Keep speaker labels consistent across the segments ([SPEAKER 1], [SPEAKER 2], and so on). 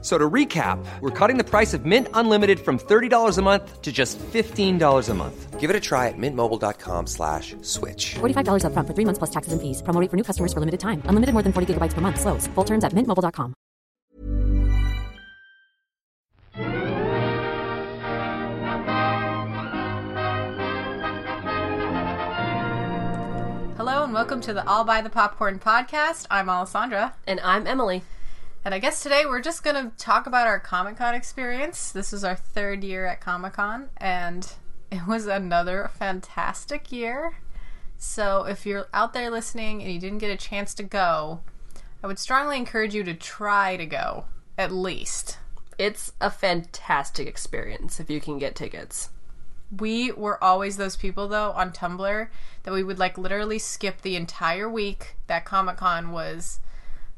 [SPEAKER 1] So to recap, we're cutting the price of Mint Unlimited from $30 a month to just $15 a month. Give it a try at mintmobile.com slash switch.
[SPEAKER 2] $45 upfront for three months plus taxes and fees. Promo rate for new customers for limited time. Unlimited more than 40 gigabytes per month. Slows. Full terms at mintmobile.com.
[SPEAKER 3] Hello and welcome to the All by the Popcorn podcast. I'm Alessandra,
[SPEAKER 4] And I'm Emily.
[SPEAKER 3] and I guess today we're just going to talk about our Comic Con experience. This is our third year at Comic Con, and it was another fantastic year. So, if you're out there listening and you didn't get a chance to go, I would strongly encourage you to try to go, at least.
[SPEAKER 4] It's a fantastic experience if you can get tickets.
[SPEAKER 3] We were always those people though on Tumblr that we would like literally skip the entire week that Comic Con was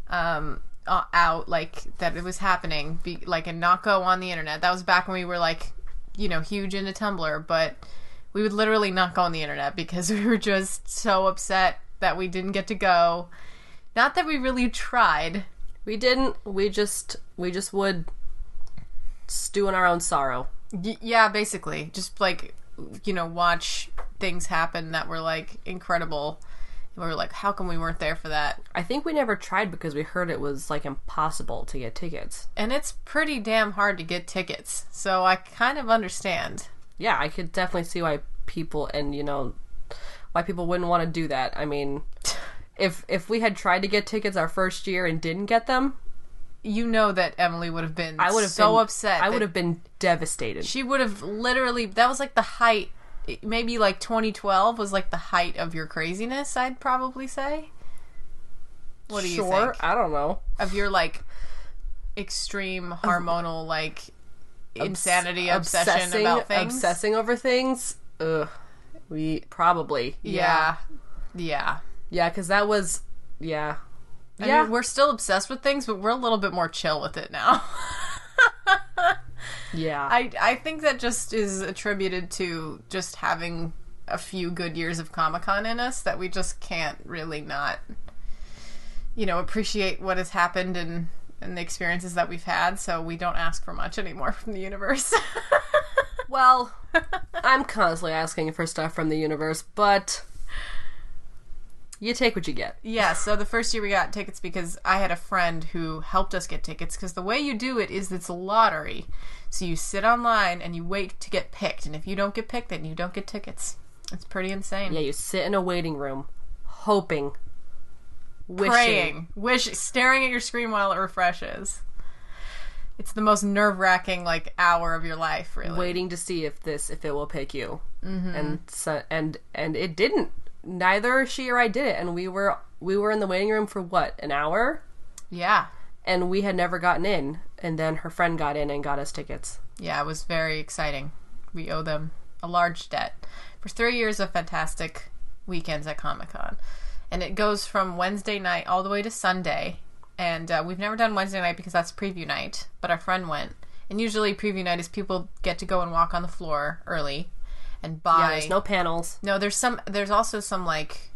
[SPEAKER 3] um uh, out like that it was happening be, like and not go on the internet. That was back when we were like you know huge into Tumblr, but we would literally not go on the internet because we were just so upset that we didn't get to go. Not that we really tried.
[SPEAKER 4] We didn't. We just we just would stew in our own sorrow.
[SPEAKER 3] Y- yeah, basically, just like you know, watch things happen that were like incredible, and we were like, how come we weren't there for that?
[SPEAKER 4] I think we never tried because we heard it was like impossible to get tickets.
[SPEAKER 3] And it's pretty damn hard to get tickets, so I kind of understand.
[SPEAKER 4] Yeah, I could definitely see why people and you know why people wouldn't want to do that. I mean, if if we had tried to get tickets our first year and didn't get them,
[SPEAKER 3] You know that Emily would have been
[SPEAKER 4] I would have
[SPEAKER 3] so
[SPEAKER 4] been,
[SPEAKER 3] upset.
[SPEAKER 4] I
[SPEAKER 3] that
[SPEAKER 4] would have been devastated.
[SPEAKER 3] She would have literally. That was like the height. Maybe like 2012 was like the height of your craziness. I'd probably say. What do
[SPEAKER 4] sure,
[SPEAKER 3] you think?
[SPEAKER 4] I don't know.
[SPEAKER 3] of your like extreme hormonal like insanity obsession
[SPEAKER 4] obsessing,
[SPEAKER 3] about things.
[SPEAKER 4] obsessing over things. Ugh, we probably
[SPEAKER 3] Yeah. Yeah.
[SPEAKER 4] yeah, because that was yeah,
[SPEAKER 3] I
[SPEAKER 4] yeah.
[SPEAKER 3] mean, we're still obsessed with things, but we're a little bit more chill with it now.
[SPEAKER 4] yeah.
[SPEAKER 3] I I think that just is attributed to just having a few good years of Comic Con in us that we just can't really not, you know, appreciate what has happened and and the experiences that we've had. So we don't ask for much anymore from the universe.
[SPEAKER 4] well, I'm constantly asking for stuff from the universe, but you take what you get.
[SPEAKER 3] Yeah, so the first year we got tickets because I had a friend who helped us get tickets because the way you do it is it's a lottery. So you sit online and you wait to get picked, and if you don't get picked, then you don't get tickets. It's pretty insane.
[SPEAKER 4] Yeah, you sit in a waiting room, hoping, wishing.
[SPEAKER 3] Praying, wish, staring at your screen while it refreshes. It's the most nerve wracking like hour of your life, really.
[SPEAKER 4] waiting to see if this if it will pick you
[SPEAKER 3] Mm-hmm.
[SPEAKER 4] and so, and and it didn't neither she or i did it and we were we were in the waiting room for what an hour
[SPEAKER 3] Yeah,
[SPEAKER 4] and we had never gotten in and then her friend got in and got us tickets
[SPEAKER 3] yeah, it was very exciting. We owe them a large debt for three years of fantastic weekends at Comic Con. And it goes from Wednesday night all the way to Sunday. And uh, we've never done Wednesday night because that's preview night, but our friend went. And usually, preview night is people get to go and walk on the floor early and buy.
[SPEAKER 4] yeah there's no panels
[SPEAKER 3] No, there's some. There's also some like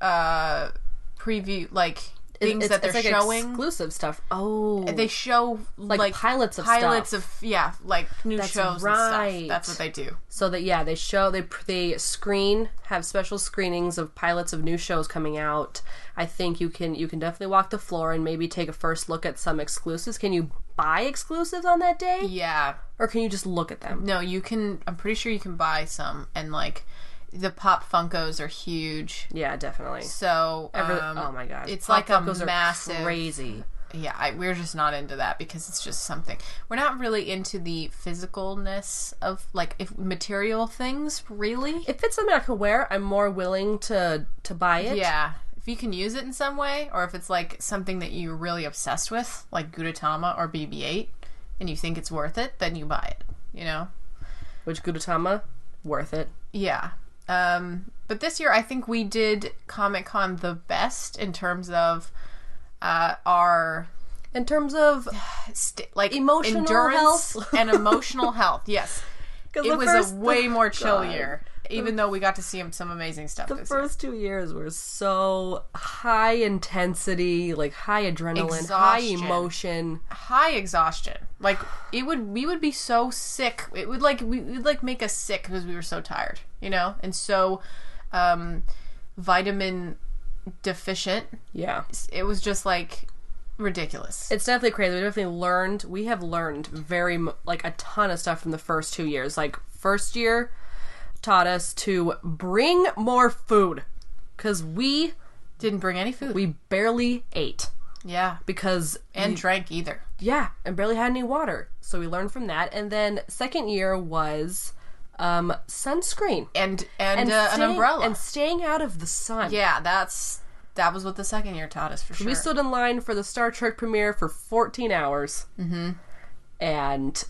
[SPEAKER 3] uh preview, like
[SPEAKER 4] It-
[SPEAKER 3] things
[SPEAKER 4] it's-
[SPEAKER 3] that they're
[SPEAKER 4] it's like
[SPEAKER 3] showing.
[SPEAKER 4] exclusive stuff oh
[SPEAKER 3] They show like,
[SPEAKER 4] pilots of
[SPEAKER 3] pilots of
[SPEAKER 4] stuff.
[SPEAKER 3] yeah, like new
[SPEAKER 4] That's
[SPEAKER 3] shows and stuff.
[SPEAKER 4] right.
[SPEAKER 3] That's what they do.
[SPEAKER 4] so that yeah they show they pr- they screen have special screenings of pilots of new shows coming out i think you can you can definitely walk the floor and maybe take a first look at some exclusives can you buy exclusives on that day
[SPEAKER 3] Yeah.
[SPEAKER 4] or can you just look at them?
[SPEAKER 3] No, you can. I'm pretty sure you can buy some, and like the pop Funkos are huge.
[SPEAKER 4] Yeah, definitely.
[SPEAKER 3] So,
[SPEAKER 4] Ever-
[SPEAKER 3] um,
[SPEAKER 4] oh my god,
[SPEAKER 3] it's like
[SPEAKER 4] Pop
[SPEAKER 3] a
[SPEAKER 4] Funkos are
[SPEAKER 3] massive.
[SPEAKER 4] crazy.
[SPEAKER 3] Yeah, I, we're just not into that because it's just something we're not really into the physicalness of like if material things really.
[SPEAKER 4] If it's something I can wear, I'm more willing to to buy it.
[SPEAKER 3] Yeah. If you can use it in some way, or if it's like something that you're really obsessed with, like Gudetama or BB 8, and you think it's worth it, then you buy it, you know?
[SPEAKER 4] Which Gudetama, worth it.
[SPEAKER 3] Yeah. Um, but this year, I think we did Comic Con the best in terms of uh, our
[SPEAKER 4] in terms of
[SPEAKER 3] St- like
[SPEAKER 4] Emotional
[SPEAKER 3] endurance
[SPEAKER 4] health.
[SPEAKER 3] and emotional health. Yes,
[SPEAKER 4] 'Cause
[SPEAKER 3] it
[SPEAKER 4] the
[SPEAKER 3] was
[SPEAKER 4] first- Oh,
[SPEAKER 3] a way more chill
[SPEAKER 4] God.
[SPEAKER 3] year. Even though we got to see him some amazing stuff
[SPEAKER 4] The
[SPEAKER 3] this
[SPEAKER 4] first two years were so high intensity, like high adrenaline, high
[SPEAKER 3] Exhaustion.
[SPEAKER 4] emotion.
[SPEAKER 3] year, high exhaustion. Like it would, we would be so sick. It would like we would like make us sick because we were so tired, you know, and so um, vitamin deficient.
[SPEAKER 4] Yeah.
[SPEAKER 3] It was just like ridiculous.
[SPEAKER 4] It's definitely crazy. We definitely learned. We have learned very mu- like a ton of stuff from the first two years. Like first year taught us to bring more food because we
[SPEAKER 3] Didn't bring any food.
[SPEAKER 4] we barely ate
[SPEAKER 3] yeah,
[SPEAKER 4] because
[SPEAKER 3] and drank either.
[SPEAKER 4] yeah, and barely had any water. So we learned from that. And then second year was um sunscreen
[SPEAKER 3] And and, uh,
[SPEAKER 4] staying-
[SPEAKER 3] an umbrella.
[SPEAKER 4] and staying out of the sun.
[SPEAKER 3] yeah, that's that was what the second year taught us for sure.
[SPEAKER 4] We stood in line for the Star Trek premiere for 14 hours. Mm-hmm. And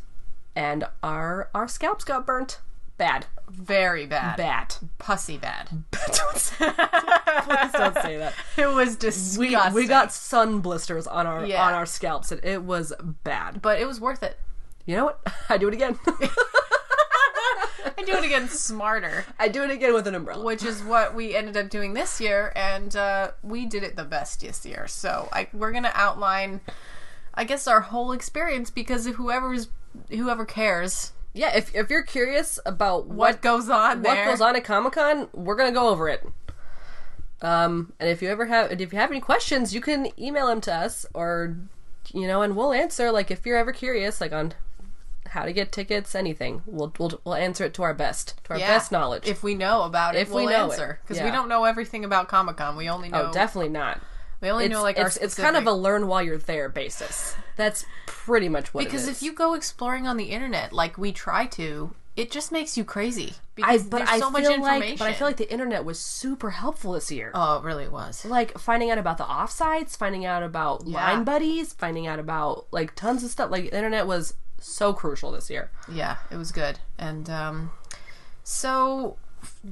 [SPEAKER 4] and our our scalps got burnt. Bad.
[SPEAKER 3] very bad.
[SPEAKER 4] Bad.
[SPEAKER 3] Pussy bad.
[SPEAKER 4] don't say Please don't say that.
[SPEAKER 3] It was
[SPEAKER 4] We,
[SPEAKER 3] disgusting.
[SPEAKER 4] we got sun blisters on our
[SPEAKER 3] Yeah.
[SPEAKER 4] on our scalps and it was bad. But
[SPEAKER 3] but it was worth it.
[SPEAKER 4] you know what? I do it again.
[SPEAKER 3] I do it again smarter,
[SPEAKER 4] I do it again with an umbrella.
[SPEAKER 3] which is what we ended up doing this year, and uh, we did it the best this year. So I, we're gonna outline, I guess, our whole experience because if whoever's whoever cares
[SPEAKER 4] Yeah, if if you're curious about
[SPEAKER 3] what,
[SPEAKER 4] what
[SPEAKER 3] goes on
[SPEAKER 4] what
[SPEAKER 3] there,
[SPEAKER 4] goes on at Comic Con, we're gonna go over it. Um, and if you ever have, if you have any questions, you can email them to us, or you know, and we'll answer. Like if you're ever curious, like on how to get tickets, anything, we'll we'll, we'll answer it to our best, to our
[SPEAKER 3] Yeah.
[SPEAKER 4] best knowledge.
[SPEAKER 3] If we know about it,
[SPEAKER 4] If we
[SPEAKER 3] we'll
[SPEAKER 4] know it,
[SPEAKER 3] answer because we
[SPEAKER 4] yeah.
[SPEAKER 3] don't know everything about Comic Con. We only know
[SPEAKER 4] oh, definitely not.
[SPEAKER 3] we only
[SPEAKER 4] It's,
[SPEAKER 3] know like
[SPEAKER 4] it's,
[SPEAKER 3] our
[SPEAKER 4] it's kind of a
[SPEAKER 3] specific-
[SPEAKER 4] learn while you're there basis. That's pretty much what.
[SPEAKER 3] because
[SPEAKER 4] it
[SPEAKER 3] if
[SPEAKER 4] is.
[SPEAKER 3] you go exploring on the internet like we try to, it just makes you crazy because there's so much
[SPEAKER 4] feel
[SPEAKER 3] information.
[SPEAKER 4] like, but I feel like the internet was super helpful this year.
[SPEAKER 3] oh, it really was.
[SPEAKER 4] like finding out about the offsites, finding out about line buddies, finding out about like tons of stuff. Like the internet was so crucial this year.
[SPEAKER 3] yeah it was good and um so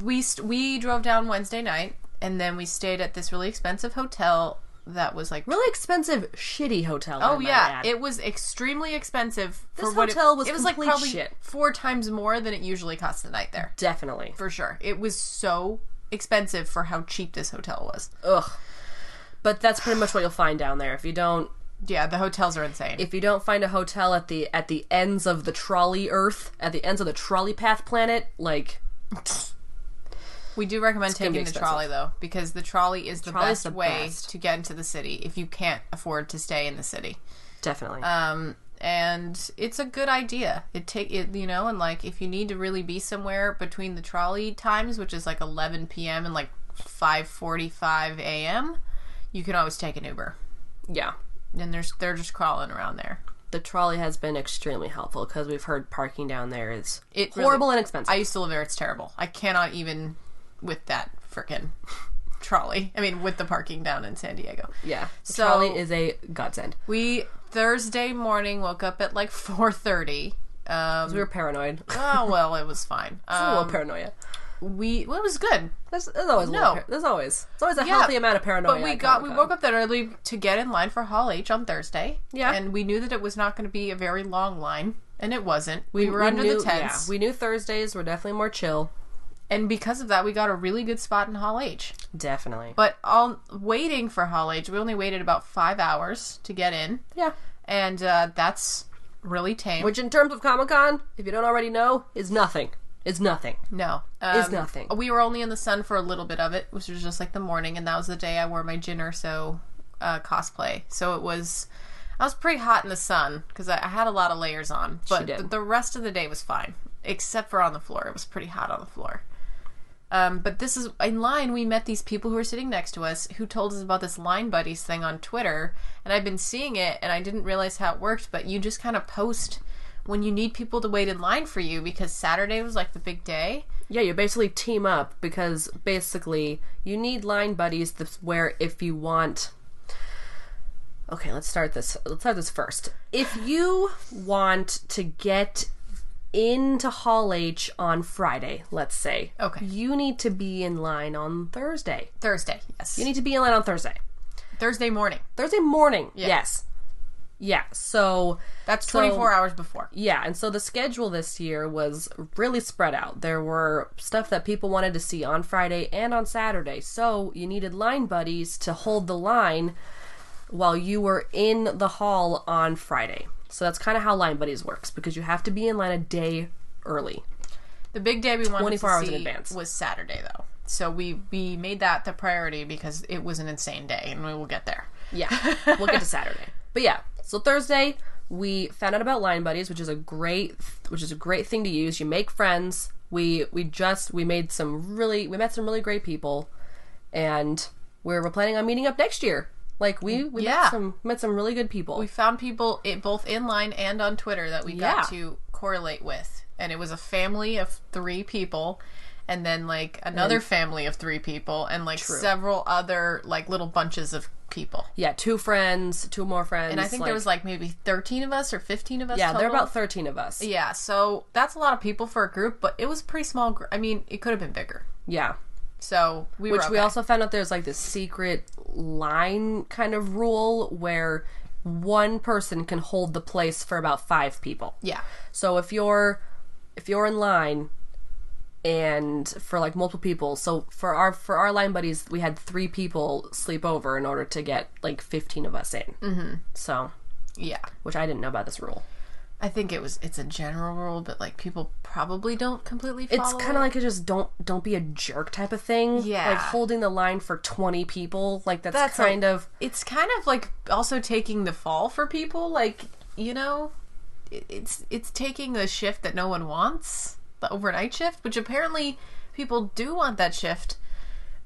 [SPEAKER 3] we st- we drove down wednesday night and then we stayed at this really expensive hotel that was like
[SPEAKER 4] Really expensive, shitty hotel. I
[SPEAKER 3] oh
[SPEAKER 4] might
[SPEAKER 3] yeah
[SPEAKER 4] add.
[SPEAKER 3] it was extremely expensive
[SPEAKER 4] This
[SPEAKER 3] for what it-
[SPEAKER 4] hotel was
[SPEAKER 3] it was like
[SPEAKER 4] complete
[SPEAKER 3] probably
[SPEAKER 4] shit.
[SPEAKER 3] four times more than it usually costs a night there
[SPEAKER 4] definitely.
[SPEAKER 3] for sure it was so expensive for how cheap this hotel was
[SPEAKER 4] Ugh. But that's pretty much what you'll find down there. If you don't,
[SPEAKER 3] yeah the hotels are insane
[SPEAKER 4] if you don't find a hotel at the at the ends of the trolley Earth, at the ends of the trolley path planet, like
[SPEAKER 3] we do recommend
[SPEAKER 4] gonna be
[SPEAKER 3] taking the
[SPEAKER 4] expensive.
[SPEAKER 3] trolley though because the trolley is the
[SPEAKER 4] Trolley's
[SPEAKER 3] best
[SPEAKER 4] the
[SPEAKER 3] way
[SPEAKER 4] best.
[SPEAKER 3] to get into the city if you can't afford to stay in the city
[SPEAKER 4] definitely.
[SPEAKER 3] um, and it's a good idea. It take it, you know, and like if you need to really be somewhere between the trolley times, which is like 11 p.m. and like 5:45 a.m., you can always take an Uber.
[SPEAKER 4] yeah.
[SPEAKER 3] And there's they're just crawling around there.
[SPEAKER 4] The trolley has been extremely helpful because we've heard parking down there is
[SPEAKER 3] It really-
[SPEAKER 4] horrible and expensive.
[SPEAKER 3] I used to live there. It's terrible. I cannot even with that freaking trolley. I mean, with the parking down in San Diego.
[SPEAKER 4] yeah, the
[SPEAKER 3] So-
[SPEAKER 4] trolley is a godsend.
[SPEAKER 3] We Thursday morning woke up at like 4:30. Um,
[SPEAKER 4] We were paranoid.
[SPEAKER 3] oh well, it was fine.
[SPEAKER 4] a
[SPEAKER 3] Um,
[SPEAKER 4] little paranoia.
[SPEAKER 3] we well, it was good.
[SPEAKER 4] There's, there's always a
[SPEAKER 3] no.
[SPEAKER 4] little. Par- there's always there's always a
[SPEAKER 3] Yeah,
[SPEAKER 4] healthy amount of paranoia.
[SPEAKER 3] But we
[SPEAKER 4] at
[SPEAKER 3] got we
[SPEAKER 4] Comic-Con.
[SPEAKER 3] woke up that early to get in line for Hall H on Thursday.
[SPEAKER 4] Yeah.
[SPEAKER 3] and we knew that it was not going to be a very long line, and it wasn't. We, were under
[SPEAKER 4] knew,
[SPEAKER 3] the tents,
[SPEAKER 4] Yeah, we knew Thursdays were definitely more chill.
[SPEAKER 3] and because of that, we got a really good spot in Hall H.
[SPEAKER 4] Definitely.
[SPEAKER 3] But all waiting for Hall H, we only waited about five hours to get in,
[SPEAKER 4] yeah.
[SPEAKER 3] and uh, that's really tame.
[SPEAKER 4] Which, in terms of Comic Con, if you don't already know, is nothing. Is nothing.
[SPEAKER 3] no,
[SPEAKER 4] Is
[SPEAKER 3] Um,
[SPEAKER 4] nothing.
[SPEAKER 3] We were only in the sun for a little bit of it, which was just like the morning, and that was the day I wore my gin or so uh, cosplay. So it was, I was pretty hot in the sun because I, I had a lot of layers on, but
[SPEAKER 4] did.
[SPEAKER 3] the, the rest of the day was fine, except for on the floor. It was pretty hot on the floor. Um, but this is in line. We met these people who were sitting next to us who told us about this line buddies thing on Twitter, and I've been seeing it, and I didn't realize how it worked. But you just kind of post when you need people to wait in line for you because Saturday was like the big day.
[SPEAKER 4] Yeah, you basically team up because basically you need line buddies. That's where if you want. Okay, let's start this. Let's start this first. If you want to get into Hall H on Friday, let's say,
[SPEAKER 3] Okay.
[SPEAKER 4] you need to be in line on Thursday.
[SPEAKER 3] Thursday, yes.
[SPEAKER 4] You need to be in line on Thursday.
[SPEAKER 3] Thursday morning.
[SPEAKER 4] Thursday morning, yes. Yeah, so
[SPEAKER 3] That's
[SPEAKER 4] So-
[SPEAKER 3] 24 hours before.
[SPEAKER 4] yeah, and so the schedule this year was really spread out. There were stuff that people wanted to see on Friday and on Saturday. So you needed line buddies to hold the line while you were in the hall on Friday. So that's kind of how line buddies works because you have to be in line a day early.
[SPEAKER 3] The big day we wanted
[SPEAKER 4] 24
[SPEAKER 3] to
[SPEAKER 4] hours
[SPEAKER 3] see
[SPEAKER 4] in advance.
[SPEAKER 3] was Saturday though. So we we made that the priority because it was an insane day and we will get there.
[SPEAKER 4] Yeah, we'll get to Saturday. But yeah, so Thursday we found out about Line Buddies, which is a great, which is a great thing to use. You make friends. We we just we made some really we met some really great people, and we're, we're planning on meeting up next year. Like we we
[SPEAKER 3] Yeah.
[SPEAKER 4] met some met some really good people.
[SPEAKER 3] We found people it, both in line and on Twitter that we got
[SPEAKER 4] Yeah.
[SPEAKER 3] to correlate with. And it was a family of 3 people and then like another family of 3 people and like several other like little bunches of people.
[SPEAKER 4] yeah, two friends, two more friends.
[SPEAKER 3] And I think there was like maybe 13 of us or 15 of us
[SPEAKER 4] yeah, there
[SPEAKER 3] total.
[SPEAKER 4] are about thirteen of us. Yeah.
[SPEAKER 3] Yeah, so that's a lot of people for a group, but it was a pretty small group. I mean, it could have been bigger. So we
[SPEAKER 4] Which
[SPEAKER 3] were okay.
[SPEAKER 4] we also found out there's like this secret line kind of rule where one person can hold the place for about five people.
[SPEAKER 3] yeah
[SPEAKER 4] So if you're if you're in line and for like multiple people, so for our for our line buddies, we had three people sleep over in order to get like fifteen of us in. Mm-hmm. So,
[SPEAKER 3] yeah.
[SPEAKER 4] which I didn't know about this rule.
[SPEAKER 3] I think it was it's a general rule, but like people probably don't completely. Follow
[SPEAKER 4] It's kind of like a just don't don't be a jerk type of thing.
[SPEAKER 3] Yeah.
[SPEAKER 4] like holding the line for twenty people, like that's,
[SPEAKER 3] That's a-
[SPEAKER 4] kind of
[SPEAKER 3] it's kind of like also taking the fall for people. Like you know, it- it's it's taking a shift that no one wants, the overnight shift, which apparently people do want that shift.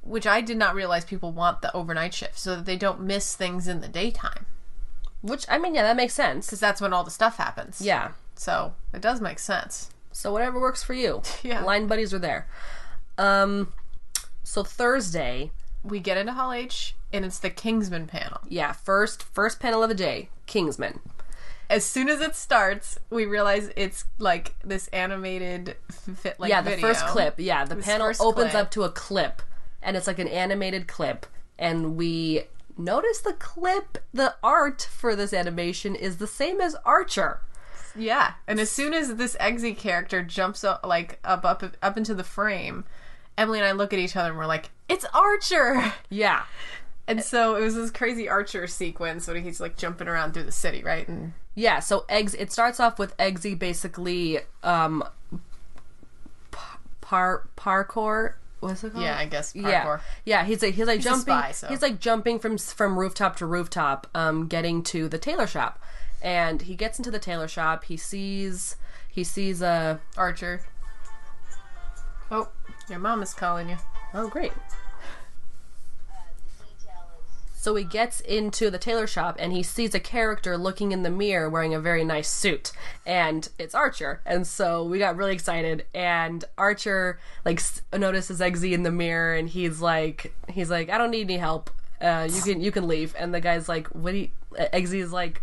[SPEAKER 3] Which I did not realize people want the overnight shift so that they don't miss things in the daytime
[SPEAKER 4] which I mean, yeah, that makes sense.
[SPEAKER 3] because that's when all the stuff happens.
[SPEAKER 4] Yeah,
[SPEAKER 3] So it does make sense.
[SPEAKER 4] So whatever works for you.
[SPEAKER 3] Yeah.
[SPEAKER 4] Line buddies are there. Um so Thursday,
[SPEAKER 3] We get into Hall H and it's the Kingsman panel.
[SPEAKER 4] yeah, first first panel of the day, Kingsman.
[SPEAKER 3] as soon as it starts, we realize it's like this animated fit like
[SPEAKER 4] yeah, the
[SPEAKER 3] video.
[SPEAKER 4] first clip. Yeah, the
[SPEAKER 3] This
[SPEAKER 4] panel
[SPEAKER 3] first
[SPEAKER 4] opens
[SPEAKER 3] clip.
[SPEAKER 4] up to a clip and it's like an animated clip and we notice the clip, the art for this animation is the same as Archer.
[SPEAKER 3] Yeah, and as soon as this Eggsy character jumps up like up up up into the frame, Emily and I look at each other and we're like, "It's Archer!"
[SPEAKER 4] Yeah.
[SPEAKER 3] And so it was this crazy Archer sequence when he's like jumping around through the city, right? And
[SPEAKER 4] Yeah, so eggs. It starts off with Eggsy basically um, pa- par parkour. What's it called?
[SPEAKER 3] Yeah, I guess
[SPEAKER 4] Yeah,
[SPEAKER 3] parkour.
[SPEAKER 4] yeah. He's like he's like
[SPEAKER 3] a
[SPEAKER 4] jumping.
[SPEAKER 3] spy, so.
[SPEAKER 4] He's like jumping from s- from rooftop to rooftop, um, getting to the tailor shop, and he gets into the tailor shop. He sees he sees a
[SPEAKER 3] Archer. Oh, your mom is calling you.
[SPEAKER 4] oh great. So he gets into the tailor shop and he sees a character looking in the mirror wearing a very nice suit, and it's Archer. And so we got really excited, and Archer like s- notices Eggsy in the mirror, and he's like, he's like, I don't need any help. Uh, you can you can leave. And the guy's like, what? Do you, Eggsy is like.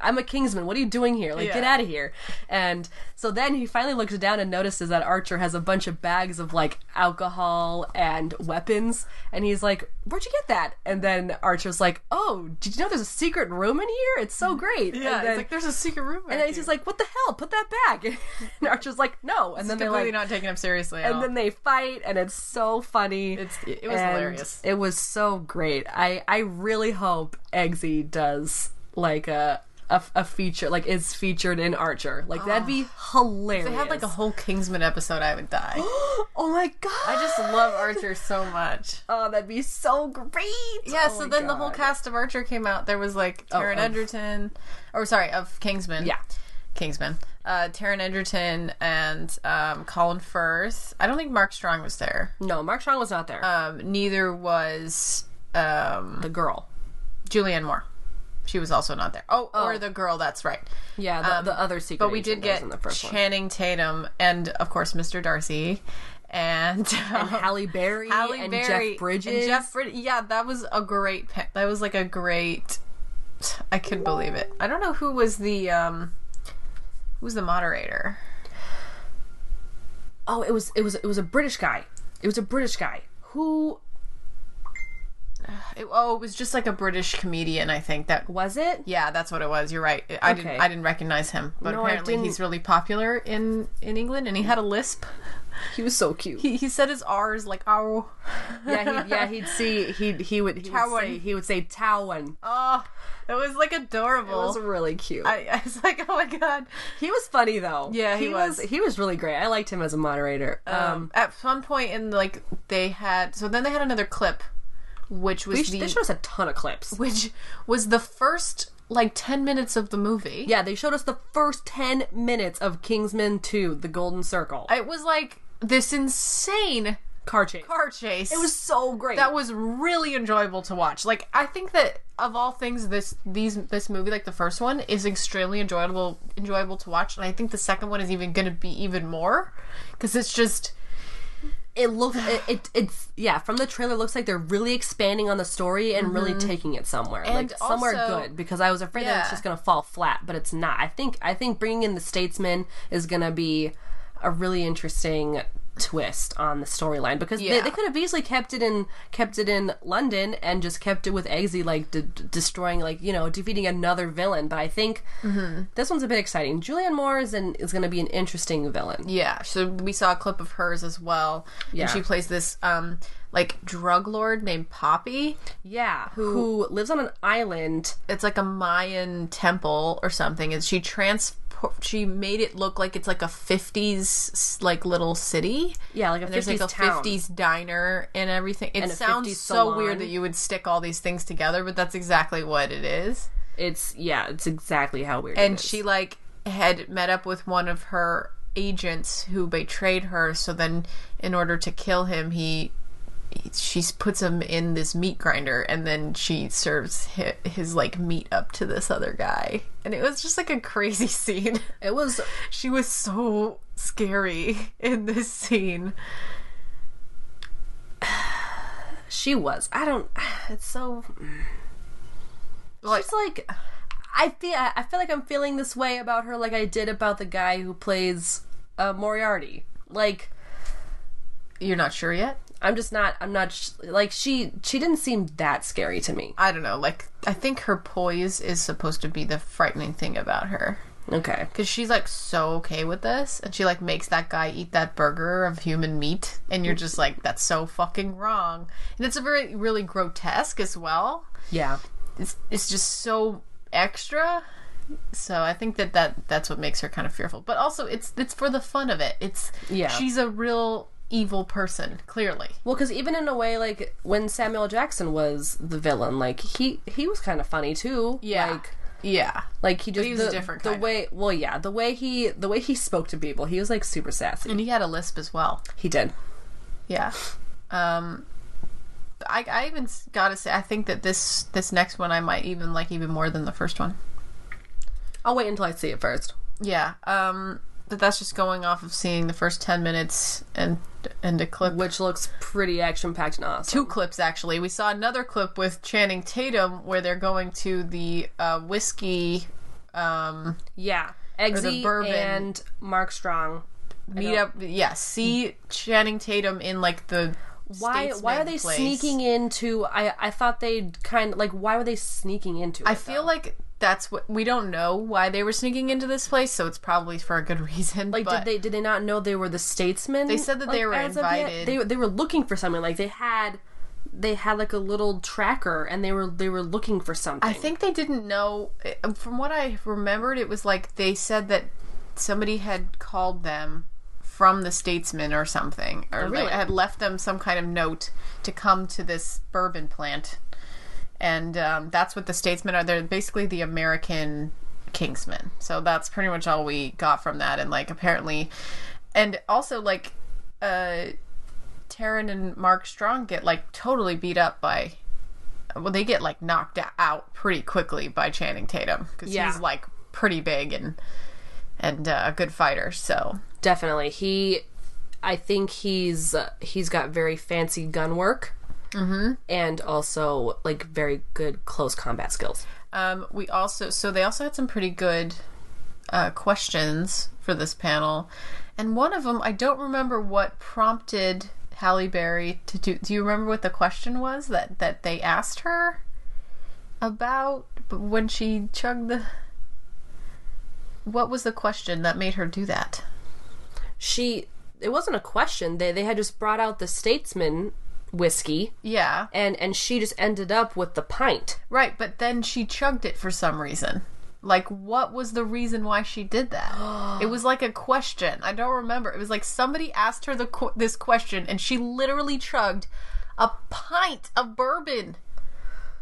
[SPEAKER 4] I'm a Kingsman. What are you doing here? Like, get
[SPEAKER 3] Yeah.
[SPEAKER 4] out of here. And so then he finally looks down and notices that Archer has a bunch of bags of like alcohol and weapons. And he's like, Where'd you get that? And then Archer's like, Oh, did you know there's a secret room in here? It's so great.
[SPEAKER 3] Yeah,
[SPEAKER 4] and then,
[SPEAKER 3] it's like there's a secret room.
[SPEAKER 4] and then he's just like, What the hell? Put that back. And Archer's like, No. And then they're
[SPEAKER 3] completely
[SPEAKER 4] like,
[SPEAKER 3] not taking him seriously. At
[SPEAKER 4] and
[SPEAKER 3] all.
[SPEAKER 4] then they fight and it's so funny
[SPEAKER 3] It's- it was
[SPEAKER 4] And
[SPEAKER 3] hilarious.
[SPEAKER 4] it was so great i i really hope eggsy does like a a, a feature like is featured in archer like that'd be hilarious
[SPEAKER 3] they had like a whole Kingsman episode. I would die.
[SPEAKER 4] oh my god
[SPEAKER 3] I just love Archer so much.
[SPEAKER 4] oh that'd be so great
[SPEAKER 3] Yeah,
[SPEAKER 4] Oh
[SPEAKER 3] so
[SPEAKER 4] my
[SPEAKER 3] then the whole
[SPEAKER 4] God.
[SPEAKER 3] cast of Archer came out. There was like Taryn
[SPEAKER 4] of-
[SPEAKER 3] Edgerton, or sorry, of Kingsman.
[SPEAKER 4] Yeah.
[SPEAKER 3] Kingsman. Uh, Taryn Edgerton and um, Colin Firth. I don't think Mark Strong was there.
[SPEAKER 4] no mark strong was not there
[SPEAKER 3] Um, neither was um,
[SPEAKER 4] the girl
[SPEAKER 3] Julianne Moore. She was also not there. Oh, or the girl. That's right.
[SPEAKER 4] yeah the, the other secret
[SPEAKER 3] um, But we did
[SPEAKER 4] agent that was
[SPEAKER 3] get
[SPEAKER 4] in the first one
[SPEAKER 3] Channing Tatum and of course Mr. Darcy and
[SPEAKER 4] and Halle Berry,
[SPEAKER 3] Halle
[SPEAKER 4] and
[SPEAKER 3] Berry
[SPEAKER 4] Jeff Bridges.
[SPEAKER 3] And Jeff Brid- yeah, that was a great. pa- That was like a great. I couldn't believe it. I don't know who was the um, who was the moderator.
[SPEAKER 4] oh, it was it was it was a British guy. It was a British guy who
[SPEAKER 3] It, oh, it was just like a British comedian, I think. That
[SPEAKER 4] Was it?
[SPEAKER 3] yeah, that's what it was. You're right. I
[SPEAKER 4] Okay.
[SPEAKER 3] didn't I didn't recognize him, but
[SPEAKER 4] No, I
[SPEAKER 3] apparently
[SPEAKER 4] didn't.
[SPEAKER 3] he's really popular in in England, and he had a lisp.
[SPEAKER 4] He was so cute.
[SPEAKER 3] He, he said his R's like ow.
[SPEAKER 4] yeah, he'd, yeah, he'd see. He'd he would he would
[SPEAKER 3] Towen.
[SPEAKER 4] say he would say Towen.
[SPEAKER 3] Oh, it was like adorable.
[SPEAKER 4] It was really cute.
[SPEAKER 3] I, I was like, oh my god.
[SPEAKER 4] he was funny though.
[SPEAKER 3] Yeah, he was.
[SPEAKER 4] He was really great. I liked him as a moderator. um,
[SPEAKER 3] Um, at one point in like they had so then they had another clip, which was
[SPEAKER 4] they, sh-
[SPEAKER 3] the
[SPEAKER 4] they showed us a ton of clips.
[SPEAKER 3] which was the first like ten minutes of the movie.
[SPEAKER 4] Yeah, they showed us the first ten minutes of Kingsman Two: The Golden Circle.
[SPEAKER 3] it was like this insane
[SPEAKER 4] car chase.
[SPEAKER 3] car chase.
[SPEAKER 4] It was so great.
[SPEAKER 3] that was really enjoyable to watch. Like I think that of all things, this these this movie, like the first one, is extremely enjoyable enjoyable to watch, and I think the second one is even going to be even more because it's just
[SPEAKER 4] it looks it, it it's yeah from the trailer it looks like they're really expanding on the story and really taking it somewhere
[SPEAKER 3] Mm-hmm. And
[SPEAKER 4] like somewhere
[SPEAKER 3] also-
[SPEAKER 4] good because i was afraid that it's
[SPEAKER 3] Yeah.
[SPEAKER 4] just gonna fall flat but it's not i think i think bringing in the statesman is gonna be a really interesting twist on the storyline because they,
[SPEAKER 3] Yeah.
[SPEAKER 4] they could have easily kept it in kept it in london and just kept it with eggsy like de- de- destroying like you know defeating another villain but i think
[SPEAKER 3] Mm-hmm.
[SPEAKER 4] this one's a bit exciting julianne moore is, an, is gonna be an interesting villain
[SPEAKER 3] yeah. So we saw a clip of hers as well.
[SPEAKER 4] Yeah.
[SPEAKER 3] and she plays this um like drug lord named Poppy.
[SPEAKER 4] yeah who lives on an island
[SPEAKER 3] It's like a Mayan temple or something, and she trans she made it look like it's like a 50s like little city.
[SPEAKER 4] Yeah, like a
[SPEAKER 3] And there's like
[SPEAKER 4] 50s
[SPEAKER 3] a
[SPEAKER 4] town.
[SPEAKER 3] 50s diner and everything. It
[SPEAKER 4] And a 50s
[SPEAKER 3] sounds so
[SPEAKER 4] salon.
[SPEAKER 3] weird that you would stick all these things together, but that's exactly what it is.
[SPEAKER 4] It's yeah, it's exactly how weird.
[SPEAKER 3] And
[SPEAKER 4] it is.
[SPEAKER 3] she like had met up with one of her agents who betrayed her. So then, in order to kill him, he she puts him in this meat grinder, and then she serves his, his like meat up to this other guy. And it was just like a crazy scene.
[SPEAKER 4] it was
[SPEAKER 3] she was so scary in this scene.
[SPEAKER 4] she was. I don't. It's so.
[SPEAKER 3] Like-
[SPEAKER 4] She's like, I feel. I feel like I'm feeling this way about her, like I did about the guy who plays uh, Moriarty. Like
[SPEAKER 3] You're not sure yet?
[SPEAKER 4] I'm just not. I'm not sh- like she. She didn't seem that scary to me.
[SPEAKER 3] I don't know. Like, I think her poise is supposed to be the frightening thing about her.
[SPEAKER 4] Okay.
[SPEAKER 3] Because she's like so okay with this, and she like makes that guy eat that burger of human meat, and you're just like, that's so fucking wrong. And it's a very, really grotesque as well.
[SPEAKER 4] Yeah.
[SPEAKER 3] It's, it's just so extra. So I think that, that that's what makes her kind of fearful. But also, it's it's for the fun of it. It's
[SPEAKER 4] Yeah.
[SPEAKER 3] she's a real evil person, clearly.
[SPEAKER 4] Well, because even in a way, like when Samuel Jackson was the villain, like he he was kind of funny too. Like,
[SPEAKER 3] yeah.
[SPEAKER 4] Like he just
[SPEAKER 3] he was
[SPEAKER 4] the,
[SPEAKER 3] a different
[SPEAKER 4] the
[SPEAKER 3] kind of-
[SPEAKER 4] way well yeah the way he the way he spoke to people he was like super sassy
[SPEAKER 3] And he had a lisp as well.
[SPEAKER 4] he did
[SPEAKER 3] Yeah. Um I I even s- gotta say I think that this this next one I might even like even more than the first one.
[SPEAKER 4] I'll wait until I see it first
[SPEAKER 3] Yeah. Um but that's just going off of seeing the first 10 minutes and and a clip
[SPEAKER 4] which looks pretty action packed and awesome
[SPEAKER 3] two clips actually. We saw another clip with Channing Tatum where they're going to the uh whiskey um
[SPEAKER 4] yeah
[SPEAKER 3] the
[SPEAKER 4] Eggsy
[SPEAKER 3] bourbon.
[SPEAKER 4] and Mark Strong
[SPEAKER 3] meetup yeah, see Channing Tatum in like the
[SPEAKER 4] Hmm. why why are they sneaking into I I thought they'd kind of like why were they sneaking into
[SPEAKER 3] I feel like that's what we don't know why they were sneaking into this place, so it's probably for a good reason.
[SPEAKER 4] like
[SPEAKER 3] but
[SPEAKER 4] did they did they not know they were the statesmen
[SPEAKER 3] They said that
[SPEAKER 4] Like,
[SPEAKER 3] they were
[SPEAKER 4] as of yet?
[SPEAKER 3] invited.
[SPEAKER 4] they they were looking for something like they had they had like a little tracker and they were they were looking for something
[SPEAKER 3] I think they didn't know. uh, From what I remembered, it was like they said that somebody had called them from the Statesman or something, or
[SPEAKER 4] Oh, really?
[SPEAKER 3] like, had left them some kind of note to come to this bourbon plant, and um, that's what the Statesmen are. They're basically the American Kingsmen. So that's pretty much all we got from that, and like apparently, and also like. uh Taryn and Mark Strong get like totally beat up by. Well, they get like knocked out pretty quickly by Channing Tatum because
[SPEAKER 4] Yeah.
[SPEAKER 3] he's like pretty big and and uh, a good fighter. So
[SPEAKER 4] definitely he i think he's uh, he's got very fancy gun work and also like very good close combat skills
[SPEAKER 3] um, we also so they also had some pretty good uh, questions for this panel, and one of them I don't remember what prompted Halle Berry to do. Do you remember what the question was that that they asked her about when she chugged the? What was the question that made her do that?
[SPEAKER 4] She. It wasn't a question. They they had just brought out the Statesman whiskey,
[SPEAKER 3] Yeah,
[SPEAKER 4] and and she just ended up with the pint.
[SPEAKER 3] right. But then she chugged it for some reason. Like, what was the reason why she did that? it was like a question. I don't remember. It was like somebody asked her the qu- this question, and she literally chugged a pint of bourbon.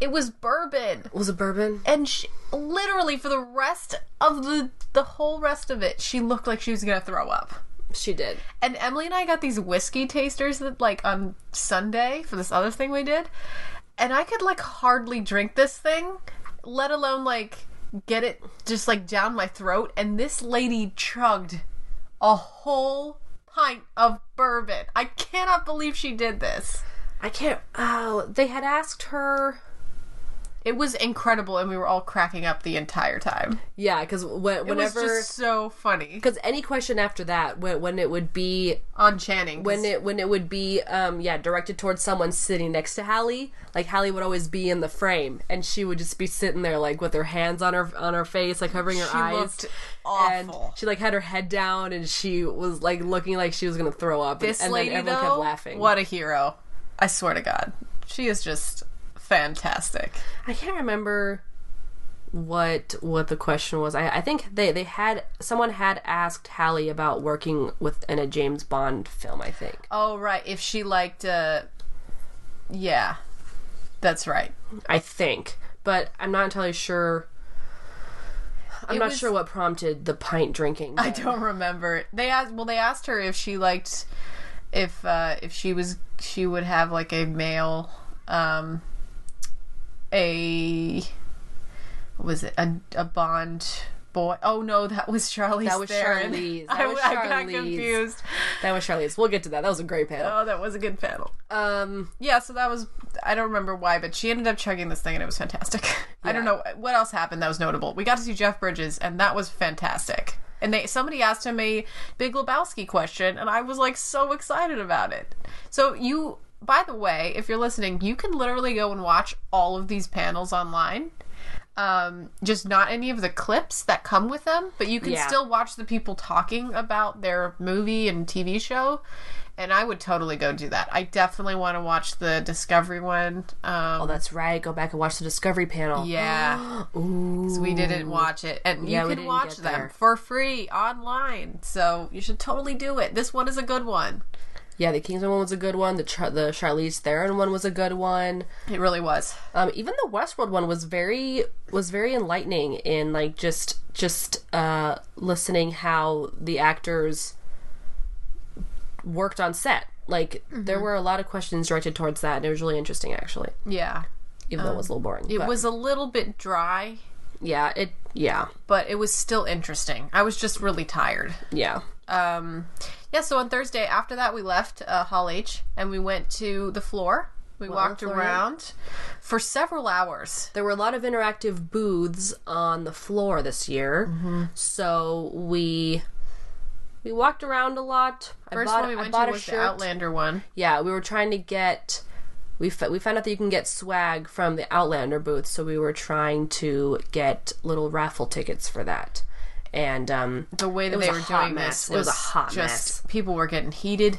[SPEAKER 3] It was bourbon.
[SPEAKER 4] Was it bourbon?
[SPEAKER 3] and she, literally for the rest of the the whole rest of it, she looked like she was gonna throw up.
[SPEAKER 4] She did.
[SPEAKER 3] And Emily and I got these whiskey tasters that like on Sunday for this other thing we did, and I could like hardly drink this thing, let alone like get it just like down my throat. And this lady chugged a whole pint of bourbon. I cannot believe she did this.
[SPEAKER 4] I can't. Oh, they had asked her.
[SPEAKER 3] It was incredible, and we were all cracking up the entire time.
[SPEAKER 4] Yeah, because when,
[SPEAKER 3] It was
[SPEAKER 4] whenever.
[SPEAKER 3] just so funny.
[SPEAKER 4] because any question after that when, when it would be
[SPEAKER 3] on Channing. 'cause-
[SPEAKER 4] when it when it would be um yeah directed towards someone sitting next to Hallie like Hallie would always be in the frame and she would just be sitting there like with her hands on her on her face like covering her
[SPEAKER 3] She
[SPEAKER 4] eyes
[SPEAKER 3] looked awful.
[SPEAKER 4] and she like had her head down and she was like looking like she was gonna throw up
[SPEAKER 3] this
[SPEAKER 4] and, and
[SPEAKER 3] lady
[SPEAKER 4] then everyone
[SPEAKER 3] though,
[SPEAKER 4] kept laughing
[SPEAKER 3] what a hero! I swear to God, she is just fantastic.
[SPEAKER 4] I can't remember what what the question was I, I think they they had someone had asked Hallie about working with in a James Bond film I think
[SPEAKER 3] Oh right, if she liked, uh, yeah, that's right.
[SPEAKER 4] I think, but I'm not entirely sure. I'm
[SPEAKER 3] It
[SPEAKER 4] not
[SPEAKER 3] was-
[SPEAKER 4] sure what prompted the pint drinking.
[SPEAKER 3] I
[SPEAKER 4] but-
[SPEAKER 3] don't remember. They asked. Well, they asked her if she liked, if uh, if she was, she would have like a male, um, a what was it a, a Bond boy? Oh no, that was Charlie's.
[SPEAKER 4] That was
[SPEAKER 3] Theron.
[SPEAKER 4] Charlize. That
[SPEAKER 3] I,
[SPEAKER 4] was
[SPEAKER 3] I got
[SPEAKER 4] Charlize.
[SPEAKER 3] confused.
[SPEAKER 4] That was Charlie's. We'll get to that. That was a great panel.
[SPEAKER 3] Oh, that was a good panel.
[SPEAKER 4] Um,
[SPEAKER 3] Yeah, so that was I don't remember why, but she ended up chugging this thing and it was fantastic. I don't know what else happened that was notable. We got to see Jeff Bridges and that was fantastic. And they somebody asked him a Big Lebowski question and I was like so excited about it. So you by the way, if you're listening, you can literally go and watch all of these panels online. Um, just not any of the clips that come with them, but you can
[SPEAKER 4] Yeah.
[SPEAKER 3] still watch the people talking about their movie and TV show. And I would totally go do that. I definitely want to watch the Discovery one. Um,
[SPEAKER 4] oh, that's right. Go back and watch the Discovery panel.
[SPEAKER 3] yeah, 'Cause we didn't watch it, and
[SPEAKER 4] Yeah,
[SPEAKER 3] you
[SPEAKER 4] we
[SPEAKER 3] can
[SPEAKER 4] didn't
[SPEAKER 3] watch
[SPEAKER 4] get
[SPEAKER 3] them
[SPEAKER 4] there.
[SPEAKER 3] for free online. So you should totally do it. This one is a good one.
[SPEAKER 4] yeah. The Kingsman one was a good one. The Char- the Charlize Theron one was a good one.
[SPEAKER 3] It really was.
[SPEAKER 4] Um, even the Westworld one was very was very enlightening in like just just uh, listening how the actors worked on set. Like there were a lot of questions directed towards that, and it was really interesting actually.
[SPEAKER 3] Yeah,
[SPEAKER 4] Even though Um, it was a little boring,
[SPEAKER 3] it
[SPEAKER 4] but-
[SPEAKER 3] was a little bit dry,
[SPEAKER 4] Yeah, it. Yeah,
[SPEAKER 3] but it was still interesting. I was just really tired.
[SPEAKER 4] yeah.
[SPEAKER 3] um yeah so on thursday after that we left uh, hall h and we went to the floor we walked
[SPEAKER 4] floor, yeah.
[SPEAKER 3] around for several hours
[SPEAKER 4] There were a lot of interactive booths on the floor this year, so we we walked around a lot.
[SPEAKER 3] first one we went to was the outlander one
[SPEAKER 4] Yeah, we were trying to get. We, f- we found out that you can get swag from the Outlander booth, so we were trying to get little raffle tickets for that. And um,
[SPEAKER 3] the way
[SPEAKER 4] it
[SPEAKER 3] that
[SPEAKER 4] was
[SPEAKER 3] they
[SPEAKER 4] a
[SPEAKER 3] were
[SPEAKER 4] hot
[SPEAKER 3] doing
[SPEAKER 4] mess.
[SPEAKER 3] this
[SPEAKER 4] it was a hot mess.
[SPEAKER 3] just people were getting heated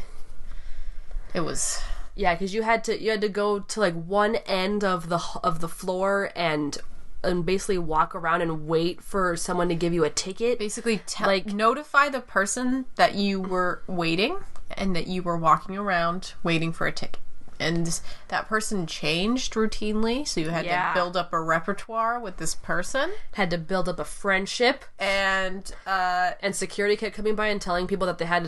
[SPEAKER 3] it was
[SPEAKER 4] Yeah, because you had to you had to go to like one end of the h- of the floor and and basically walk around and wait for someone to give you a ticket.
[SPEAKER 3] basically te-
[SPEAKER 4] Like-
[SPEAKER 3] like notify the person that you were waiting and that you were walking around waiting for a ticket and that person changed routinely so you had to
[SPEAKER 4] Yeah.
[SPEAKER 3] build up a repertoire with this person
[SPEAKER 4] had to build up a friendship,
[SPEAKER 3] and uh
[SPEAKER 4] and security kept coming by and telling people that they had to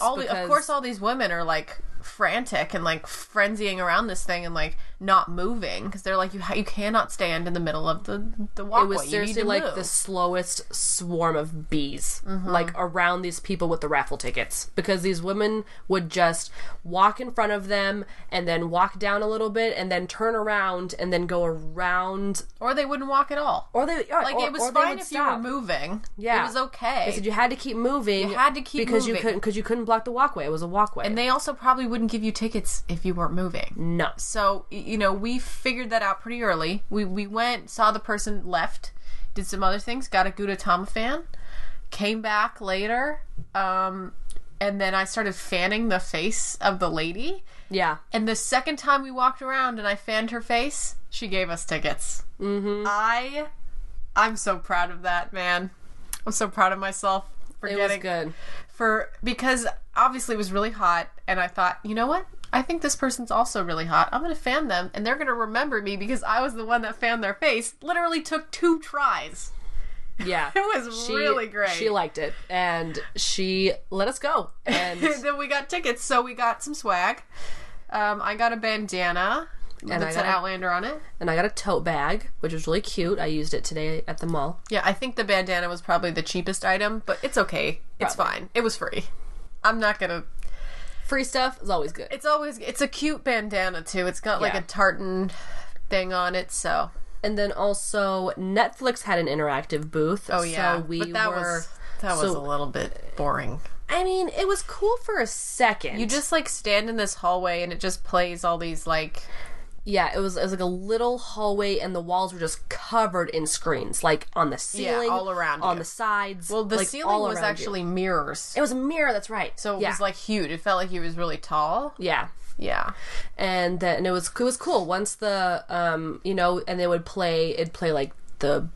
[SPEAKER 3] and all the, of
[SPEAKER 4] because-
[SPEAKER 3] course all these women are like frantic and like frenzying around this thing and like not moving because they're like you ha- you cannot stand in the middle of the the walkway.
[SPEAKER 4] it was seriously
[SPEAKER 3] you need to
[SPEAKER 4] like
[SPEAKER 3] move.
[SPEAKER 4] the slowest swarm of bees like around these people with the raffle tickets because these women would just walk in front of them and then walk down a little bit and then turn around and then go around
[SPEAKER 3] or they wouldn't walk at all.
[SPEAKER 4] or they yeah,
[SPEAKER 3] like
[SPEAKER 4] or-
[SPEAKER 3] it
[SPEAKER 4] or
[SPEAKER 3] was
[SPEAKER 4] they
[SPEAKER 3] fine
[SPEAKER 4] would
[SPEAKER 3] if you
[SPEAKER 4] stop.
[SPEAKER 3] were moving.
[SPEAKER 4] Yeah.
[SPEAKER 3] it was okay.
[SPEAKER 4] They said you had to keep moving.
[SPEAKER 3] You had to keep
[SPEAKER 4] because you
[SPEAKER 3] moving.
[SPEAKER 4] couldn't because you couldn't block the walkway. It was a walkway.
[SPEAKER 3] and they also probably wouldn't give you tickets if you weren't moving.
[SPEAKER 4] No.
[SPEAKER 3] So, y- you know, we figured that out pretty early. We we went, saw the person, left, did some other things, got a Gudetama fan, came back later, um, and then I started fanning the face of the lady.
[SPEAKER 4] Yeah.
[SPEAKER 3] And the second time we walked around and I fanned her face, she gave us tickets. Mm-hmm. I, I'm so proud of that, man. I'm so proud of myself for
[SPEAKER 4] It was
[SPEAKER 3] getting
[SPEAKER 4] good.
[SPEAKER 3] for because obviously it was really hot and I thought, you know what? I think this person's also really hot. I'm gonna fan them and they're gonna remember me because I was the one that fanned their face. Literally took two tries.
[SPEAKER 4] Yeah.
[SPEAKER 3] It was really great.
[SPEAKER 4] She liked it. And she let us go. And
[SPEAKER 3] then we got tickets, so we got some swag. Um, I got a bandana
[SPEAKER 4] I
[SPEAKER 3] that said
[SPEAKER 4] got a-
[SPEAKER 3] Outlander on it.
[SPEAKER 4] and I got a tote bag, which was really cute. I used it today at the mall.
[SPEAKER 3] Yeah, I think the bandana was probably the cheapest item, but it's okay. It's fine. It was free. I'm not gonna.
[SPEAKER 4] Free stuff is always good.
[SPEAKER 3] It's always it's a cute bandana too. It's got like
[SPEAKER 4] Yeah.
[SPEAKER 3] a tartan thing on it, so
[SPEAKER 4] And then also Netflix had an interactive booth.
[SPEAKER 3] oh yeah.
[SPEAKER 4] So we
[SPEAKER 3] but that
[SPEAKER 4] were
[SPEAKER 3] was that was
[SPEAKER 4] so-
[SPEAKER 3] a little bit boring.
[SPEAKER 4] I mean, it was cool for a second.
[SPEAKER 3] You just like stand in this hallway and it just plays all these like
[SPEAKER 4] Yeah, it was it was like a little hallway and the walls were just covered in screens, like on the ceiling.
[SPEAKER 3] all around
[SPEAKER 4] On
[SPEAKER 3] you.
[SPEAKER 4] the sides.
[SPEAKER 3] well the
[SPEAKER 4] like,
[SPEAKER 3] ceiling
[SPEAKER 4] all
[SPEAKER 3] was
[SPEAKER 4] around you.
[SPEAKER 3] actually mirrors.
[SPEAKER 4] It was a mirror, that's right.
[SPEAKER 3] So it
[SPEAKER 4] yeah.
[SPEAKER 3] was like huge. It felt like he was really tall.
[SPEAKER 4] Yeah.
[SPEAKER 3] Yeah.
[SPEAKER 4] and then and it was it was cool once the um you know and they would play it'd play like the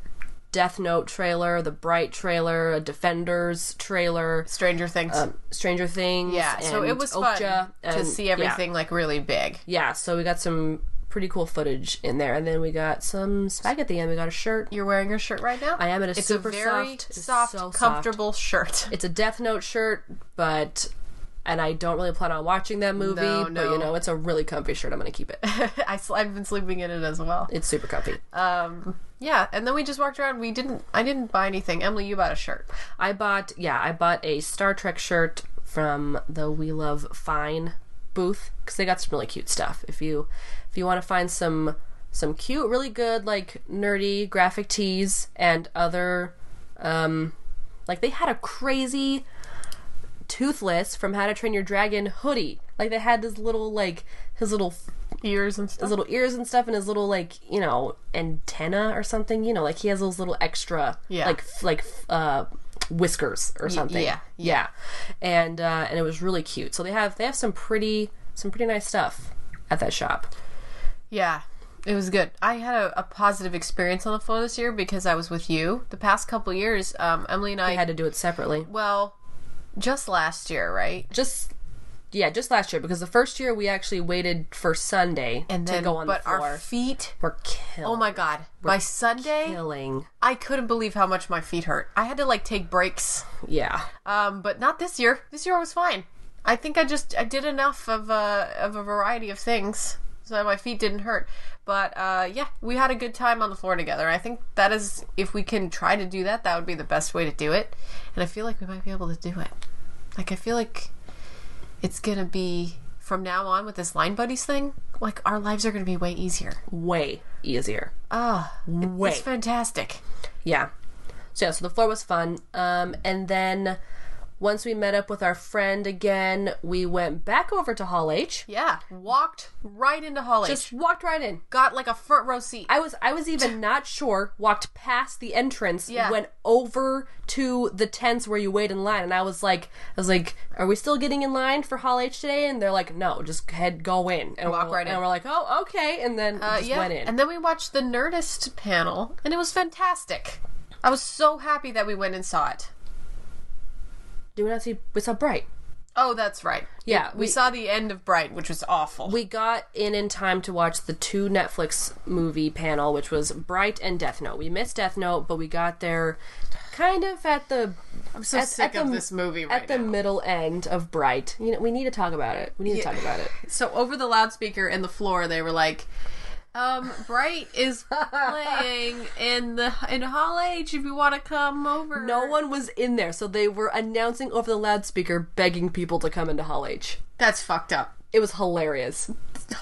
[SPEAKER 4] Death Note trailer, the Bright trailer, a Defenders trailer,
[SPEAKER 3] Stranger Things.
[SPEAKER 4] Stranger Things.
[SPEAKER 3] yeah, so
[SPEAKER 4] and
[SPEAKER 3] it was
[SPEAKER 4] Okja,
[SPEAKER 3] fun to
[SPEAKER 4] and-
[SPEAKER 3] see
[SPEAKER 4] yeah.
[SPEAKER 3] everything like really big.
[SPEAKER 4] Yeah. so we got some pretty cool footage in there, and then we got some swag at the end. We got a shirt.
[SPEAKER 3] You're wearing your shirt right now.
[SPEAKER 4] I am in a
[SPEAKER 3] it's
[SPEAKER 4] super
[SPEAKER 3] a very
[SPEAKER 4] soft-
[SPEAKER 3] soft,
[SPEAKER 4] it's so soft.
[SPEAKER 3] comfortable shirt.
[SPEAKER 4] It's a Death Note shirt, but and I don't really plan on watching that movie.
[SPEAKER 3] No,
[SPEAKER 4] But
[SPEAKER 3] no.
[SPEAKER 4] you know, it's a really comfy shirt. I'm gonna keep it.
[SPEAKER 3] I sl- I've been sleeping in it as well.
[SPEAKER 4] It's super comfy.
[SPEAKER 3] Yeah, and then we just walked around. We didn't. I didn't buy anything. Emily, you bought a shirt.
[SPEAKER 4] I bought yeah, I bought a Star Trek shirt from the We Love Fine booth because they got some really cute stuff. If you if you want to find some some cute, really good like nerdy graphic tees and other um like they had a crazy toothless from How to Train Your Dragon hoodie. Like they had this little like his little
[SPEAKER 3] Ears and stuff.
[SPEAKER 4] his little ears and stuff and his little like you know antenna or something you know like he has those little extra
[SPEAKER 3] Yeah.
[SPEAKER 4] like f- like f- uh whiskers or something
[SPEAKER 3] yeah,
[SPEAKER 4] yeah and uh and it was really cute so they have they have some pretty some pretty nice stuff at that shop
[SPEAKER 3] Yeah, it was good. I had a, a positive experience on the floor this year because I was with you. The past couple years, um, Emily and I.
[SPEAKER 4] i had to do it separately
[SPEAKER 3] well, just last year, right?
[SPEAKER 4] just yeah just last year because the first year we actually waited for sunday
[SPEAKER 3] And
[SPEAKER 4] to
[SPEAKER 3] then,
[SPEAKER 4] go on
[SPEAKER 3] but
[SPEAKER 4] the floor
[SPEAKER 3] our feet.
[SPEAKER 4] we're killing
[SPEAKER 3] Oh my god! By Sunday,
[SPEAKER 4] killing
[SPEAKER 3] I couldn't believe how much my feet hurt. I had to like take breaks.
[SPEAKER 4] yeah
[SPEAKER 3] Um, but not this year. This year I was fine. I think I just I did enough of uh of a variety of things so that my feet didn't hurt. But uh, yeah, we had a good time on the floor together. I think that is if we can try to do that, that would be the best way to do it. And I feel like we might be able to do it. Like I feel like it's gonna be from now on with this line buddies thing. Like our lives are gonna be way easier.
[SPEAKER 4] way easier
[SPEAKER 3] Way. It's fantastic.
[SPEAKER 4] Yeah. So yeah, so the floor was fun. Um, and then once we met up with our friend again, we went back over to Hall H.
[SPEAKER 3] Yeah, walked right into Hall H.
[SPEAKER 4] Just walked right in.
[SPEAKER 3] got like a front row seat.
[SPEAKER 4] I was I was even not sure. Walked past the entrance.
[SPEAKER 3] Yeah.
[SPEAKER 4] Went over to the tents where you wait in line, and I was like, I was like, are we still getting in line for Hall H today? And they're like, no, just head go in and
[SPEAKER 3] Walk
[SPEAKER 4] we're,
[SPEAKER 3] right in.
[SPEAKER 4] And we're like, oh, okay. And then we
[SPEAKER 3] Uh,
[SPEAKER 4] just went in.
[SPEAKER 3] And then we watched the Nerdist panel, and it was fantastic. I was so happy that we went and saw it.
[SPEAKER 4] Do we not see? We saw Bright.
[SPEAKER 3] Oh, that's right.
[SPEAKER 4] Yeah,
[SPEAKER 3] we, saw the end of Bright, which was awful.
[SPEAKER 4] We got in in time to watch the two Netflix movie panel, which was Bright and Death Note. We missed Death Note, but we got there kind of at the
[SPEAKER 3] I'm so
[SPEAKER 4] at,
[SPEAKER 3] sick
[SPEAKER 4] at
[SPEAKER 3] of
[SPEAKER 4] the-
[SPEAKER 3] this movie right
[SPEAKER 4] at the
[SPEAKER 3] now.
[SPEAKER 4] middle end of Bright. You know, we need to talk about it. We need to talk about it.
[SPEAKER 3] so over the loudspeaker and the floor, they were like, um, "Bright is playing in the in Hall H. If you want to come over."
[SPEAKER 4] No one was in there, so they were announcing over the loudspeaker, begging people to come into Hall H.
[SPEAKER 3] That's fucked up.
[SPEAKER 4] It was hilarious.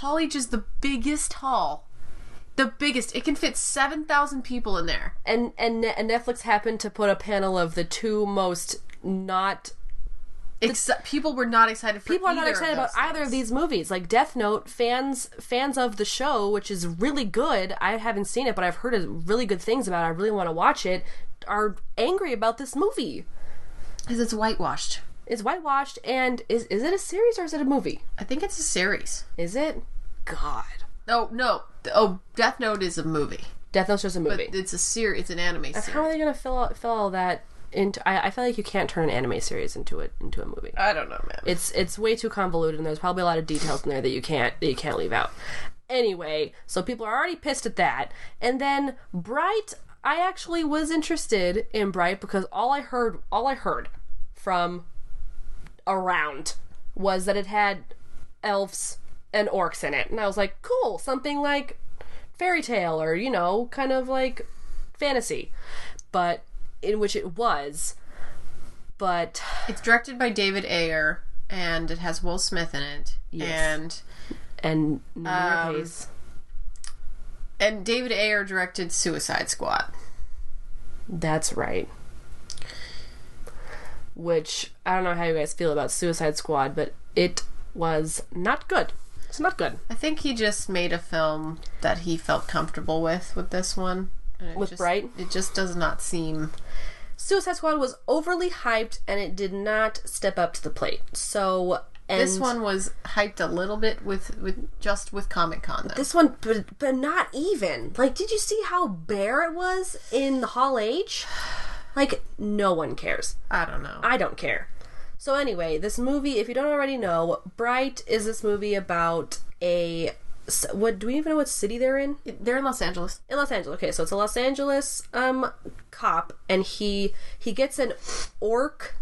[SPEAKER 3] Hall H is the biggest hall. The biggest. It can fit seven thousand people in there.
[SPEAKER 4] and and Ne- and Netflix happened to put a panel of the two most not
[SPEAKER 3] Except people were not excited for
[SPEAKER 4] people are not
[SPEAKER 3] either
[SPEAKER 4] excited
[SPEAKER 3] of
[SPEAKER 4] about
[SPEAKER 3] those
[SPEAKER 4] either of these movies. Like Death Note, fans fans of the show, which is really good. I haven't seen it, but I've heard really good things about. it. I really want to watch it. Are angry about this movie.
[SPEAKER 3] because it's whitewashed.
[SPEAKER 4] It's whitewashed, and is is it a series or is it a movie?
[SPEAKER 3] I think it's a series.
[SPEAKER 4] Is it? God,
[SPEAKER 3] No, no. The- Oh, Death Note is a movie,
[SPEAKER 4] Death Note's just a
[SPEAKER 3] but
[SPEAKER 4] movie.
[SPEAKER 3] it's a series. It's an anime
[SPEAKER 4] How are
[SPEAKER 3] series.
[SPEAKER 4] they gonna fill out, fill all that into? I, I feel like you can't turn an anime series into a into a movie.
[SPEAKER 3] I don't know, man.
[SPEAKER 4] it's it's way too convoluted and there's probably a lot of details in there that you can't that you can't leave out anyway so people are already pissed at that and then bright i actually was interested in bright because all i heard all i heard from around was that it had elves and orcs in it and i was like cool something like fairy tale or you know kind of like fantasy but in which it was but
[SPEAKER 3] It's directed by David Ayer, and it has Will Smith in it. And
[SPEAKER 4] and Nora Pace.
[SPEAKER 3] and David Ayer directed Suicide Squad.
[SPEAKER 4] That's right. Which I don't know how you guys feel about Suicide Squad, but it was not good. It's not good.
[SPEAKER 3] I think he just made a film that he felt comfortable with with this one. And it
[SPEAKER 4] With
[SPEAKER 3] just-
[SPEAKER 4] Bright?
[SPEAKER 3] it just does not seem.
[SPEAKER 4] Suicide Squad was overly hyped and it did not step up to the plate. So and
[SPEAKER 3] This one was hyped a little bit with with just with Comic Con though.
[SPEAKER 4] this one but, but not even. Like did you see how bare it was in the Hall H? Like no one cares.
[SPEAKER 3] I don't know.
[SPEAKER 4] I don't care. So anyway, this movie, if you don't already know, Bright is this movie about a s- what do we even know what city they're in?
[SPEAKER 3] They're in Los Angeles.
[SPEAKER 4] In Los Angeles. Okay, so it's a Los Angeles um cop and he he gets an orc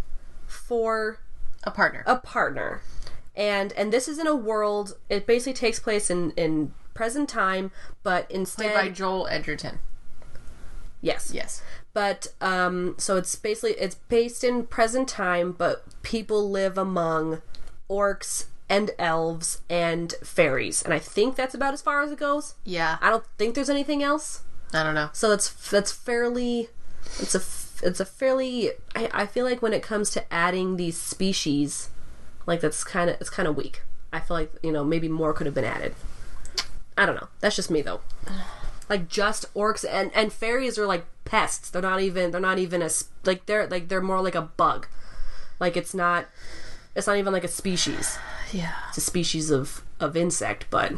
[SPEAKER 4] for
[SPEAKER 3] A partner.
[SPEAKER 4] a partner and and this is in a world it basically takes place in in present time but instead
[SPEAKER 3] Played by Joel Edgerton.
[SPEAKER 4] yes
[SPEAKER 3] Yes.
[SPEAKER 4] but um so it's basically it's based in present time but people live among orcs and elves and fairies and i think that's about as far as it goes
[SPEAKER 3] Yeah.
[SPEAKER 4] i don't think there's anything else
[SPEAKER 3] I don't know.
[SPEAKER 4] so that's that's fairly it's a f- it's a fairly I, I feel like when it comes to adding these species like that's kind of it's kind of weak i feel like you know maybe more could have been added i don't know that's just me though like just orcs and and fairies are like pests they're not even they're not even a s- like they're like they're more like a bug like it's not it's not even like a species
[SPEAKER 3] Yeah.
[SPEAKER 4] it's a species of of insect but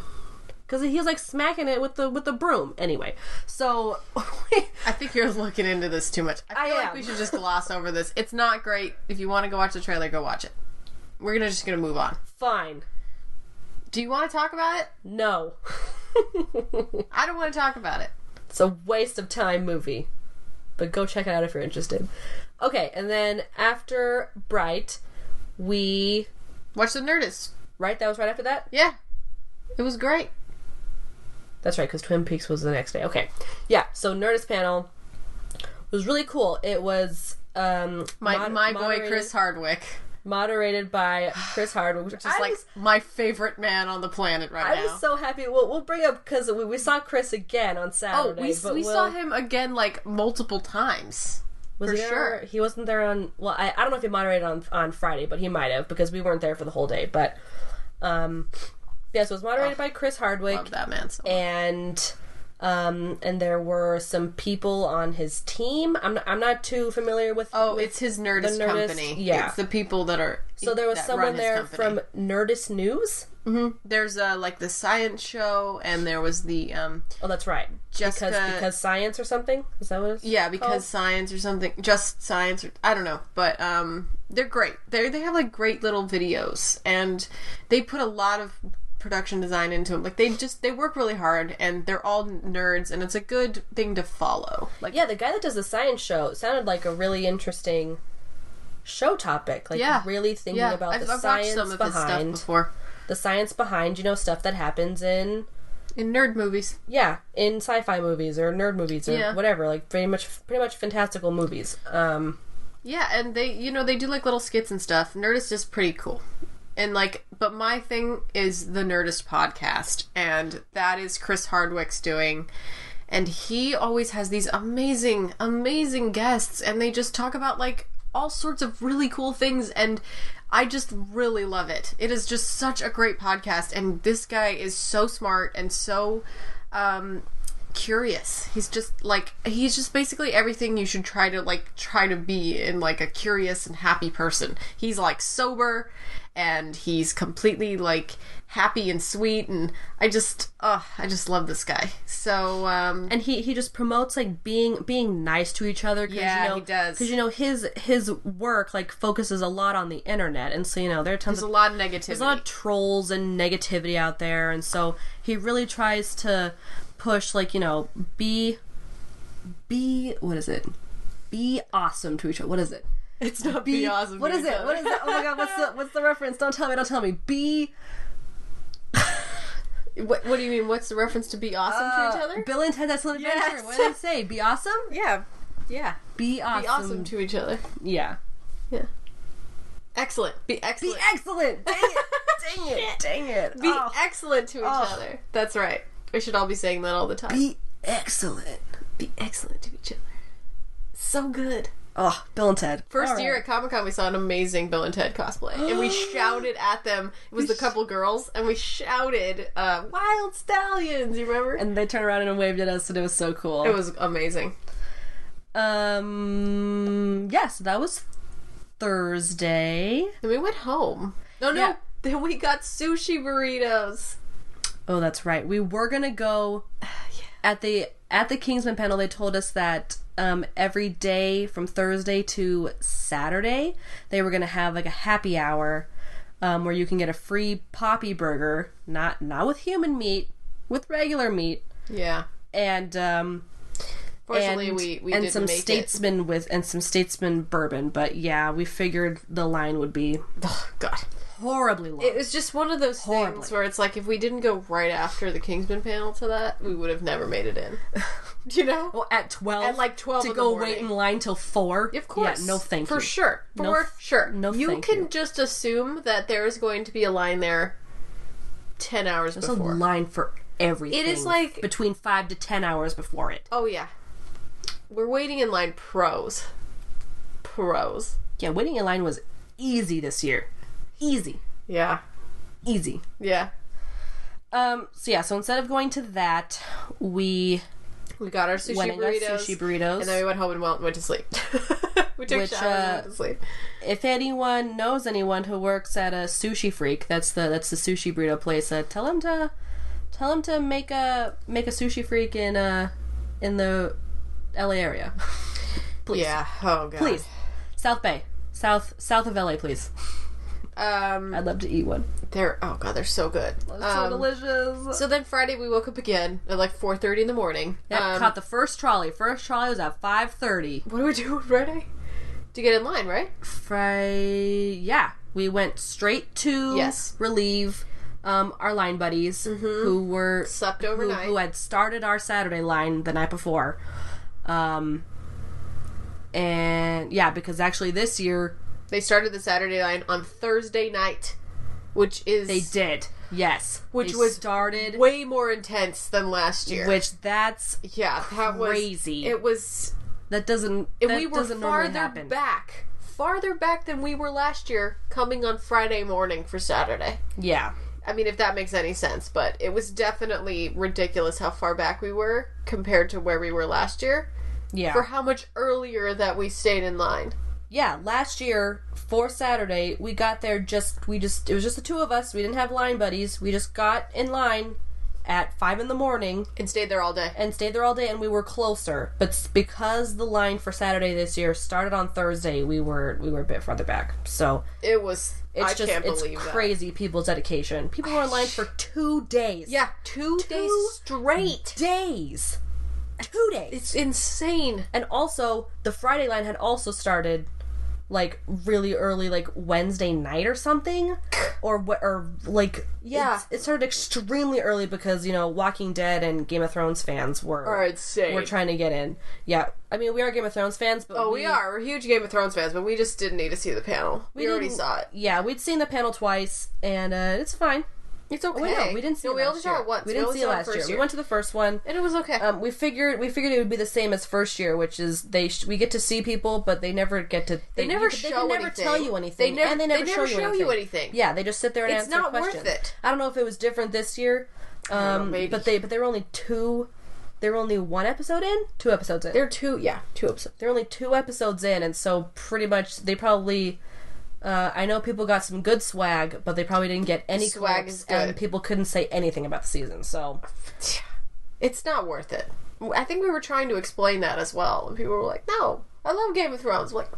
[SPEAKER 4] because he was like smacking it with the with the broom anyway so
[SPEAKER 3] I think you're looking into this too much. I
[SPEAKER 4] I
[SPEAKER 3] feel like
[SPEAKER 4] am.
[SPEAKER 3] we should just gloss over this. It's not great. If you want to go watch the trailer, go watch it. We're gonna just gonna move on.
[SPEAKER 4] fine
[SPEAKER 3] Do you want to talk about it?
[SPEAKER 4] no
[SPEAKER 3] I don't want to talk about it.
[SPEAKER 4] it's a waste of time movie but go check it out if you're interested okay and then after bright we
[SPEAKER 3] Watch the Nerdist.
[SPEAKER 4] right that was right after that
[SPEAKER 3] Yeah, it was great.
[SPEAKER 4] That's right, because Twin Peaks was the next day. Okay, yeah. So Nerdist panel was really cool. It was um
[SPEAKER 3] My
[SPEAKER 4] mod-
[SPEAKER 3] my boy
[SPEAKER 4] moderated-
[SPEAKER 3] Chris Hardwick,
[SPEAKER 4] moderated by Chris Hardwick, which is
[SPEAKER 3] just
[SPEAKER 4] like
[SPEAKER 3] like my favorite man on the planet right
[SPEAKER 4] I
[SPEAKER 3] now.
[SPEAKER 4] was so happy. We'll, we'll bring up because we, we saw Chris again on
[SPEAKER 3] oh,
[SPEAKER 4] Saturday.
[SPEAKER 3] we,
[SPEAKER 4] but
[SPEAKER 3] we
[SPEAKER 4] we'll-
[SPEAKER 3] saw him again like multiple times.
[SPEAKER 4] was
[SPEAKER 3] for
[SPEAKER 4] he there-
[SPEAKER 3] sure.
[SPEAKER 4] He wasn't there on. Well, I, I don't know if he moderated on on Friday, but he might have because we weren't there for the whole day. But um, yeah, so it was moderated by Chris Hardwick.
[SPEAKER 3] Love that man. So much.
[SPEAKER 4] and um and there were some people on his team. I'm not, I'm not too familiar with
[SPEAKER 3] oh,
[SPEAKER 4] with
[SPEAKER 3] it's his Nerdist,
[SPEAKER 4] Nerdist-
[SPEAKER 3] company.
[SPEAKER 4] yeah.
[SPEAKER 3] it's the people that are.
[SPEAKER 4] so there was
[SPEAKER 3] that
[SPEAKER 4] someone
[SPEAKER 3] run his
[SPEAKER 4] there
[SPEAKER 3] company.
[SPEAKER 4] from Nerdist News.
[SPEAKER 3] There's uh like the science show, and there was the um
[SPEAKER 4] Oh, that's right.
[SPEAKER 3] Jessica.
[SPEAKER 4] because because science or something is that what it's
[SPEAKER 3] yeah, because science or something, just science. Or, I don't know, but um, they're great. They they have like great little videos, and they put a lot of production design into them. Like they just they work really hard, and they're all nerds, and it's a good thing to follow. Like
[SPEAKER 4] yeah the guy that does the science show sounded like a really interesting show topic like
[SPEAKER 3] Yeah.
[SPEAKER 4] really thinking
[SPEAKER 3] yeah,
[SPEAKER 4] about
[SPEAKER 3] I've,
[SPEAKER 4] the
[SPEAKER 3] I've watched
[SPEAKER 4] science
[SPEAKER 3] some of his stuff
[SPEAKER 4] behind
[SPEAKER 3] before
[SPEAKER 4] the science behind you know stuff that happens in
[SPEAKER 3] in nerd movies.
[SPEAKER 4] yeah in sci-fi movies or nerd movies or
[SPEAKER 3] Yeah.
[SPEAKER 4] whatever like pretty much pretty much fantastical movies um
[SPEAKER 3] Yeah, and they you know they do like little skits and stuff. Nerdist is pretty cool. And like but my thing is the Nerdist podcast and that is Chris Hardwick's doing. And he always has these amazing amazing guests and they just talk about like all sorts of really cool things and I just really love it. It is just such a great podcast and this guy is so smart and so um curious. He's just like he's just basically everything you should try to like try to be in like a curious and happy person. He's like sober and he's completely like happy and sweet and I just oh, I just love this guy. So um
[SPEAKER 4] and he he just promotes like being being nice to each other. Cause,
[SPEAKER 3] Yeah,
[SPEAKER 4] you know,
[SPEAKER 3] he does.
[SPEAKER 4] Because you know his his work like focuses a lot on the internet, and so you know there are tons
[SPEAKER 3] there's
[SPEAKER 4] of
[SPEAKER 3] a lot of negativity.
[SPEAKER 4] there's a lot of trolls and negativity out there, and so he really tries to push like you know be be what is it be awesome to each other. What is it?
[SPEAKER 3] it's not
[SPEAKER 4] Be,
[SPEAKER 3] be awesome.
[SPEAKER 4] What
[SPEAKER 3] to
[SPEAKER 4] is
[SPEAKER 3] each
[SPEAKER 4] it?
[SPEAKER 3] other.
[SPEAKER 4] What is it? Oh my god! What's the what's the reference? Don't tell me! Don't tell me! Be
[SPEAKER 3] What, what do you mean? What's the reference to be awesome to each other?
[SPEAKER 4] uh, Bill and Ted Excellent Adventure.
[SPEAKER 3] Yes.
[SPEAKER 4] What did it say? Be awesome.
[SPEAKER 3] yeah, yeah.
[SPEAKER 4] Be awesome.
[SPEAKER 3] Be awesome to each other.
[SPEAKER 4] Yeah.
[SPEAKER 3] Yeah. Excellent. Be
[SPEAKER 4] Be
[SPEAKER 3] excellent.
[SPEAKER 4] excellent. Dang it. Dang it. Dang it.
[SPEAKER 3] Be
[SPEAKER 4] Oh.
[SPEAKER 3] excellent to each other. That's right. We should all be saying that all the time.
[SPEAKER 4] Be excellent.
[SPEAKER 3] Be excellent to each other. So good.
[SPEAKER 4] Oh, Bill and Ted.
[SPEAKER 3] First
[SPEAKER 4] All right.
[SPEAKER 3] year at Comic Con, we saw an amazing Bill and Ted cosplay, and we shouted at them. It was the couple girls, and we shouted uh, "Wild Stallions." You remember?
[SPEAKER 4] And they turned around and waved at us, and it was so cool.
[SPEAKER 3] it was amazing.
[SPEAKER 4] um, yes, that was Thursday.
[SPEAKER 3] Then we went home. No, no.
[SPEAKER 4] Yeah.
[SPEAKER 3] Then we got sushi burritos.
[SPEAKER 4] Oh, that's right. We were gonna go at the at the Kingsman panel. They told us that um, every day from Thursday to Saturday, they were gonna have like a happy hour um, where you can get a free poppy burger, not not with human meat, with regular meat,
[SPEAKER 3] Yeah.
[SPEAKER 4] and um,
[SPEAKER 3] Fortunately,
[SPEAKER 4] and
[SPEAKER 3] we we
[SPEAKER 4] and
[SPEAKER 3] didn't
[SPEAKER 4] some
[SPEAKER 3] make it.
[SPEAKER 4] statesman with and some statesman bourbon. But yeah, we figured the line would be
[SPEAKER 3] Oh, God.
[SPEAKER 4] horribly long.
[SPEAKER 3] It was just one of those things where it's like if we didn't go right after the Kingsman panel to that, we would have never made it in. you know?
[SPEAKER 4] Well, at twelve,
[SPEAKER 3] At, like, 12
[SPEAKER 4] to
[SPEAKER 3] in the
[SPEAKER 4] go
[SPEAKER 3] morning.
[SPEAKER 4] wait in line till four.
[SPEAKER 3] Of course.
[SPEAKER 4] yeah, no thank
[SPEAKER 3] For
[SPEAKER 4] you.
[SPEAKER 3] sure. For
[SPEAKER 4] No f-
[SPEAKER 3] sure.
[SPEAKER 4] no
[SPEAKER 3] You
[SPEAKER 4] thank
[SPEAKER 3] can
[SPEAKER 4] you.
[SPEAKER 3] just assume that there is going to be a line there 10 hours
[SPEAKER 4] There's a
[SPEAKER 3] before.
[SPEAKER 4] line for everything.
[SPEAKER 3] It is like-
[SPEAKER 4] between five to ten hours before it.
[SPEAKER 3] oh, yeah. We're waiting in line pros. Pros.
[SPEAKER 4] Yeah, waiting in line was easy this year. Easy,
[SPEAKER 3] Yeah.
[SPEAKER 4] easy.
[SPEAKER 3] Yeah.
[SPEAKER 4] Um. So yeah. So instead of going to that, we
[SPEAKER 3] We got our sushi
[SPEAKER 4] Went and got
[SPEAKER 3] burritos.
[SPEAKER 4] sushi burritos.
[SPEAKER 3] And then we went home and went, went to sleep. we took
[SPEAKER 4] Which,
[SPEAKER 3] showers and went
[SPEAKER 4] uh,
[SPEAKER 3] to sleep.
[SPEAKER 4] if anyone knows anyone who works at a sushi freak, that's the that's the sushi burrito place. Uh, tell them to tell them to make a make a sushi freak in uh in the LA area. please.
[SPEAKER 3] Yeah. Oh, God.
[SPEAKER 4] please. South Bay. South south of LA, please.
[SPEAKER 3] Um,
[SPEAKER 4] I'd love to eat one.
[SPEAKER 3] they're, oh, God, they're so good.
[SPEAKER 4] so delicious.
[SPEAKER 3] So then Friday we woke up again at like 4:30 in the morning.
[SPEAKER 4] Yeah,
[SPEAKER 3] Um,
[SPEAKER 4] caught the first trolley. First trolley was at 5:30.
[SPEAKER 3] what do we do on Friday? To get in line, right?
[SPEAKER 4] Friday. Yeah, we went straight to
[SPEAKER 3] Yes. Mm-hmm.
[SPEAKER 4] relieve um, our line buddies who were
[SPEAKER 3] Slept
[SPEAKER 4] who-
[SPEAKER 3] overnight.
[SPEAKER 4] who, had started our Saturday line the night before. Um, and yeah, because actually this year
[SPEAKER 3] They started the Saturday line on Thursday night, which is
[SPEAKER 4] they did. Yes,
[SPEAKER 3] Which
[SPEAKER 4] They
[SPEAKER 3] was
[SPEAKER 4] started.
[SPEAKER 3] way more intense than last year.
[SPEAKER 4] which that's
[SPEAKER 3] yeah, that was
[SPEAKER 4] crazy.
[SPEAKER 3] It was
[SPEAKER 4] that doesn't
[SPEAKER 3] and
[SPEAKER 4] that
[SPEAKER 3] we were
[SPEAKER 4] doesn't normally
[SPEAKER 3] farther
[SPEAKER 4] happen.
[SPEAKER 3] back, farther back than we were last year coming on Friday morning for Saturday.
[SPEAKER 4] Yeah,
[SPEAKER 3] I mean, if that makes any sense, but it was definitely ridiculous how far back we were compared to where we were last year
[SPEAKER 4] yeah.
[SPEAKER 3] for how much earlier that we stayed in line.
[SPEAKER 4] yeah, last year for Saturday, we got there just we just it was just the two of us. We didn't have line buddies. We just got in line at five in the morning
[SPEAKER 3] and stayed there all day.
[SPEAKER 4] and stayed there all day, and we were closer. But s- because the line for Saturday this year started on Thursday, we were we were a bit farther back. So
[SPEAKER 3] It was.
[SPEAKER 4] it's
[SPEAKER 3] I
[SPEAKER 4] just
[SPEAKER 3] can't
[SPEAKER 4] it's
[SPEAKER 3] believe that.
[SPEAKER 4] crazy people's dedication. People were in line for two days.
[SPEAKER 3] Yeah, two, days straight.
[SPEAKER 4] days, two days.
[SPEAKER 3] It's insane.
[SPEAKER 4] And also, the Friday line had also started like really early, like Wednesday night or something, or what, or like
[SPEAKER 3] Yeah.
[SPEAKER 4] it's- it started extremely early because you know Walking Dead and Game of Thrones fans were
[SPEAKER 3] Are insane.
[SPEAKER 4] were trying to get in. Yeah, I mean we are Game of Thrones fans, but
[SPEAKER 3] Oh, we are. We're huge Game of Thrones fans, but we just didn't need to see the panel. We, already
[SPEAKER 4] didn't-
[SPEAKER 3] saw it.
[SPEAKER 4] Yeah, we'd seen the panel twice, and uh, it's fine.
[SPEAKER 3] It's okay.
[SPEAKER 4] Wait, no, we didn't see.
[SPEAKER 3] No,
[SPEAKER 4] it
[SPEAKER 3] we
[SPEAKER 4] last
[SPEAKER 3] only saw
[SPEAKER 4] year.
[SPEAKER 3] it once.
[SPEAKER 4] We
[SPEAKER 3] We
[SPEAKER 4] didn't
[SPEAKER 3] only
[SPEAKER 4] see it
[SPEAKER 3] saw it
[SPEAKER 4] last
[SPEAKER 3] first
[SPEAKER 4] year. We
[SPEAKER 3] year.
[SPEAKER 4] went to the first one.
[SPEAKER 3] And it was okay.
[SPEAKER 4] Um, we figured we figured it would be the same as first year, which is they sh- we get to see people, but they never get to. They,
[SPEAKER 3] never
[SPEAKER 4] they
[SPEAKER 3] show
[SPEAKER 4] can never
[SPEAKER 3] anything.
[SPEAKER 4] tell you anything.
[SPEAKER 3] They never-
[SPEAKER 4] and they
[SPEAKER 3] they
[SPEAKER 4] never,
[SPEAKER 3] never
[SPEAKER 4] show,
[SPEAKER 3] show
[SPEAKER 4] you
[SPEAKER 3] you
[SPEAKER 4] anything.
[SPEAKER 3] anything.
[SPEAKER 4] Yeah, they just sit there and
[SPEAKER 3] It's
[SPEAKER 4] answer
[SPEAKER 3] not worth
[SPEAKER 4] questions.
[SPEAKER 3] it.
[SPEAKER 4] I don't know if it was different this year, um,
[SPEAKER 3] maybe.
[SPEAKER 4] but they but they were only two. They were only one episode in, two episodes in.
[SPEAKER 3] There are two, yeah, two episodes.
[SPEAKER 4] they're only two episodes in, and so pretty much they probably. Uh, I know people got some good swag, but they probably didn't get any
[SPEAKER 3] Swag
[SPEAKER 4] clips,
[SPEAKER 3] is good.
[SPEAKER 4] and people couldn't say anything about the season. So
[SPEAKER 3] It's not worth it. I think we were trying to explain that as well. And people were like, no, I love Game of Thrones. Like,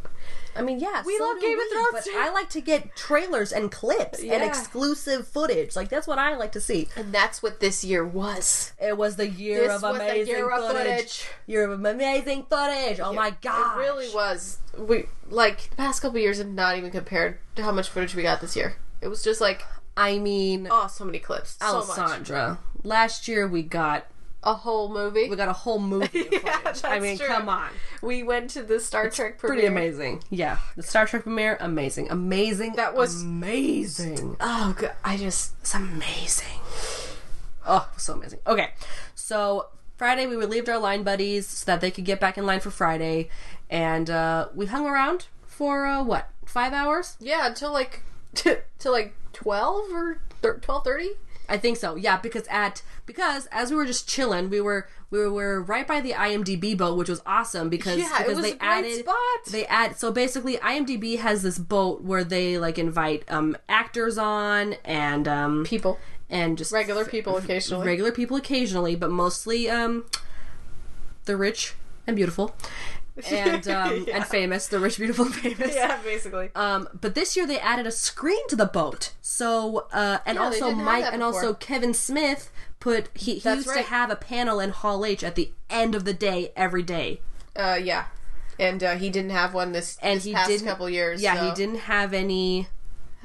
[SPEAKER 4] I mean, yeah,
[SPEAKER 3] We
[SPEAKER 4] so
[SPEAKER 3] love
[SPEAKER 4] do
[SPEAKER 3] Game of
[SPEAKER 4] we,
[SPEAKER 3] Thrones,
[SPEAKER 4] but
[SPEAKER 3] too.
[SPEAKER 4] I like to get trailers and clips and
[SPEAKER 3] Yeah.
[SPEAKER 4] exclusive footage. Like that's what I like to see.
[SPEAKER 3] and that's what this year was.
[SPEAKER 4] It was the year
[SPEAKER 3] This
[SPEAKER 4] of
[SPEAKER 3] was the
[SPEAKER 4] amazing
[SPEAKER 3] year of
[SPEAKER 4] footage.
[SPEAKER 3] footage.
[SPEAKER 4] Year of amazing footage. Oh my god!
[SPEAKER 3] It really was. We, like, the past couple years have not even compared to how much footage we got this year. It was just like,
[SPEAKER 4] I mean,
[SPEAKER 3] oh, so many clips. So much.
[SPEAKER 4] Alessandra. Last year we got
[SPEAKER 3] A whole movie.
[SPEAKER 4] we got a whole movie. of
[SPEAKER 3] Yeah,
[SPEAKER 4] footage. I
[SPEAKER 3] that's
[SPEAKER 4] mean,
[SPEAKER 3] true.
[SPEAKER 4] come on.
[SPEAKER 3] We went to the Star Trek premiere.
[SPEAKER 4] Pretty amazing. Yeah. The Star Trek premiere, amazing. Amazing.
[SPEAKER 3] That was-
[SPEAKER 4] amazing.
[SPEAKER 3] Oh, God. I just.
[SPEAKER 4] It's amazing. Oh, it was so amazing. Okay, so Friday we relieved our line buddies so that they could get back in line for Friday, and uh, we hung around for uh, what five hours?
[SPEAKER 3] Yeah, until like. till like 12 or thir- 12.30?
[SPEAKER 4] I think so. Yeah, because at because as we were just chilling, we were we were right by the IMDb boat, which was awesome because
[SPEAKER 3] Yeah, it
[SPEAKER 4] because
[SPEAKER 3] was
[SPEAKER 4] they
[SPEAKER 3] a great
[SPEAKER 4] added
[SPEAKER 3] spot.
[SPEAKER 4] they add so basically IMDb has this boat where they like invite um actors on and um
[SPEAKER 3] People.
[SPEAKER 4] and just
[SPEAKER 3] Regular people occasionally.
[SPEAKER 4] regular people occasionally, but mostly um, the rich and beautiful, and um, and famous. The rich, beautiful, and famous.
[SPEAKER 3] basically.
[SPEAKER 4] Um, but this year they added a screen to the boat. So uh, and
[SPEAKER 3] Yeah, they
[SPEAKER 4] also
[SPEAKER 3] didn't have
[SPEAKER 4] Mike
[SPEAKER 3] that
[SPEAKER 4] and also
[SPEAKER 3] before.
[SPEAKER 4] Kevin Smith put he, he
[SPEAKER 3] That's
[SPEAKER 4] used
[SPEAKER 3] right.
[SPEAKER 4] to have a panel in Hall H at the end of the day every day.
[SPEAKER 3] Uh, yeah, and uh, he didn't have one this
[SPEAKER 4] And
[SPEAKER 3] this
[SPEAKER 4] he
[SPEAKER 3] past
[SPEAKER 4] didn't
[SPEAKER 3] couple years.
[SPEAKER 4] Yeah,
[SPEAKER 3] so,
[SPEAKER 4] he didn't have any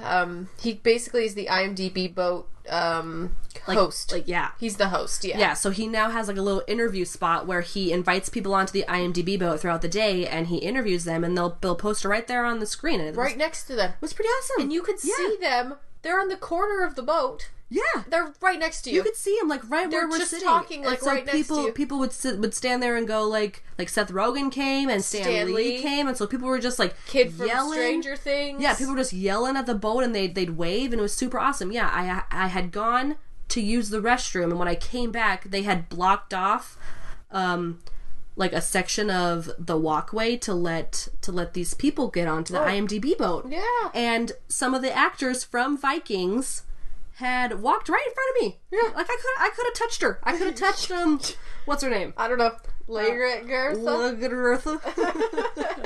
[SPEAKER 3] Um, he basically is the IMDb boat um host.
[SPEAKER 4] like, yeah.
[SPEAKER 3] he's the host. Yeah,
[SPEAKER 4] Yeah, so he now has like a little interview spot where he invites people onto the IMDb boat throughout the day, and he interviews them, and they'll they'll post it right there on the screen. And it was,
[SPEAKER 3] right next to them,
[SPEAKER 4] it was pretty awesome.
[SPEAKER 3] and you could
[SPEAKER 4] yeah,
[SPEAKER 3] see them. They're on the corner of the boat.
[SPEAKER 4] yeah.
[SPEAKER 3] They're right next to you.
[SPEAKER 4] You could see him like right
[SPEAKER 3] They're
[SPEAKER 4] where we're
[SPEAKER 3] just
[SPEAKER 4] sitting.
[SPEAKER 3] talking, like,
[SPEAKER 4] and so
[SPEAKER 3] right next to
[SPEAKER 4] people
[SPEAKER 3] you.
[SPEAKER 4] people would sit, would stand there and go like like Seth Rogen came and Stan,
[SPEAKER 3] Stan
[SPEAKER 4] Lee
[SPEAKER 3] Lee.
[SPEAKER 4] came, and so people were just like
[SPEAKER 3] Kid from
[SPEAKER 4] yelling.
[SPEAKER 3] Stranger Things.
[SPEAKER 4] Yeah, people were just yelling at the boat and they'd, they'd wave, and it was super awesome. Yeah, I, I had gone to use the restroom, and when I came back, they had blocked off. Um, like a section of the walkway to let to let these people get onto the IMDb boat.
[SPEAKER 3] Yeah.
[SPEAKER 4] And some of the actors from Vikings had walked right in front of me. Yeah. Like I could I could have touched her. I could have touched um what's her name?
[SPEAKER 3] I don't know. Lager Garza.
[SPEAKER 4] Lagertha.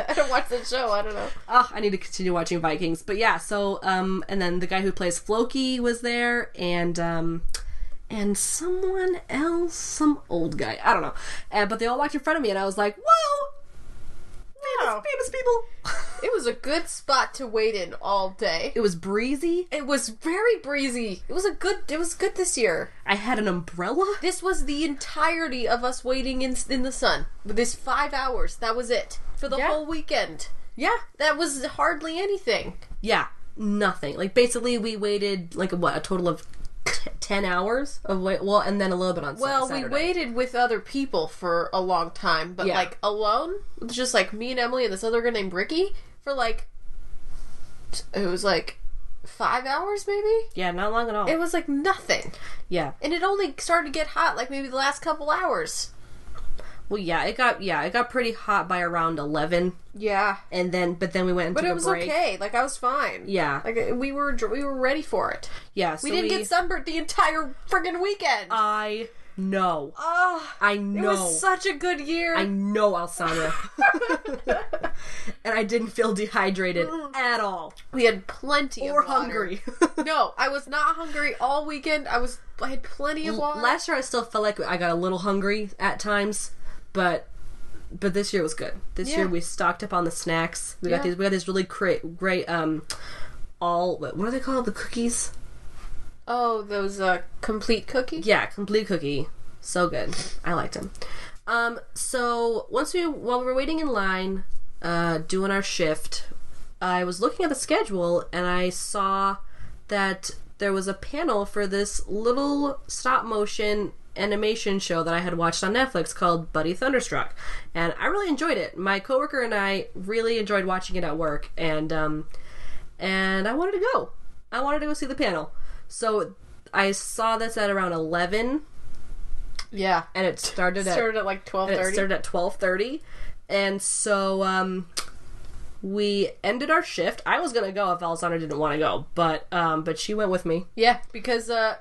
[SPEAKER 3] I don't watch the show. I don't know.
[SPEAKER 4] oh, I need to continue watching Vikings. But yeah, so um, and then the guy who plays Floki was there, and um, and someone else, some old guy, I don't know. Uh, but they all walked in front of me, and I was like, "Whoa, famous,
[SPEAKER 3] Wow.
[SPEAKER 4] famous people!"
[SPEAKER 3] It was a good spot to wait in all day.
[SPEAKER 4] it was breezy.
[SPEAKER 3] It was very breezy. It was a good. It was good this year.
[SPEAKER 4] I had an umbrella.
[SPEAKER 3] This was the entirety of us waiting in in the sun. This five hours. That was it for the
[SPEAKER 4] Yeah.
[SPEAKER 3] whole weekend.
[SPEAKER 4] Yeah,
[SPEAKER 3] That was hardly anything.
[SPEAKER 4] yeah, nothing. Like basically, we waited like what a total of. t- 10 hours of wait well and then a little bit on Sa-
[SPEAKER 3] Well, we
[SPEAKER 4] Saturday.
[SPEAKER 3] waited with other people for a long time, but
[SPEAKER 4] Yeah.
[SPEAKER 3] like alone, it was just like me and Emily and this other girl named Ricky for like it was like five hours maybe.
[SPEAKER 4] yeah not long at all
[SPEAKER 3] It was like nothing,
[SPEAKER 4] yeah
[SPEAKER 3] and it only started to get hot like maybe the last couple hours.
[SPEAKER 4] well yeah it got yeah it got pretty hot by around 11
[SPEAKER 3] Yeah,
[SPEAKER 4] and then but then we went into
[SPEAKER 3] but it was okay. Like I was fine.
[SPEAKER 4] Yeah.
[SPEAKER 3] like we were we were ready for it.
[SPEAKER 4] Yeah, so Uh,
[SPEAKER 3] we didn't get sunburned the entire friggin' weekend.
[SPEAKER 4] I know.
[SPEAKER 3] oh,
[SPEAKER 4] I
[SPEAKER 3] it
[SPEAKER 4] know.
[SPEAKER 3] was such a good year.
[SPEAKER 4] I know, Alsana. and I didn't feel dehydrated at all
[SPEAKER 3] we had plenty
[SPEAKER 4] or
[SPEAKER 3] of Mm. water.
[SPEAKER 4] hungry.
[SPEAKER 3] no, I was not hungry all weekend. I was I had plenty of water.
[SPEAKER 4] Last year I still felt like I got a little hungry at times, but but this year was good. This
[SPEAKER 3] Yeah.
[SPEAKER 4] year we stocked up on the snacks. We
[SPEAKER 3] Yeah.
[SPEAKER 4] got these we got these really great great um all what what are they called? The cookies?
[SPEAKER 3] oh, those uh complete cookies.
[SPEAKER 4] Yeah, complete cookie. So good. I liked him. Um, so once we while we were waiting in line, uh, doing our shift, I was looking at the schedule and I saw that there was a panel for this little stop motion animation show that I had watched on Netflix called Buddy Thunderstruck, and I really enjoyed it. My coworker and I really enjoyed watching it at work, and um, and I wanted to go. I wanted to go see the panel, so I saw this at around eleven,
[SPEAKER 3] Yeah.
[SPEAKER 4] and it started at
[SPEAKER 3] started at like twelve
[SPEAKER 4] and it
[SPEAKER 3] thirty.
[SPEAKER 4] started at 12.30 and so um, we ended our shift i was gonna go if alessandra didn't want to go but um, but she went with me
[SPEAKER 3] Yeah, because uh,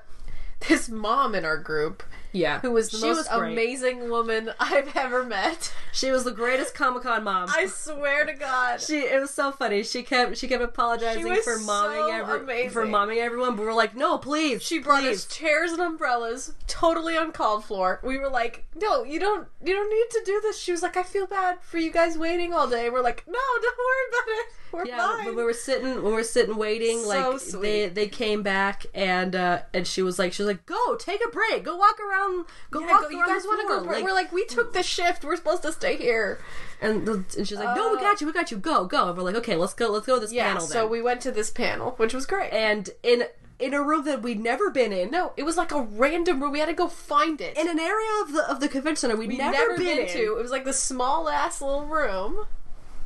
[SPEAKER 3] this mom in our group,
[SPEAKER 4] yeah
[SPEAKER 3] who was the
[SPEAKER 4] she
[SPEAKER 3] most
[SPEAKER 4] great.
[SPEAKER 3] amazing woman I've ever met.
[SPEAKER 4] she was the greatest comic-con mom
[SPEAKER 3] I swear to God.
[SPEAKER 4] she it was so funny she kept she kept apologizing
[SPEAKER 3] She was
[SPEAKER 4] for momming
[SPEAKER 3] so
[SPEAKER 4] every for
[SPEAKER 3] amazing.
[SPEAKER 4] momming everyone but we're like no please
[SPEAKER 3] She brought us chairs and umbrellas, totally uncalled for. We were like, "No, you don't, you don't need to do this." She was like, "I feel bad for you guys waiting all day." We're like, "No, don't worry about it. We're
[SPEAKER 4] yeah,
[SPEAKER 3] fine."
[SPEAKER 4] when we were sitting, when we were sitting waiting,
[SPEAKER 3] So
[SPEAKER 4] like
[SPEAKER 3] sweet.
[SPEAKER 4] they they came back and uh and she was like, she was like, go take a break, go walk around, go
[SPEAKER 3] Yeah,
[SPEAKER 4] walk
[SPEAKER 3] go-
[SPEAKER 4] around.
[SPEAKER 3] you guys
[SPEAKER 4] the
[SPEAKER 3] want to
[SPEAKER 4] floor,"
[SPEAKER 3] go? we're like, we took the shift. We're supposed to stay here.
[SPEAKER 4] And, the, and she's like, "No, we got you, we got you, go, go." And we're like, "Okay, let's go, let's go to this
[SPEAKER 3] Yeah.
[SPEAKER 4] panel."
[SPEAKER 3] so
[SPEAKER 4] then.
[SPEAKER 3] we went to this panel, which was great.
[SPEAKER 4] and in in a room that we'd never been in,
[SPEAKER 3] no, it was like a random room. We had to go find it.
[SPEAKER 4] in an area of the of the convention center we'd
[SPEAKER 3] We'd
[SPEAKER 4] never, been,
[SPEAKER 3] to.
[SPEAKER 4] to.
[SPEAKER 3] It was like the small ass little room.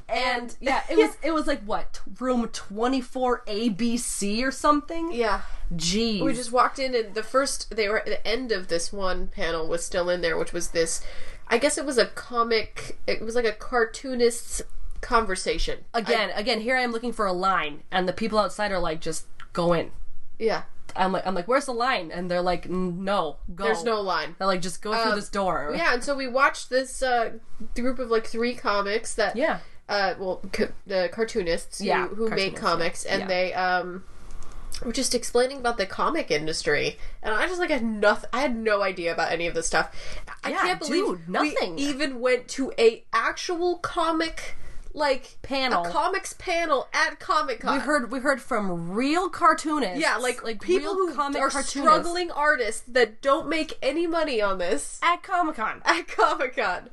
[SPEAKER 4] And yeah, it was it was like what t- room twenty four A B C or something.
[SPEAKER 3] Yeah.
[SPEAKER 4] Jeez,
[SPEAKER 3] We just walked in, and the first they were at the end of this one panel was still in there, which was this. I guess it was a comic. It was like a cartoonist's conversation.
[SPEAKER 4] again, again. Here I am looking for a line, and the people outside are like, "Just go in."
[SPEAKER 3] Yeah,
[SPEAKER 4] I'm like, I'm like, "Where's the line?" And they're like, "No, go."
[SPEAKER 3] there's no line. Um,
[SPEAKER 4] They're like, "Just go through this door."
[SPEAKER 3] Yeah, and so we watched this uh, group of like three comics that
[SPEAKER 4] Yeah.
[SPEAKER 3] uh, well, c- the cartoonists who,
[SPEAKER 4] Yeah,
[SPEAKER 3] who make
[SPEAKER 4] cartoonists,
[SPEAKER 3] comics, and
[SPEAKER 4] Yeah.
[SPEAKER 3] they um were just explaining about the comic industry, and I just like had nothing. I had no idea about any of this stuff. I
[SPEAKER 4] Yeah,
[SPEAKER 3] can't believe
[SPEAKER 4] dude,
[SPEAKER 3] we
[SPEAKER 4] nothing.
[SPEAKER 3] even went to a actual comic like
[SPEAKER 4] Panel.
[SPEAKER 3] a comics panel at Comic Con.
[SPEAKER 4] We heard we heard from real cartoonists.
[SPEAKER 3] yeah, like like people
[SPEAKER 4] real
[SPEAKER 3] who
[SPEAKER 4] comic
[SPEAKER 3] are
[SPEAKER 4] cartoonists
[SPEAKER 3] struggling artists that don't make any money on this
[SPEAKER 4] at Comic Con.
[SPEAKER 3] at Comic Con.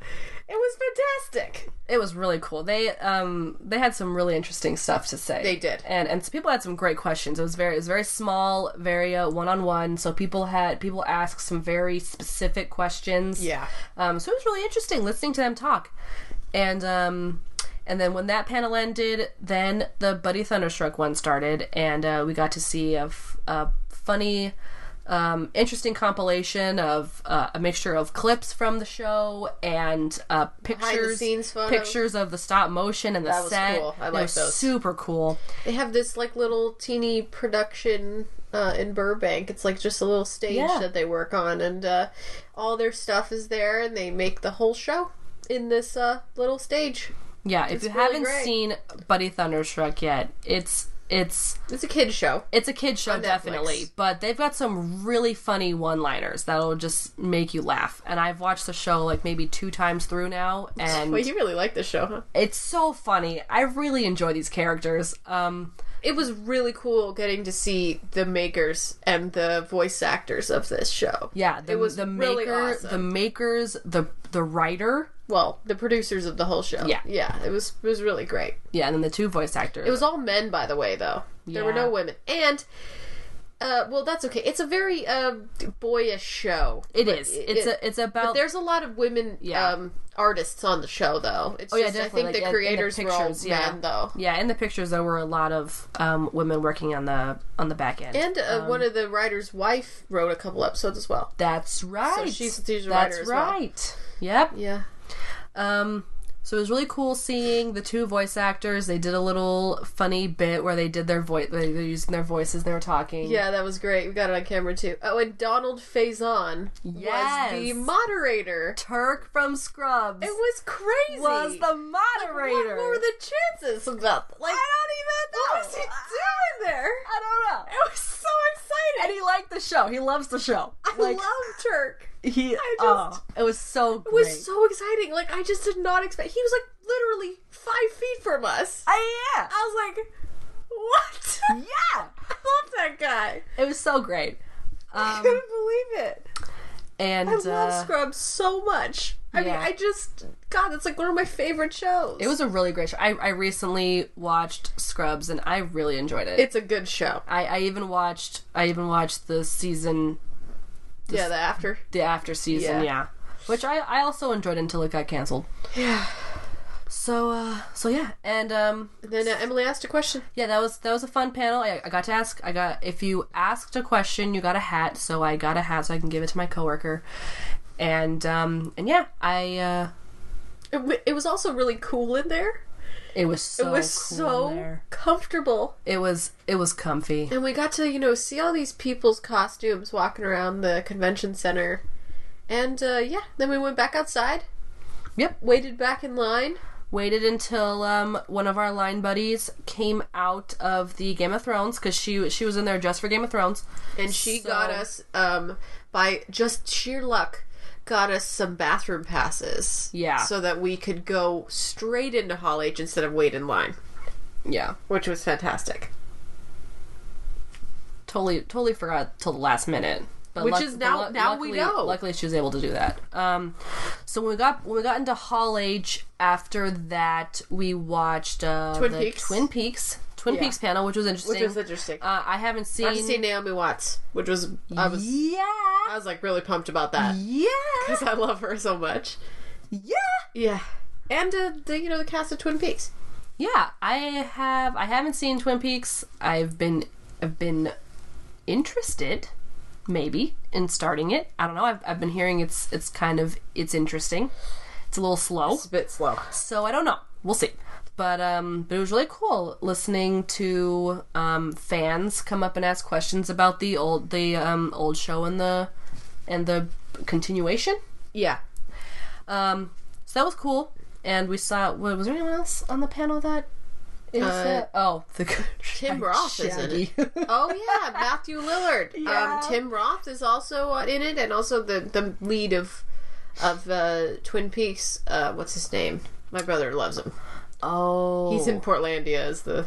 [SPEAKER 3] It was fantastic.
[SPEAKER 4] It was really cool. They um they had some really interesting stuff to say.
[SPEAKER 3] They did.
[SPEAKER 4] and and people had some great questions. It was very it was very small, very one on one. So people had people asked some very specific questions.
[SPEAKER 3] Yeah.
[SPEAKER 4] Um, so it was really interesting listening to them talk, and um, and then when that panel ended, then the Buddy Thunderstruck one started, and uh, we got to see a, f- a funny, um, interesting compilation of uh, a mixture of clips from the show and uh, pictures,
[SPEAKER 3] scenes photos.
[SPEAKER 4] pictures of the stop motion and the
[SPEAKER 3] was
[SPEAKER 4] set.
[SPEAKER 3] cool. I
[SPEAKER 4] It
[SPEAKER 3] like
[SPEAKER 4] was
[SPEAKER 3] those.
[SPEAKER 4] Super cool.
[SPEAKER 3] They have this like little teeny production uh, in Burbank. It's like just a little stage
[SPEAKER 4] Yeah.
[SPEAKER 3] that they work on, and uh, all their stuff is there, and they make the whole show in this uh, little stage.
[SPEAKER 4] Yeah, if you
[SPEAKER 3] really
[SPEAKER 4] haven't
[SPEAKER 3] great.
[SPEAKER 4] seen Buddy Thunderstruck yet, it's it's
[SPEAKER 3] It's a kid show.
[SPEAKER 4] it's a kid show definitely but they've got some really funny one-liners that'll just make you laugh and i've watched the show like maybe two times through now and
[SPEAKER 3] Wait, you really like this show, huh?
[SPEAKER 4] it's so funny i really enjoy these characters um
[SPEAKER 3] It was really cool getting to see the makers and the voice actors of this show.
[SPEAKER 4] yeah the,
[SPEAKER 3] it was
[SPEAKER 4] the maker
[SPEAKER 3] really awesome.
[SPEAKER 4] the makers the the writer
[SPEAKER 3] well, the producers of the whole show.
[SPEAKER 4] Yeah.
[SPEAKER 3] yeah, it was it was really great.
[SPEAKER 4] yeah and then the two voice actors
[SPEAKER 3] It was all men, by the way, though. There were
[SPEAKER 4] Yeah.
[SPEAKER 3] no women. And, uh, well, that's okay. It's a very uh, boyish show.
[SPEAKER 4] it is
[SPEAKER 3] it-
[SPEAKER 4] it's a, it's
[SPEAKER 3] But
[SPEAKER 4] about
[SPEAKER 3] there's a lot of women
[SPEAKER 4] Yeah.
[SPEAKER 3] um, artists on the show, though. It's
[SPEAKER 4] Oh yeah,
[SPEAKER 3] just, I
[SPEAKER 4] definitely.
[SPEAKER 3] think
[SPEAKER 4] like,
[SPEAKER 3] the
[SPEAKER 4] in- in
[SPEAKER 3] creators were all
[SPEAKER 4] pictures, yeah.
[SPEAKER 3] men, though.
[SPEAKER 4] Yeah, in the pictures there were a lot of um, women working on the on the back end.
[SPEAKER 3] And uh,
[SPEAKER 4] Um,
[SPEAKER 3] one of the writer's wife wrote a couple episodes as well.
[SPEAKER 4] That's right.
[SPEAKER 3] she's- she's a
[SPEAKER 4] That's
[SPEAKER 3] writer as well.
[SPEAKER 4] right. Yep.
[SPEAKER 3] Yeah.
[SPEAKER 4] Um, so it was really cool seeing the two voice actors. They did a little funny bit where they did their voice. They were using their voices. They were talking.
[SPEAKER 3] Yeah, that was great. We got it on camera, too. Oh, and Donald Faison
[SPEAKER 4] Yes.
[SPEAKER 3] was the moderator.
[SPEAKER 4] Turk from Scrubs
[SPEAKER 3] It was crazy.
[SPEAKER 4] was the moderator.
[SPEAKER 3] What were the chances about that? Like,
[SPEAKER 4] I don't even know.
[SPEAKER 3] What was he doing there?
[SPEAKER 4] I don't know.
[SPEAKER 3] It was so exciting.
[SPEAKER 4] And he liked the show. He loves the show.
[SPEAKER 3] I love Turk.
[SPEAKER 4] He.
[SPEAKER 3] I
[SPEAKER 4] oh,
[SPEAKER 3] just-
[SPEAKER 4] it was so.
[SPEAKER 3] It
[SPEAKER 4] Great.
[SPEAKER 3] was so exciting. Like I just did not expect. He was like literally five feet from us. I,
[SPEAKER 4] I, yeah.
[SPEAKER 3] was like, what?
[SPEAKER 4] yeah.
[SPEAKER 3] I love that guy.
[SPEAKER 4] It was so great. Um,
[SPEAKER 3] I couldn't believe it.
[SPEAKER 4] And
[SPEAKER 3] I love
[SPEAKER 4] uh,
[SPEAKER 3] Scrubs so much. I mean,
[SPEAKER 4] Yeah.
[SPEAKER 3] I just God, that's like one of my favorite shows.
[SPEAKER 4] It was a really great show. I, I recently watched Scrubs and I really enjoyed it.
[SPEAKER 3] It's a good show.
[SPEAKER 4] I, I even watched I even watched the season
[SPEAKER 3] yeah, the after.
[SPEAKER 4] the after
[SPEAKER 3] Yeah.
[SPEAKER 4] season, yeah. Which I, I also enjoyed until it got cancelled.
[SPEAKER 3] Yeah.
[SPEAKER 4] So uh so yeah, and um
[SPEAKER 3] And then uh, Emily asked a question.
[SPEAKER 4] yeah, that was that was a fun panel. I, I got to ask. I got if you asked a question, you got a hat. So I got a hat so I can give it to my coworker. And um and yeah, I uh
[SPEAKER 3] It, w- it was also really cool in there.
[SPEAKER 4] it was so
[SPEAKER 3] It was
[SPEAKER 4] cool
[SPEAKER 3] so
[SPEAKER 4] in Oh, there.
[SPEAKER 3] comfortable,
[SPEAKER 4] it was it was comfy.
[SPEAKER 3] and we got to you know see all these people's costumes walking around the convention center. And uh, yeah, then we went back outside.
[SPEAKER 4] Yep.
[SPEAKER 3] Waited back in line.
[SPEAKER 4] waited until um, one of our line buddies came out of the Game of Thrones because she she was in there just for Game of Thrones.
[SPEAKER 3] and she
[SPEAKER 4] So-
[SPEAKER 3] got us um by just sheer luck got us some bathroom passes
[SPEAKER 4] Yeah.
[SPEAKER 3] so that we could go straight into hall h instead of wait in line
[SPEAKER 4] Yeah,
[SPEAKER 3] which was fantastic
[SPEAKER 4] totally totally forgot till the last minute. But
[SPEAKER 3] Which is now-
[SPEAKER 4] but
[SPEAKER 3] now we
[SPEAKER 4] luckily-
[SPEAKER 3] know.
[SPEAKER 4] Luckily, she was able to do that. Um, so when we got when we got into Hall H after that, we watched uh,
[SPEAKER 3] Twin
[SPEAKER 4] the
[SPEAKER 3] Peaks.
[SPEAKER 4] Twin Peaks Twin Peaks panel, which was interesting.
[SPEAKER 3] which was interesting
[SPEAKER 4] uh, I haven't seen.
[SPEAKER 3] i see naomi watts which was i was
[SPEAKER 4] yeah,
[SPEAKER 3] i was like really pumped about that
[SPEAKER 4] yeah,
[SPEAKER 3] because i love her so much
[SPEAKER 4] yeah.
[SPEAKER 3] yeah and uh, the you know the cast of twin peaks
[SPEAKER 4] Yeah, I have. I haven't seen Twin Peaks. I've been, I've been interested, maybe in starting it. I don't know. I've, I've been hearing it's, it's kind of, it's interesting. It's a little slow,
[SPEAKER 3] it's a bit slow
[SPEAKER 4] so I don't know. We'll see. But um, but it was really cool listening to um fans come up and ask questions about the old, the um old show and the, and the continuation.
[SPEAKER 3] yeah
[SPEAKER 4] Um, so that was cool. And we saw. What, was there anyone else on the panel that? It was, uh, oh, the
[SPEAKER 3] Tim Roth is in it. Oh yeah, Matthew Lillard. Um, Tim Roth is also uh, in it, and also the the lead of of uh, Twin Peaks. Uh, what's his name? My brother loves him.
[SPEAKER 4] oh,
[SPEAKER 3] He's in Portlandia as the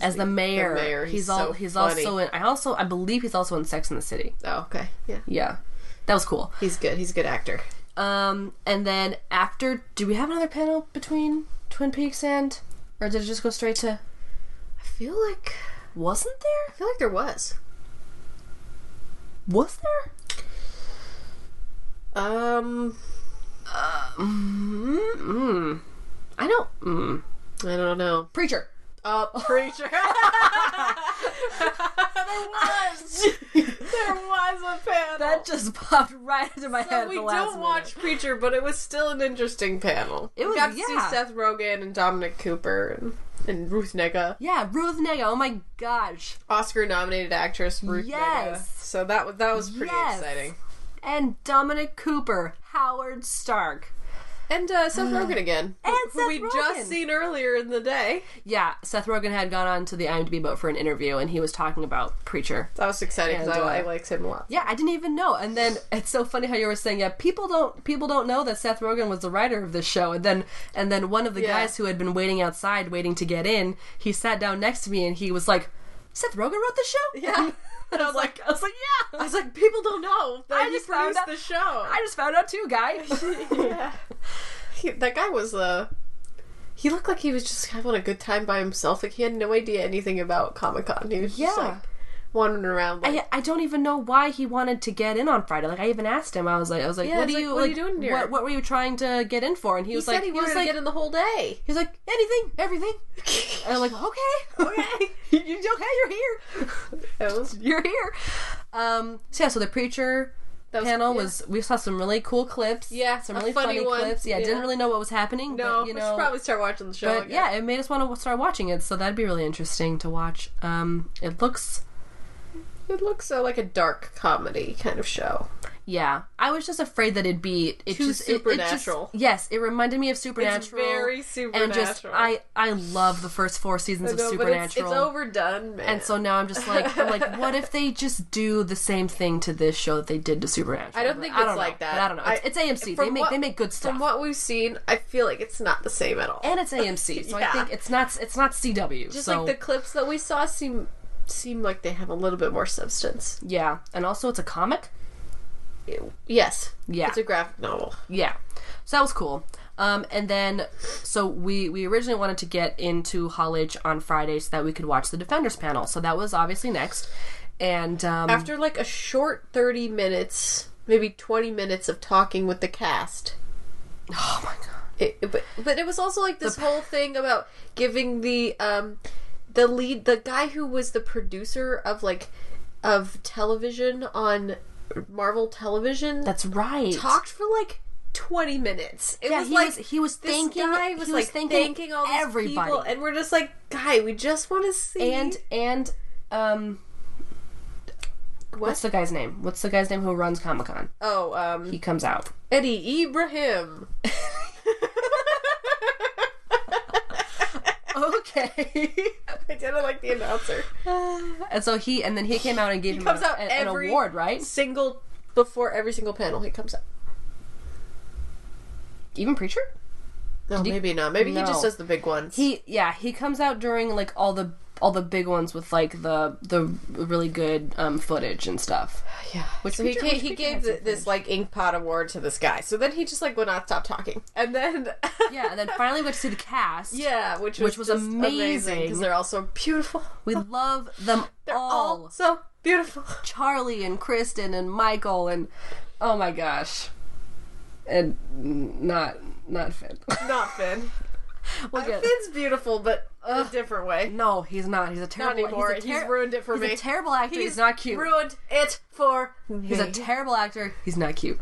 [SPEAKER 4] as the mayor.
[SPEAKER 3] mayor.
[SPEAKER 4] He's,
[SPEAKER 3] He's
[SPEAKER 4] all.
[SPEAKER 3] so
[SPEAKER 4] he's
[SPEAKER 3] funny.
[SPEAKER 4] also in. I also. I believe he's also in Sex in the City.
[SPEAKER 3] oh okay yeah.
[SPEAKER 4] Yeah, that was cool.
[SPEAKER 3] He's good. He's a good actor.
[SPEAKER 4] Um, and then after, do we have another panel between Twin Peaks and, or did it just go straight
[SPEAKER 3] I
[SPEAKER 4] to?
[SPEAKER 3] feel like
[SPEAKER 4] Wasn't
[SPEAKER 3] I
[SPEAKER 4] there?
[SPEAKER 3] feel like there was.
[SPEAKER 4] Was there?
[SPEAKER 3] Um,
[SPEAKER 4] Mm. I don't. Mm.
[SPEAKER 3] I don't know.
[SPEAKER 4] Preacher.
[SPEAKER 3] Uh, preacher.
[SPEAKER 5] There was a panel.
[SPEAKER 4] That just popped right into my head. at
[SPEAKER 3] we
[SPEAKER 4] the
[SPEAKER 3] don't
[SPEAKER 4] last minute.
[SPEAKER 3] watch Preacher, but it was still an interesting panel.
[SPEAKER 4] It
[SPEAKER 3] we
[SPEAKER 4] was-
[SPEAKER 3] got to
[SPEAKER 4] yeah.
[SPEAKER 3] see Seth Rogen and Dominic Cooper and, and Ruth Nega.
[SPEAKER 4] Yeah, Ruth Nega. Oh my gosh.
[SPEAKER 3] Oscar nominated actress Ruth
[SPEAKER 4] Yes.
[SPEAKER 3] Nega. So that was that was pretty
[SPEAKER 4] Yes.
[SPEAKER 3] exciting.
[SPEAKER 4] And Dominic Cooper, Howard Stark.
[SPEAKER 3] And uh, Seth Rogen again.
[SPEAKER 4] Mm. And
[SPEAKER 3] who
[SPEAKER 4] Seth
[SPEAKER 3] we'd
[SPEAKER 4] Rogen.
[SPEAKER 3] just seen earlier in the day.
[SPEAKER 4] Yeah, Seth Rogen had gone on to the IMDb boat for an interview, and he was talking about Preacher.
[SPEAKER 3] That was exciting because
[SPEAKER 4] And,
[SPEAKER 3] I, I
[SPEAKER 4] uh,
[SPEAKER 3] liked him a lot.
[SPEAKER 4] Yeah, I didn't even know. And then it's so funny how you were saying, yeah, people don't people don't know that Seth Rogen was the writer of this show. And then and then one of the
[SPEAKER 3] Yeah.
[SPEAKER 4] guys who had been waiting outside, waiting to get in, he sat down next to me and he was like, "Seth Rogen wrote the show."
[SPEAKER 3] Yeah.
[SPEAKER 4] and I was like, I was like, yeah.
[SPEAKER 3] I was like, people don't know that
[SPEAKER 4] I
[SPEAKER 3] he
[SPEAKER 4] just found
[SPEAKER 3] produced
[SPEAKER 4] out-
[SPEAKER 3] the show.
[SPEAKER 4] I just found out too, guy.
[SPEAKER 3] He- that guy was uh he looked like he was just having a good time by himself. Like he had no idea anything about Comic Con. He was just
[SPEAKER 4] Yeah.
[SPEAKER 3] like wandering around. Like,
[SPEAKER 4] I, I don't even know why he wanted to get in on Friday. Like I even asked him. I was like, I was like,
[SPEAKER 3] Yeah,
[SPEAKER 4] what
[SPEAKER 3] it's
[SPEAKER 4] do
[SPEAKER 3] like,
[SPEAKER 4] you
[SPEAKER 3] what are you
[SPEAKER 4] like,
[SPEAKER 3] doing here?
[SPEAKER 4] What, what were you trying to get in for? And he,
[SPEAKER 3] he
[SPEAKER 4] was
[SPEAKER 3] said
[SPEAKER 4] like,
[SPEAKER 3] he
[SPEAKER 4] was
[SPEAKER 3] wanted to
[SPEAKER 4] like,
[SPEAKER 3] get in the whole day.
[SPEAKER 4] he was like, anything, everything. and I'm like, okay, okay, you, you- okay, you're here,
[SPEAKER 3] That was
[SPEAKER 4] you're here. Um, so yeah, so the preacher.
[SPEAKER 3] was-
[SPEAKER 4] panel
[SPEAKER 3] yeah.
[SPEAKER 4] was we saw some really cool clips
[SPEAKER 3] Yeah,
[SPEAKER 4] some
[SPEAKER 3] a
[SPEAKER 4] really
[SPEAKER 3] funny
[SPEAKER 4] funny
[SPEAKER 3] one.
[SPEAKER 4] clips yeah, I
[SPEAKER 3] Yeah.
[SPEAKER 4] didn't really know what was happening
[SPEAKER 3] no.
[SPEAKER 4] but, you
[SPEAKER 3] we
[SPEAKER 4] know
[SPEAKER 3] should probably start watching the show.
[SPEAKER 4] but
[SPEAKER 3] again.
[SPEAKER 4] yeah it made us want to start watching it so that'd be really interesting to watch um it looks
[SPEAKER 3] It looks uh, like a dark comedy kind of show.
[SPEAKER 4] Yeah, I was just afraid that it'd be it
[SPEAKER 3] Too
[SPEAKER 4] just, it- it just-
[SPEAKER 3] supernatural.
[SPEAKER 4] yes, it reminded me of supernatural.
[SPEAKER 3] very
[SPEAKER 4] And just
[SPEAKER 3] supernatural.
[SPEAKER 4] I I love the first four seasons of
[SPEAKER 3] No, but
[SPEAKER 4] supernatural.
[SPEAKER 3] it's, it's overdone, man.
[SPEAKER 4] And so now I'm just like I'm like, what if they just do the same thing to this show that they did to Supernatural?
[SPEAKER 3] I don't think it's like
[SPEAKER 4] know.
[SPEAKER 3] that.
[SPEAKER 4] But I don't know. It's,
[SPEAKER 3] I-
[SPEAKER 4] it's AMC. They
[SPEAKER 3] from
[SPEAKER 4] make
[SPEAKER 3] what-
[SPEAKER 4] they make good stuff.
[SPEAKER 3] From what we've seen, I feel like it's not the same at all.
[SPEAKER 4] and it's AMC, so I
[SPEAKER 3] Yeah.
[SPEAKER 4] think it's not it's not CW.
[SPEAKER 3] Just
[SPEAKER 4] so
[SPEAKER 3] like the clips that we saw seem seem like they have a little bit more substance.
[SPEAKER 4] yeah, and also it's a comic.
[SPEAKER 3] Yes.
[SPEAKER 4] Yeah.
[SPEAKER 3] It's a graphic novel.
[SPEAKER 4] Yeah. So that was cool. Um, and then, so we, we originally wanted to get into Hollage on Friday so that we could watch the Defenders panel. So that was obviously next. And um,
[SPEAKER 3] After like a short 30 minutes, maybe 20 minutes of talking with the cast.
[SPEAKER 4] oh my god,
[SPEAKER 3] It, it- but, but it was also like this whole thing about giving the um the lead the guy who was the producer of like of television on Marvel television
[SPEAKER 4] that's right.
[SPEAKER 3] talked for like 20 minutes. It
[SPEAKER 4] Yeah,
[SPEAKER 3] was
[SPEAKER 4] he
[SPEAKER 3] like
[SPEAKER 4] was- he was
[SPEAKER 3] this
[SPEAKER 4] thanking-
[SPEAKER 3] guy was
[SPEAKER 4] he was
[SPEAKER 3] like
[SPEAKER 4] thanking
[SPEAKER 3] thanking all these
[SPEAKER 4] everybody.
[SPEAKER 3] people and we're just like, "Guy, we just want to see."
[SPEAKER 4] and and um, what's the guy's name? What's the guy's name who runs Comic Con?
[SPEAKER 3] oh, um
[SPEAKER 4] He comes out.
[SPEAKER 3] Eddie Ibrahim.
[SPEAKER 4] Okay.
[SPEAKER 3] I didn't like the announcer.
[SPEAKER 4] and so he and then he came out and gave him
[SPEAKER 3] comes
[SPEAKER 4] a-
[SPEAKER 3] out
[SPEAKER 4] an, an
[SPEAKER 3] every-
[SPEAKER 4] award, right?
[SPEAKER 3] Single before every single panel he comes out.
[SPEAKER 4] Even preacher.
[SPEAKER 3] No, maybe not. Maybe he
[SPEAKER 4] No.
[SPEAKER 3] just does the big ones.
[SPEAKER 4] He yeah he comes out during like all the all the big ones with like the the really good um, footage and stuff.
[SPEAKER 3] yeah. so he
[SPEAKER 4] feature-
[SPEAKER 3] gave,
[SPEAKER 4] which
[SPEAKER 3] he
[SPEAKER 4] feature
[SPEAKER 3] gave
[SPEAKER 4] has
[SPEAKER 3] th this like ink pot award to this guy. So then he just like would not stop talking. And then
[SPEAKER 4] Yeah, and then finally we got to see the cast.
[SPEAKER 3] yeah, which was
[SPEAKER 4] Which was
[SPEAKER 3] just amazing
[SPEAKER 4] amazing.
[SPEAKER 3] because they're all so beautiful.
[SPEAKER 4] we love them
[SPEAKER 3] They're
[SPEAKER 4] all.
[SPEAKER 3] all so beautiful.
[SPEAKER 4] Charlie and Kristen and Michael and oh my gosh, and not not Finn.
[SPEAKER 3] Not Finn. Uh,
[SPEAKER 4] Look at
[SPEAKER 3] Finn's beautiful, but in a different way.
[SPEAKER 4] no, he's not. He's a
[SPEAKER 3] Not
[SPEAKER 4] terrible.
[SPEAKER 3] anymore.
[SPEAKER 4] He's,
[SPEAKER 3] He's,
[SPEAKER 4] a ter-
[SPEAKER 3] ruined it for
[SPEAKER 4] he's
[SPEAKER 3] me.
[SPEAKER 4] a terrible actor. He's, not cute.
[SPEAKER 3] Ruined it for me.
[SPEAKER 4] He's a terrible actor. He's not cute.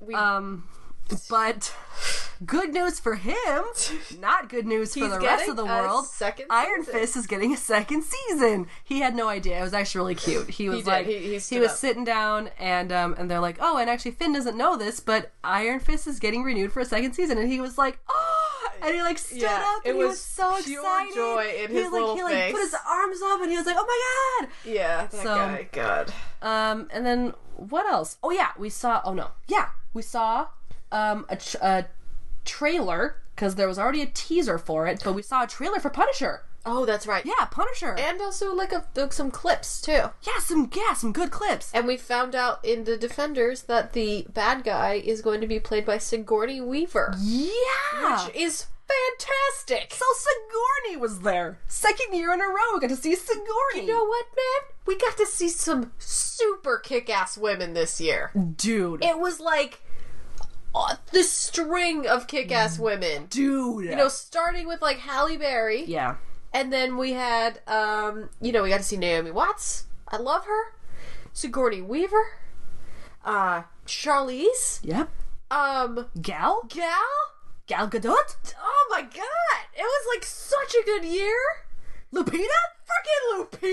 [SPEAKER 3] We-
[SPEAKER 4] Um, but good news for him. Not good news for
[SPEAKER 3] He's
[SPEAKER 4] the rest
[SPEAKER 3] getting
[SPEAKER 4] of the
[SPEAKER 3] a
[SPEAKER 4] world.
[SPEAKER 3] second
[SPEAKER 4] Iron
[SPEAKER 3] season.
[SPEAKER 4] Fist is getting a second season. He had no idea. It was actually really cute. He was
[SPEAKER 3] did.
[SPEAKER 4] like,
[SPEAKER 3] He- he stood
[SPEAKER 4] was
[SPEAKER 3] up.
[SPEAKER 4] sitting down, and um, and they're like, oh, and actually Finn doesn't know this, but Iron Fist is getting renewed for a second season, and he was like, oh, and he like stood
[SPEAKER 3] Yeah,
[SPEAKER 4] up,
[SPEAKER 3] it
[SPEAKER 4] and he was
[SPEAKER 3] was
[SPEAKER 4] so
[SPEAKER 3] pure
[SPEAKER 4] excited.
[SPEAKER 3] joy in
[SPEAKER 4] he
[SPEAKER 3] his
[SPEAKER 4] like
[SPEAKER 3] little
[SPEAKER 4] he like put
[SPEAKER 3] face.
[SPEAKER 4] his arms up, and he was like, oh my god,
[SPEAKER 3] yeah, that
[SPEAKER 4] So-
[SPEAKER 3] guy. God.
[SPEAKER 4] um, and then what else? Oh yeah, we saw. Oh no, yeah, we saw um a, tr- a trailer because there was already a teaser for it, but we saw a trailer for Punisher.
[SPEAKER 3] Oh, that's right.
[SPEAKER 4] Yeah, Punisher.
[SPEAKER 3] and also like a, like some clips too.
[SPEAKER 4] yeah, some yeah, some good clips.
[SPEAKER 3] And we found out in the Defenders that the bad guy is going to be played by Sigourney Weaver,
[SPEAKER 4] yeah.
[SPEAKER 3] which is fantastic.
[SPEAKER 4] so Sigourney was there. Second year in a row, we got to see
[SPEAKER 3] you
[SPEAKER 4] Sigourney.
[SPEAKER 3] know what, man? We got to see some super kick-ass women this year.
[SPEAKER 4] dude,
[SPEAKER 3] It was like uh, the string of kick-ass women.
[SPEAKER 4] dude.
[SPEAKER 3] You know, starting with like Halle Berry,
[SPEAKER 4] yeah,
[SPEAKER 3] and then we had, um, you know, we got to see Naomi Watts. I love her. Sigourney Weaver, uh, Charlize,
[SPEAKER 4] yep.
[SPEAKER 3] um,
[SPEAKER 4] Gal,
[SPEAKER 3] Gal.
[SPEAKER 4] Gal Gadot,
[SPEAKER 3] Oh my god! It was like such a good year.
[SPEAKER 4] Lupita,
[SPEAKER 3] Freaking Lupita!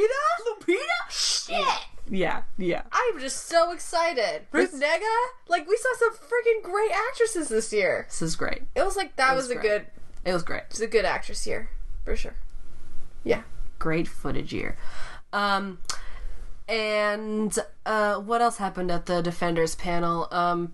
[SPEAKER 4] Lupita.
[SPEAKER 3] Shit!
[SPEAKER 4] Yeah, yeah.
[SPEAKER 3] I'm just so excited. Ruth
[SPEAKER 4] This-
[SPEAKER 3] Nega, like we saw some freaking great actresses this year.
[SPEAKER 4] This is great.
[SPEAKER 3] It was like that was, a
[SPEAKER 4] great.
[SPEAKER 3] good,
[SPEAKER 4] It was great.
[SPEAKER 3] it was a good actress year for sure. Yeah.
[SPEAKER 4] great footage year. Um, and uh, what else happened at the defenders panel? Um,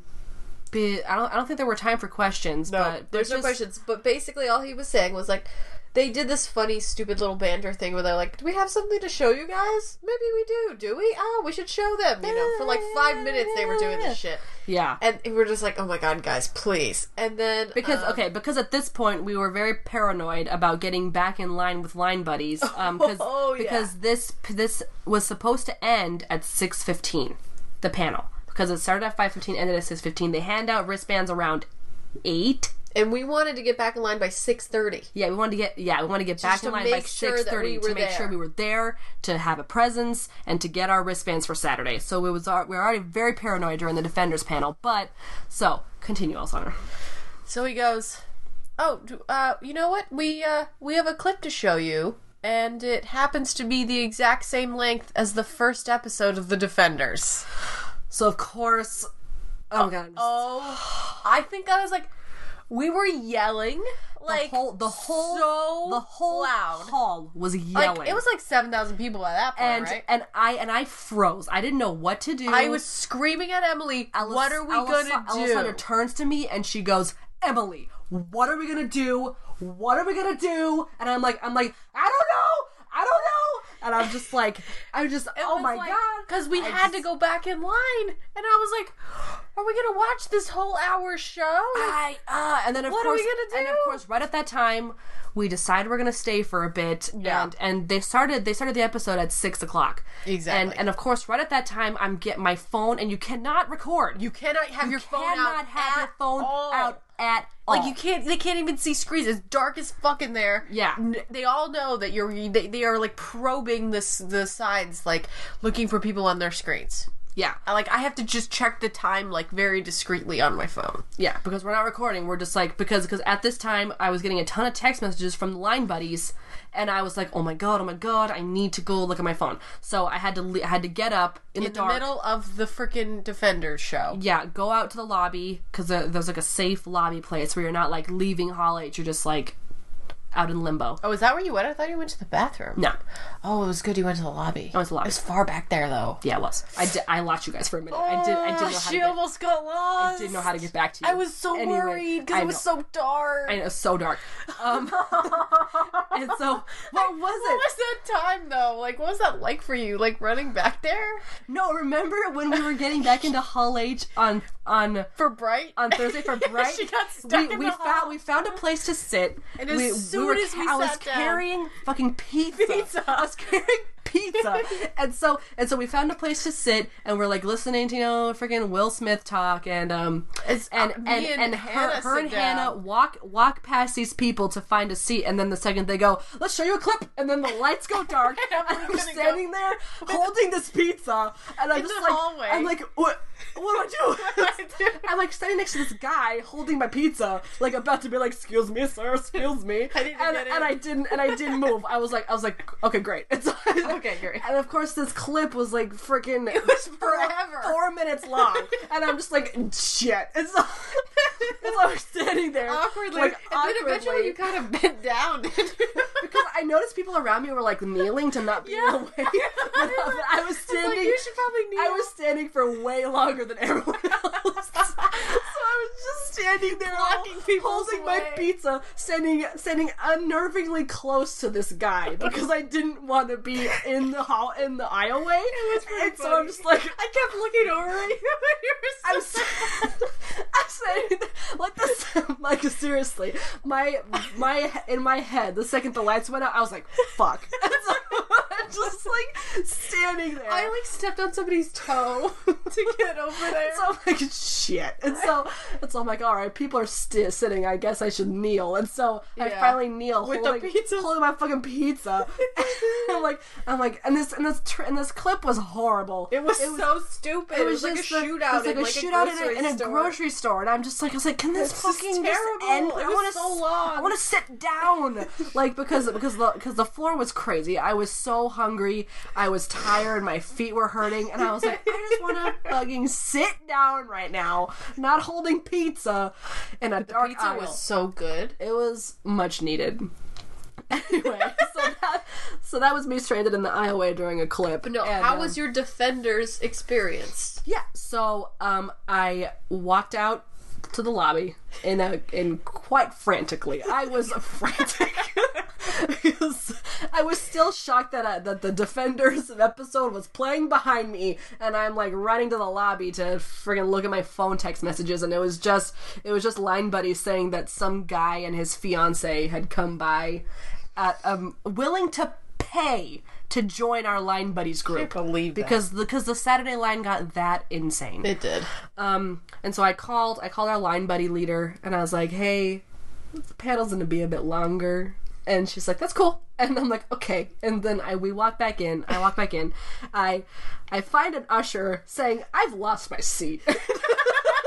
[SPEAKER 4] be, I don't I don't think there were time for questions.
[SPEAKER 3] No,
[SPEAKER 4] but
[SPEAKER 3] there's no
[SPEAKER 4] just-
[SPEAKER 3] questions. But basically, all he was saying was like, they did this funny, stupid little banter thing where they're like, "Do we have something to show you guys? Maybe we do. Do we? Oh, we should show them." You know, for like five minutes they were doing this shit,
[SPEAKER 4] Yeah.
[SPEAKER 3] and we were just like, "Oh my god, guys, please!" And then
[SPEAKER 4] because
[SPEAKER 3] um,
[SPEAKER 4] okay, because at this point we were very paranoid about getting back in line with line buddies. Um, cause,
[SPEAKER 3] Oh, yeah.
[SPEAKER 4] because this this was supposed to end at six fifteen, the panel because it started at five fifteen, ended at six fifteen. They hand out wristbands around eight.
[SPEAKER 3] and we wanted to get back in line by six thirty.
[SPEAKER 4] Yeah, we wanted to get yeah, we wanted to get back
[SPEAKER 3] to
[SPEAKER 4] in line by
[SPEAKER 3] make sure
[SPEAKER 4] six
[SPEAKER 3] that
[SPEAKER 4] thirty
[SPEAKER 3] we were
[SPEAKER 4] to make
[SPEAKER 3] there.
[SPEAKER 4] sure we were there to have a presence and to get our wristbands for Saturday. So it was al- we were already very paranoid during the defenders panel, but so continue, Alessandra.
[SPEAKER 3] So he goes, "Oh, d- uh, you know what? We uh, we have a clip to show you, and it happens to be the exact same length as the first episode of The Defenders."
[SPEAKER 4] So of course, oh my god, I'm just-
[SPEAKER 3] Oh, I think I was like, we were yelling like
[SPEAKER 4] the whole the whole
[SPEAKER 3] so
[SPEAKER 4] the whole
[SPEAKER 3] loud.
[SPEAKER 4] hall was
[SPEAKER 3] Like,
[SPEAKER 4] yelling.
[SPEAKER 3] it was like seven thousand people by that point,
[SPEAKER 4] and
[SPEAKER 3] right?
[SPEAKER 4] and I and I froze. I didn't know what to do.
[SPEAKER 3] I was screaming at Emily,
[SPEAKER 4] Aless-
[SPEAKER 3] "What are we
[SPEAKER 4] Aless-
[SPEAKER 3] gonna do?"
[SPEAKER 4] Alessandra turns to me and she goes, Emily, what are we gonna do? What are we gonna do? And I'm like, I'm like, I don't know, I don't know. and I'm just like, I'm just, oh my god,
[SPEAKER 6] Because we had to go back in line, and I was like, "Are we gonna watch this whole hour show?"
[SPEAKER 4] I, uh, and then of
[SPEAKER 6] What are we
[SPEAKER 4] course,
[SPEAKER 6] gonna
[SPEAKER 4] and of
[SPEAKER 6] do?
[SPEAKER 4] course, right at that time, we decide we're gonna stay for a bit,
[SPEAKER 6] Yeah.
[SPEAKER 4] and and they started they started the episode at six o'clock,
[SPEAKER 3] Exactly.
[SPEAKER 4] and and of course, right at that time, I'm getting my phone, and you cannot record,
[SPEAKER 3] You cannot have your phone out.
[SPEAKER 4] cannot have your
[SPEAKER 3] at
[SPEAKER 4] phone
[SPEAKER 3] all.
[SPEAKER 4] out at all.
[SPEAKER 3] Like you can't. They can't even see screens. It's dark as fuck in there.
[SPEAKER 4] Yeah.
[SPEAKER 3] N- they all know that you're. They, they are like probing this the sides, like looking for people on their screens.
[SPEAKER 4] yeah,
[SPEAKER 3] I- Like I have to just check the time, like very discreetly on my phone.
[SPEAKER 4] yeah, because we're not recording. We're just like because because at this time I was getting a ton of text messages from the line buddies, and I was like, oh my god, oh my god, I need to go look at my phone. So I had to le- I had to get up in,
[SPEAKER 3] In
[SPEAKER 4] the
[SPEAKER 3] the
[SPEAKER 4] dark.
[SPEAKER 3] middle of the freaking Defenders show.
[SPEAKER 4] yeah, go out to the lobby because there's like a safe lobby place where you're not like leaving Hall H. You're just like out in limbo.
[SPEAKER 3] Oh, is that where you went? I thought you went to the bathroom.
[SPEAKER 4] No,
[SPEAKER 3] Oh, it was good. You went to the lobby. I
[SPEAKER 4] went to the lobby.
[SPEAKER 3] It was far back there though. Oh,
[SPEAKER 4] yeah, it was. I di- I lost you guys for a minute. I did. I didn't know how to
[SPEAKER 3] she
[SPEAKER 4] get,
[SPEAKER 3] almost got lost.
[SPEAKER 4] didn't know how to get back to you.
[SPEAKER 3] I was so
[SPEAKER 4] Anyway,
[SPEAKER 3] worried because
[SPEAKER 4] I
[SPEAKER 3] it was
[SPEAKER 4] know.
[SPEAKER 3] so dark.
[SPEAKER 4] I know, so dark. Um, and so what was it?
[SPEAKER 3] What was that time though? Like, what was that like for you? Like running back there
[SPEAKER 4] No, remember when we were getting back into Hall H on on
[SPEAKER 3] for Bright
[SPEAKER 4] on Thursday for Bright?
[SPEAKER 3] She got stuck
[SPEAKER 4] we,
[SPEAKER 3] in
[SPEAKER 4] we
[SPEAKER 3] the
[SPEAKER 4] found
[SPEAKER 3] hall.
[SPEAKER 4] we found a place to sit.
[SPEAKER 3] And as
[SPEAKER 4] we,
[SPEAKER 3] soon
[SPEAKER 4] were,
[SPEAKER 3] as we
[SPEAKER 4] I was
[SPEAKER 3] sat down-
[SPEAKER 4] carrying fucking pizza.
[SPEAKER 3] Pizza.
[SPEAKER 4] I was carrying pizza, and so and so we found a place to sit, and we're like listening to you know freaking Will Smith talk, and um
[SPEAKER 3] It's,
[SPEAKER 4] and
[SPEAKER 3] uh,
[SPEAKER 4] and
[SPEAKER 3] me and
[SPEAKER 4] her,
[SPEAKER 3] Hannah
[SPEAKER 4] her
[SPEAKER 3] sit
[SPEAKER 4] and
[SPEAKER 3] down.
[SPEAKER 4] Hannah walk walk past these people to find a seat, and then the second they go, let's show you a clip, and then the lights go dark,
[SPEAKER 3] And
[SPEAKER 4] and
[SPEAKER 3] I'm
[SPEAKER 4] I'm
[SPEAKER 3] gonna go-
[SPEAKER 4] standing there holding this pizza, and I'm
[SPEAKER 3] In
[SPEAKER 4] just
[SPEAKER 3] the
[SPEAKER 4] like,
[SPEAKER 3] hallway.
[SPEAKER 4] I'm like, what? What do I do?
[SPEAKER 3] do?
[SPEAKER 4] I'm like standing next to this guy holding my pizza, like about to be like, "Excuse me, sir, excuse me."
[SPEAKER 3] I didn't
[SPEAKER 4] and,
[SPEAKER 3] get it.
[SPEAKER 4] and I didn't, and I didn't move. I was like, I was like, okay, great. And so-
[SPEAKER 3] Okay, great.
[SPEAKER 4] And of course, this clip was like freaking. It
[SPEAKER 3] was forever.
[SPEAKER 4] Four minutes long, and I'm just like, shit. And so, and so I'm standing there
[SPEAKER 3] awkwardly,
[SPEAKER 4] like
[SPEAKER 3] and then eventually
[SPEAKER 4] awkwardly,
[SPEAKER 3] you kind of bent down.
[SPEAKER 4] because I noticed people around me were like kneeling to not be awake. But I was standing.
[SPEAKER 3] like, you should probably kneel.
[SPEAKER 4] I was standing for way longer than everyone else. so I was just standing there, all-
[SPEAKER 3] Blocking people's
[SPEAKER 4] holding my
[SPEAKER 3] way.
[SPEAKER 4] pizza, standing, standing unnervingly close to this guy because I didn't want to be in the hall in the aisleway. It
[SPEAKER 3] was pretty
[SPEAKER 4] and so I'm
[SPEAKER 3] funny.
[SPEAKER 4] just like,
[SPEAKER 3] I kept looking over at you. and
[SPEAKER 4] I'm,
[SPEAKER 3] you were
[SPEAKER 4] s- I'm saying like this like seriously my my in my head the second the lights went out I was like fuck And so I'm just like standing there
[SPEAKER 3] I like stepped on somebody's toe to get over there.
[SPEAKER 4] so I'm like shit and so and so I'm like all right people are sti sitting I guess I should kneel and so I
[SPEAKER 3] Yeah.
[SPEAKER 4] finally kneel
[SPEAKER 3] With the
[SPEAKER 4] holding,
[SPEAKER 3] pizza.
[SPEAKER 4] holding my fucking pizza I'm like I'm like and this and this tr- and this clip was horrible
[SPEAKER 3] it was so stupid. It was, like a
[SPEAKER 4] the-
[SPEAKER 3] shootout.
[SPEAKER 4] It was like
[SPEAKER 3] in,
[SPEAKER 4] a
[SPEAKER 3] like,
[SPEAKER 4] shootout in a-
[SPEAKER 3] grocery
[SPEAKER 4] in, a,
[SPEAKER 3] store.
[SPEAKER 4] grocery store, and I'm just like, I was like, can this,
[SPEAKER 3] is
[SPEAKER 4] fucking just
[SPEAKER 3] terrible.
[SPEAKER 4] end?
[SPEAKER 3] It
[SPEAKER 4] I
[SPEAKER 3] was
[SPEAKER 4] want to
[SPEAKER 3] so long.
[SPEAKER 4] I want to sit down, like because because the because the floor was crazy. I was so hungry, I was tired, my feet were hurting, and I was like, I just want to fucking sit down right now, not holding pizza in a dark
[SPEAKER 3] Pizza
[SPEAKER 4] aisle.
[SPEAKER 3] was so good.
[SPEAKER 4] It was much needed. Anyway, so that so that was me stranded in the aisleway during a clip.
[SPEAKER 7] No,
[SPEAKER 4] and,
[SPEAKER 7] how
[SPEAKER 4] um,
[SPEAKER 7] was your Defenders experience?
[SPEAKER 4] Yeah. So um, I walked out to the lobby in a in quite frantically. I was frantic because I was still shocked that I, that the Defenders episode was playing behind me, and I'm like running to the lobby to friggin' look at my phone text messages, and it was just it was just line buddies saying that some guy and his fiance had come by, at um willing to pay to join our line buddies group
[SPEAKER 3] believe that.
[SPEAKER 4] because the because the Saturday line got that insane.
[SPEAKER 3] It did.
[SPEAKER 4] Um, and so I called I called our line buddy leader and I was like, hey, the panel's gonna be a bit longer. And she's like, that's cool. And I'm like, okay. And then I we walk back in. I walk back in. I I find an usher saying, I've lost my seat.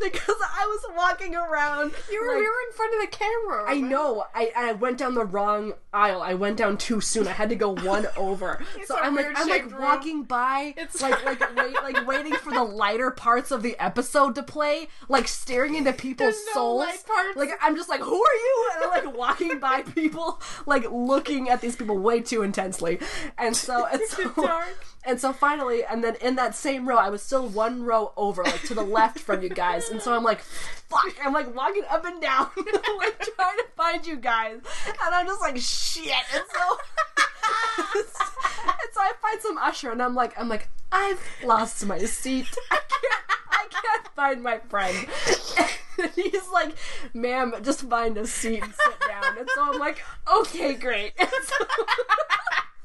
[SPEAKER 4] because I was walking around.
[SPEAKER 3] You were,
[SPEAKER 4] like-
[SPEAKER 3] we were in front of the camera.
[SPEAKER 4] I know. I, I went down the wrong aisle. I went down too soon. I had to go one over. so
[SPEAKER 3] a
[SPEAKER 4] I'm like
[SPEAKER 3] weird
[SPEAKER 4] I'm like
[SPEAKER 3] shaped room.
[SPEAKER 4] walking by, like like wait, like waiting for the lighter parts of the episode to play, like staring into people's
[SPEAKER 3] There's no
[SPEAKER 4] souls.
[SPEAKER 3] light parts.
[SPEAKER 4] Like I'm just like, who are you? And I'm like walking by people, like looking at these people way too intensely. And so and so
[SPEAKER 3] dark.
[SPEAKER 4] and so finally, and then in that same row, I was still one row over, like to the left from you guys. And so I'm like, fuck. I'm like walking up and down, like trying to find you guys. And I'm just like, shit. And so. and so I find some usher, and I'm like, I'm like, I've lost my seat. I can't, I can't find my friend. And he's like, ma'am, just find a seat and sit down. And so I'm like, okay, great. And so-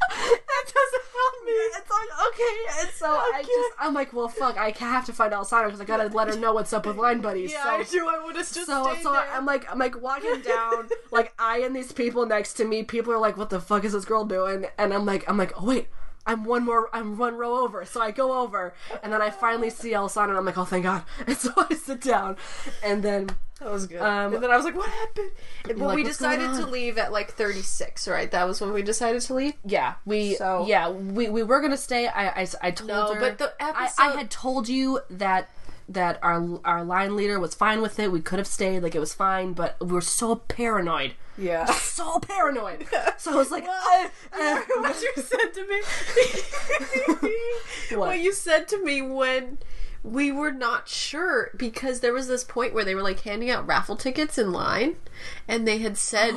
[SPEAKER 4] that doesn't help me. It's like okay, and so I just I'm like, well, fuck, I ca- have to find Alessandra because I gotta let her know what's up with Line Buddies.
[SPEAKER 8] Yeah,
[SPEAKER 4] so
[SPEAKER 8] I do. I would have just
[SPEAKER 4] so
[SPEAKER 8] stayed
[SPEAKER 4] so
[SPEAKER 8] there.
[SPEAKER 4] I'm like I'm like walking down, like I and these people next to me. People are like, "What the fuck is this girl doing?" And I'm like, I'm like, oh wait, I'm one more, I'm one row over. So I go over, and then I finally see Elson, and I'm like, oh thank God. And so I sit down, and then
[SPEAKER 8] Oh,
[SPEAKER 3] That was good.
[SPEAKER 4] Um,
[SPEAKER 3] and then I was like, what happened? And well,
[SPEAKER 4] like,
[SPEAKER 3] we
[SPEAKER 4] "What's going
[SPEAKER 3] decided to leave at like 36, right? That was when we decided to leave?
[SPEAKER 4] yeah, we
[SPEAKER 3] So-
[SPEAKER 4] yeah we we were gonna stay. I I, I told
[SPEAKER 3] No,
[SPEAKER 4] her,
[SPEAKER 3] but the
[SPEAKER 4] I, I
[SPEAKER 3] episode-
[SPEAKER 4] had told you that. That our our line leader was fine with it. We could have stayed, like it was fine, but we were so paranoid
[SPEAKER 3] Yeah.
[SPEAKER 4] so paranoid. So I was like, uh, uh,
[SPEAKER 3] what you said to me. what?
[SPEAKER 4] What?
[SPEAKER 3] you said to me when we were not sure because there was this point where they were like handing out raffle tickets in line and they had said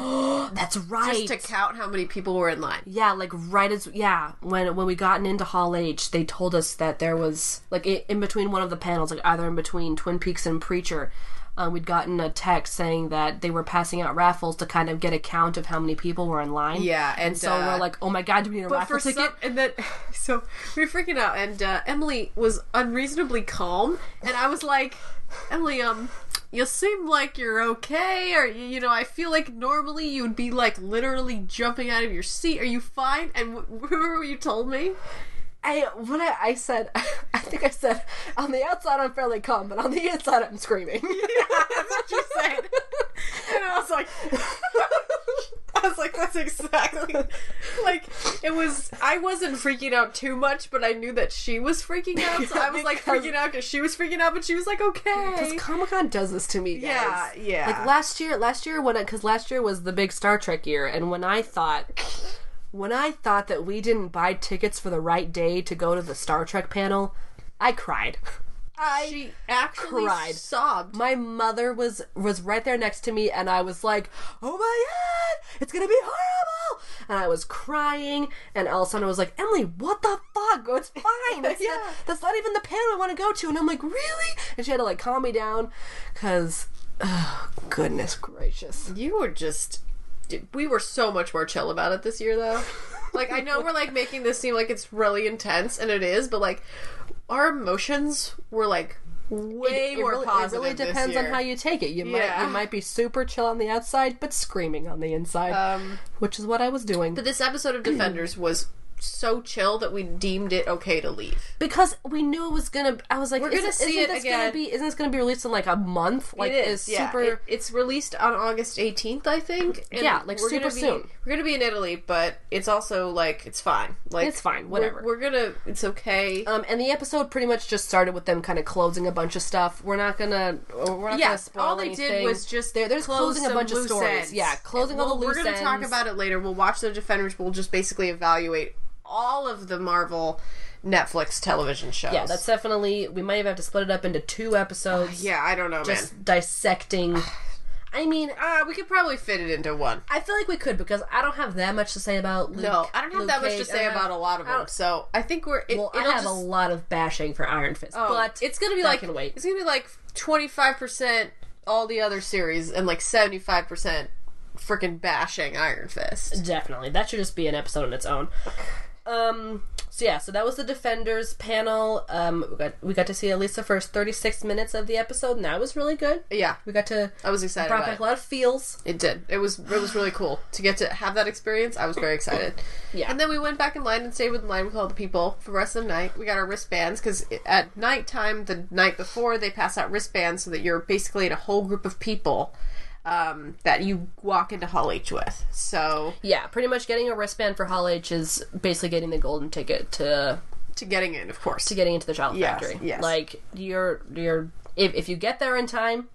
[SPEAKER 4] that's right.
[SPEAKER 3] just to count how many people were in line.
[SPEAKER 4] yeah, like right as yeah, when when we gotten into Hall H, they told us that there was like i- in between one of the panels, like either in between Twin Peaks and Preacher, um, we'd gotten a text saying that they were passing out raffles to kind of get a count of how many people were in line.
[SPEAKER 3] Yeah, and,
[SPEAKER 4] so
[SPEAKER 3] uh,
[SPEAKER 4] we're like, oh my god, do we need a
[SPEAKER 3] But
[SPEAKER 4] raffle
[SPEAKER 3] for
[SPEAKER 4] ticket?
[SPEAKER 3] some, and then so we were freaking out, and uh, Emily was unreasonably calm, and I was like, Emily, um, you seem like you're okay, or you, you know, I feel like normally you would be like literally jumping out of your seat. Are you fine? And wh- remember what you told me?
[SPEAKER 4] I what I, I said, I think I said on the outside I'm fairly calm, but on the inside I'm screaming.
[SPEAKER 3] That's what you said. And I was like, I was like, that's exactly like it was. I wasn't freaking out too much, but I knew that she was freaking out, so I was like
[SPEAKER 4] Because-
[SPEAKER 3] freaking out because she was freaking out, but she was like, okay.
[SPEAKER 4] Because Comic Con does this to me. Guys.
[SPEAKER 3] Yeah, yeah.
[SPEAKER 4] Like last year, last year when because last year was the big Star Trek year, and when I thought, when I thought that we didn't buy tickets for the right day to go to the Star Trek panel, I cried.
[SPEAKER 3] she actually
[SPEAKER 4] cried.
[SPEAKER 3] sobbed.
[SPEAKER 4] My mother was was right there next to me, and I was like, "Oh my god, it's gonna be horrible!" And I was crying, and Alessandra was like, "Emily, what the fuck? It's fine. That's, yeah.
[SPEAKER 3] Yeah.
[SPEAKER 4] that's not even the panel I want to go to." And I'm like, "Really?" And she had to like calm me down, because, oh, goodness gracious,
[SPEAKER 3] You were just. dude, We were so much more chill about it this year, though. Like I know we're like making this seem like it's really intense, and it is, but like our emotions were like way more
[SPEAKER 4] really,
[SPEAKER 3] positive.
[SPEAKER 4] really
[SPEAKER 3] this
[SPEAKER 4] depends on
[SPEAKER 3] year.
[SPEAKER 4] how you take it. You might
[SPEAKER 3] Yeah.
[SPEAKER 4] you might be super chill on the outside, but screaming on the inside,
[SPEAKER 3] Um,
[SPEAKER 4] which is what I was doing.
[SPEAKER 3] But this episode of Defenders was so chill that we deemed it okay to leave.
[SPEAKER 4] because we knew it was gonna. I was like,
[SPEAKER 3] We're
[SPEAKER 4] isn't,
[SPEAKER 3] gonna see
[SPEAKER 4] isn't
[SPEAKER 3] it
[SPEAKER 4] this
[SPEAKER 3] again.
[SPEAKER 4] Gonna be, isn't this gonna be released in like a month? Like, is super.
[SPEAKER 3] It- it's released on August 18th, I think. and
[SPEAKER 4] Yeah, like,
[SPEAKER 3] we're
[SPEAKER 4] super
[SPEAKER 3] gonna be-
[SPEAKER 4] soon.
[SPEAKER 3] We're gonna be in Italy, but it's also like it's fine. Like
[SPEAKER 4] It's fine,
[SPEAKER 3] we're-
[SPEAKER 4] whatever.
[SPEAKER 3] We're, gonna. It's okay.
[SPEAKER 4] um, and the episode pretty much just started with them kind of closing a bunch of stuff. We're not gonna, we're not gonna
[SPEAKER 3] Yes,
[SPEAKER 4] spoil
[SPEAKER 3] all they did
[SPEAKER 4] anything.
[SPEAKER 3] was just
[SPEAKER 4] they're, they're
[SPEAKER 3] close
[SPEAKER 4] closing a
[SPEAKER 3] some
[SPEAKER 4] bunch of
[SPEAKER 3] loose
[SPEAKER 4] stories.
[SPEAKER 3] ends.
[SPEAKER 4] Yeah, closing
[SPEAKER 3] well,
[SPEAKER 4] all the loose
[SPEAKER 3] We're gonna
[SPEAKER 4] ends.
[SPEAKER 3] talk about it later. We'll watch the Defenders. We'll just basically evaluate all of the Marvel Netflix television shows.
[SPEAKER 4] Yeah, that's definitely. We might have to split it up into two episodes.
[SPEAKER 3] yeah. I don't know,
[SPEAKER 4] just
[SPEAKER 3] man.
[SPEAKER 4] dissecting. I mean,
[SPEAKER 3] Uh, we could probably fit it into one.
[SPEAKER 4] I feel like we could because I don't have that much to say about Luke.
[SPEAKER 3] No, I don't have
[SPEAKER 4] Luke
[SPEAKER 3] that much to
[SPEAKER 4] Cage.
[SPEAKER 3] say
[SPEAKER 4] I don't
[SPEAKER 3] about
[SPEAKER 4] have-
[SPEAKER 3] a lot of
[SPEAKER 4] I don't-
[SPEAKER 3] them. So I think we're. It,
[SPEAKER 4] Well, I
[SPEAKER 3] it'll
[SPEAKER 4] have
[SPEAKER 3] just,
[SPEAKER 4] a lot of bashing for Iron Fist, but
[SPEAKER 3] it's gonna be
[SPEAKER 4] that
[SPEAKER 3] like
[SPEAKER 4] can wait.
[SPEAKER 3] it's gonna be like twenty five percent all the other series and like seventy five percent freaking bashing Iron Fist.
[SPEAKER 4] Definitely. That should just be an episode on its own. Um so yeah, so that was the Defenders panel. Um we got we got to see at least the first 36 minutes of the episode and that was really good.
[SPEAKER 3] Yeah,
[SPEAKER 4] We got to
[SPEAKER 3] I was excited
[SPEAKER 4] brought
[SPEAKER 3] about
[SPEAKER 4] back
[SPEAKER 3] it.
[SPEAKER 4] a lot of feels.
[SPEAKER 3] It did. It was it was really cool to get to have that experience. I was very excited.
[SPEAKER 4] Yeah.
[SPEAKER 3] And then we went back in line and stayed with in line with all the people for the rest of the night. We got our wristbands because at nighttime, the night before, they pass out wristbands so that you're basically in a whole group of people um, that you walk into Hall H with. So
[SPEAKER 4] Yeah, pretty much getting a wristband for Hall H is basically getting the golden ticket to
[SPEAKER 3] to getting in, of course.
[SPEAKER 4] to getting into the chocolate
[SPEAKER 3] Yes,
[SPEAKER 4] factory.
[SPEAKER 3] yes.
[SPEAKER 4] Like you're you're if if you get there in time